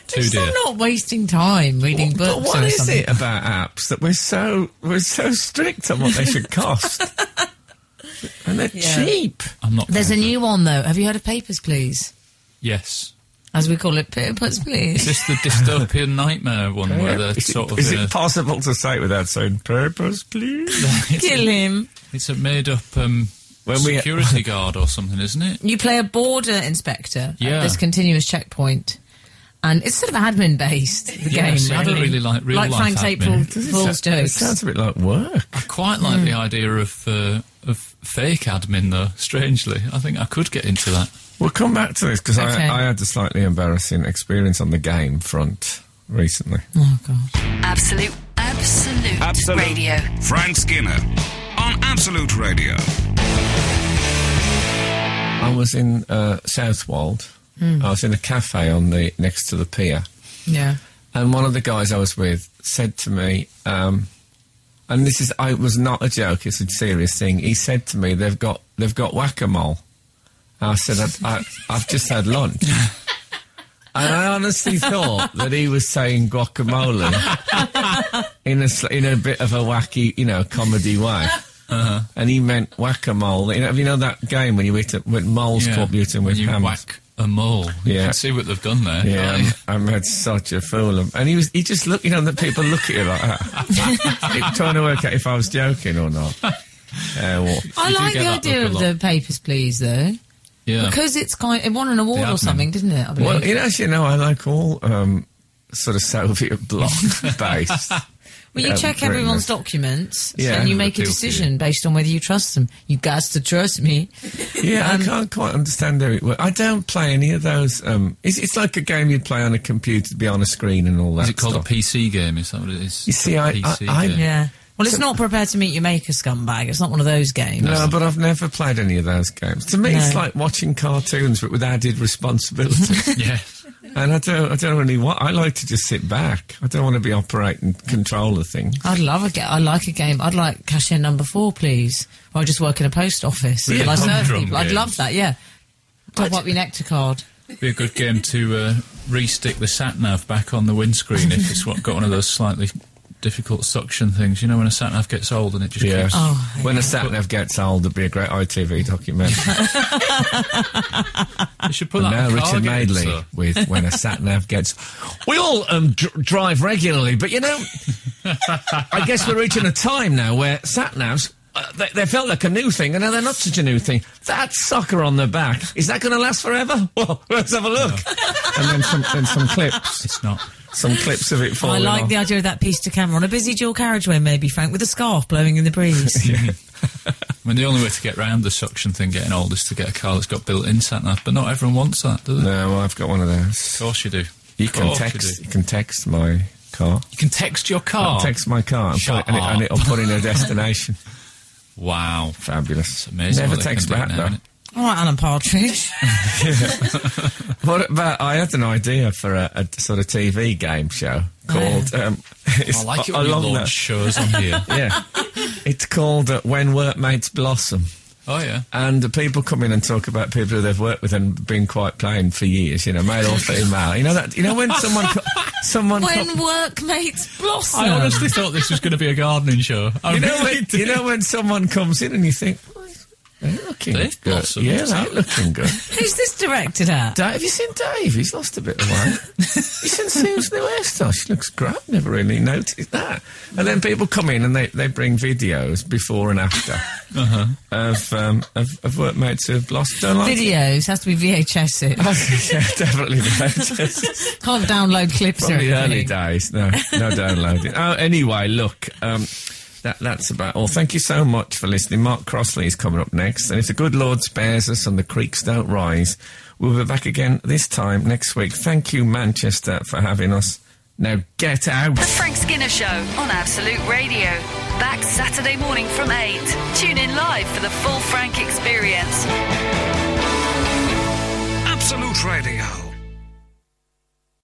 [SPEAKER 5] Too
[SPEAKER 4] So
[SPEAKER 5] Oh, dear.
[SPEAKER 4] I'm not wasting time reading books.
[SPEAKER 3] but what
[SPEAKER 4] or
[SPEAKER 3] is
[SPEAKER 4] something.
[SPEAKER 3] it about apps that we're so, we're so strict on what they should cost? and they're
[SPEAKER 4] Yeah.
[SPEAKER 3] cheap.
[SPEAKER 5] I'm not.
[SPEAKER 4] There's a
[SPEAKER 5] paying for it.
[SPEAKER 4] new one though. Have you heard of Papers, Please?
[SPEAKER 5] Yes.
[SPEAKER 4] As we call it, Papers,
[SPEAKER 5] Is
[SPEAKER 4] Please.
[SPEAKER 5] this the dystopian nightmare one where they're
[SPEAKER 3] Is it-
[SPEAKER 5] sort of. uh,
[SPEAKER 3] is
[SPEAKER 5] in a-
[SPEAKER 3] it possible to say it without saying purpose, please?
[SPEAKER 4] Kill him.
[SPEAKER 5] It's a made up um,
[SPEAKER 3] When we-
[SPEAKER 5] security guard or something, isn't it?
[SPEAKER 4] You play a border inspector at
[SPEAKER 5] Yeah.
[SPEAKER 4] this continuous checkpoint. And it's sort of admin based, the
[SPEAKER 5] Yeah,
[SPEAKER 4] game.
[SPEAKER 5] see, I don't really like real
[SPEAKER 4] Like
[SPEAKER 5] life
[SPEAKER 4] Frank's
[SPEAKER 5] admin.
[SPEAKER 4] April
[SPEAKER 5] Does
[SPEAKER 4] Fool's
[SPEAKER 3] It
[SPEAKER 4] jokes.
[SPEAKER 3] sounds a bit like work.
[SPEAKER 5] I quite like
[SPEAKER 3] Hmm.
[SPEAKER 5] the idea of uh, of fake admin, though. Strangely, I think I could get into that.
[SPEAKER 3] We'll come back to this because
[SPEAKER 4] Okay.
[SPEAKER 3] I, I had a slightly embarrassing experience on the game front recently.
[SPEAKER 5] Mm.
[SPEAKER 4] oh, God.
[SPEAKER 1] Absolute, absolute,
[SPEAKER 3] Absolute.
[SPEAKER 1] radio.
[SPEAKER 2] Frank Skinner on Absolute Radio.
[SPEAKER 3] I was in uh, Southwold.
[SPEAKER 5] Hmm.
[SPEAKER 3] I was in a cafe on the next to the pier,
[SPEAKER 4] Yeah.
[SPEAKER 3] and one of the guys I was with said to me, um, and this is I it was not a joke; it's a serious thing. He said to me, "They've got they've got whack a mole." I said, I, I, "I've just had lunch." And I honestly thought that he was saying guacamole in a sl- in a bit of a wacky, you know, comedy way.
[SPEAKER 5] Uh-huh.
[SPEAKER 3] And he meant whack-a-mole. You know, you know that game when you eat it with moles
[SPEAKER 5] Yeah.
[SPEAKER 3] caught mutant
[SPEAKER 5] when
[SPEAKER 3] with
[SPEAKER 5] you
[SPEAKER 3] hammers.
[SPEAKER 5] whack a mole. You
[SPEAKER 3] Yeah.
[SPEAKER 5] can see what they've done there. Um,
[SPEAKER 3] Yeah,
[SPEAKER 5] Like,
[SPEAKER 3] I'm, I made such a fool of And he was, he just looked, you know, that people look at you like that. He was trying to work out if I was joking or not. Uh, well,
[SPEAKER 4] I
[SPEAKER 5] You do
[SPEAKER 4] like
[SPEAKER 5] get
[SPEAKER 4] the
[SPEAKER 5] that
[SPEAKER 4] idea
[SPEAKER 5] look
[SPEAKER 4] of
[SPEAKER 5] a
[SPEAKER 4] the Papers, Please, though.
[SPEAKER 5] yeah.
[SPEAKER 4] Because it's kind it won an award or
[SPEAKER 5] admin.
[SPEAKER 4] something, didn't it? I believe.
[SPEAKER 3] well, you know, as you know, I like all um, sort of Soviet bloc based.
[SPEAKER 4] Well, you
[SPEAKER 3] Yeah,
[SPEAKER 4] check
[SPEAKER 3] pretty
[SPEAKER 4] everyone's
[SPEAKER 3] much.
[SPEAKER 4] documents
[SPEAKER 3] Yeah.
[SPEAKER 4] and you
[SPEAKER 3] Yeah,
[SPEAKER 4] make a
[SPEAKER 5] appeal to
[SPEAKER 4] decision based on whether you trust them. You guys to trust me.
[SPEAKER 3] Yeah,
[SPEAKER 4] Um,
[SPEAKER 3] I can't quite understand how it works. I don't play any of those. Um, it's, it's like a game you play on a computer to be on a screen and all that.
[SPEAKER 5] Is it called
[SPEAKER 3] stuff.
[SPEAKER 5] a PC game? Is that what it is?
[SPEAKER 3] You see, I-
[SPEAKER 5] PC
[SPEAKER 3] I- I-
[SPEAKER 5] game.
[SPEAKER 4] Yeah. Well, it's not prepared to meet your maker scumbag. It's not one of those games.
[SPEAKER 3] No, but I've never played any of those games. To me, it's
[SPEAKER 4] No.
[SPEAKER 3] like watching cartoons but with added responsibility.
[SPEAKER 5] yeah.
[SPEAKER 3] and I don't, I don't really want. I like to just sit back. I don't want to be operating controller thing.
[SPEAKER 4] I'd love a game. I like a game. I'd like cashier number four, please. Or I just work in a post office
[SPEAKER 5] Yeah,
[SPEAKER 4] and I serve
[SPEAKER 5] humdrum
[SPEAKER 4] people. I'd
[SPEAKER 5] games.
[SPEAKER 4] love that. Yeah. Top up your nectar card.
[SPEAKER 5] Be a good game to uh, re-stick the sat nav back on the windscreen if it's what got one of those slightly difficult suction things. You know when a sat nav gets old and it just
[SPEAKER 3] Yeah.
[SPEAKER 5] keeps
[SPEAKER 4] Oh,
[SPEAKER 3] when a sat nav gets old, there'd be a great ITV documentary.
[SPEAKER 5] You should put that
[SPEAKER 3] now
[SPEAKER 5] on car
[SPEAKER 3] Richard
[SPEAKER 5] games,
[SPEAKER 3] Madeley
[SPEAKER 5] though.
[SPEAKER 3] with when a sat nav gets. We all um, dr- drive regularly, but you know, I guess we're reaching a time now where sat navs. Uh, they, they felt like a new thing, and now they're not such a new thing. That sucker on the back, is that going to last forever? Well, let's have a look. and then some, then some clips.
[SPEAKER 5] It's not.
[SPEAKER 3] Some clips of it
[SPEAKER 4] I
[SPEAKER 3] falling
[SPEAKER 4] like
[SPEAKER 3] off.
[SPEAKER 4] the idea of that piece to camera on a busy dual carriageway, maybe, Frank, with a scarf blowing in the breeze.
[SPEAKER 5] I mean, the only way to get around the suction thing getting old is to get a car that's got built-in sat nav. But not everyone wants that, do they?
[SPEAKER 3] No, well, I've got one of
[SPEAKER 5] Of
[SPEAKER 3] those.
[SPEAKER 5] course you do.
[SPEAKER 3] You
[SPEAKER 5] Of
[SPEAKER 3] can
[SPEAKER 5] course
[SPEAKER 3] text.
[SPEAKER 5] You,
[SPEAKER 3] You
[SPEAKER 5] do.
[SPEAKER 3] can text my car.
[SPEAKER 5] You can text your car.
[SPEAKER 3] Text my car and, put it,
[SPEAKER 5] Shut
[SPEAKER 3] and, it, and
[SPEAKER 5] up.
[SPEAKER 3] it'll put in a destination.
[SPEAKER 5] Wow.
[SPEAKER 3] Fabulous.
[SPEAKER 5] Amazing.
[SPEAKER 3] Never
[SPEAKER 5] what they can
[SPEAKER 3] text
[SPEAKER 5] do
[SPEAKER 3] back
[SPEAKER 5] now,
[SPEAKER 3] though.
[SPEAKER 5] innit?
[SPEAKER 4] All right, Alan Partridge.
[SPEAKER 3] What about? I had an idea for a, a sort of TV game show called. Um, it's
[SPEAKER 5] Oh, I like it
[SPEAKER 3] a-
[SPEAKER 5] when you
[SPEAKER 3] along
[SPEAKER 5] launch
[SPEAKER 3] that-
[SPEAKER 5] shows on here.
[SPEAKER 3] Yeah, it's called uh, When Workmates Blossom.
[SPEAKER 5] Oh, yeah.
[SPEAKER 3] And the people come in and talk about people who they've worked with and been quite plain for years, you know, male or female. You know that. You know when someone, co- someone,
[SPEAKER 4] When
[SPEAKER 3] co-
[SPEAKER 4] workmates blossom.
[SPEAKER 5] I honestly thought this was going to be a gardening show. I
[SPEAKER 3] you know
[SPEAKER 5] really
[SPEAKER 3] when,
[SPEAKER 5] did.
[SPEAKER 3] you know when someone comes in and you think, "Oh, they're looking
[SPEAKER 5] They've
[SPEAKER 3] good.
[SPEAKER 5] blossomed.
[SPEAKER 3] Yeah, they're looking good.
[SPEAKER 4] Who's this directed at?
[SPEAKER 3] Dave, have you seen Dave? He's lost a bit of weight. you seen Sue's new hairstyle? She looks great. Never really noticed that. And then people come in and they, they bring videos before and after of, um, of of workmates who've lost. Don't like
[SPEAKER 4] Videos has to be VHS. It
[SPEAKER 3] yeah, definitely videos.
[SPEAKER 4] can't download clips
[SPEAKER 3] From
[SPEAKER 4] or
[SPEAKER 3] the early
[SPEAKER 4] anything.
[SPEAKER 3] days. No, no downloading. Oh, anyway, look. Um, that, that's about all. Thank you so much for listening. Mark Crossley is coming up next. And if the good Lord spares us and the creeks don't rise, we'll be back again this time next week. Thank you, Manchester, for having us. Now get out.
[SPEAKER 1] The Frank Skinner Show on Absolute Radio. Back Saturday morning from 8. Tune in live for the full Frank experience.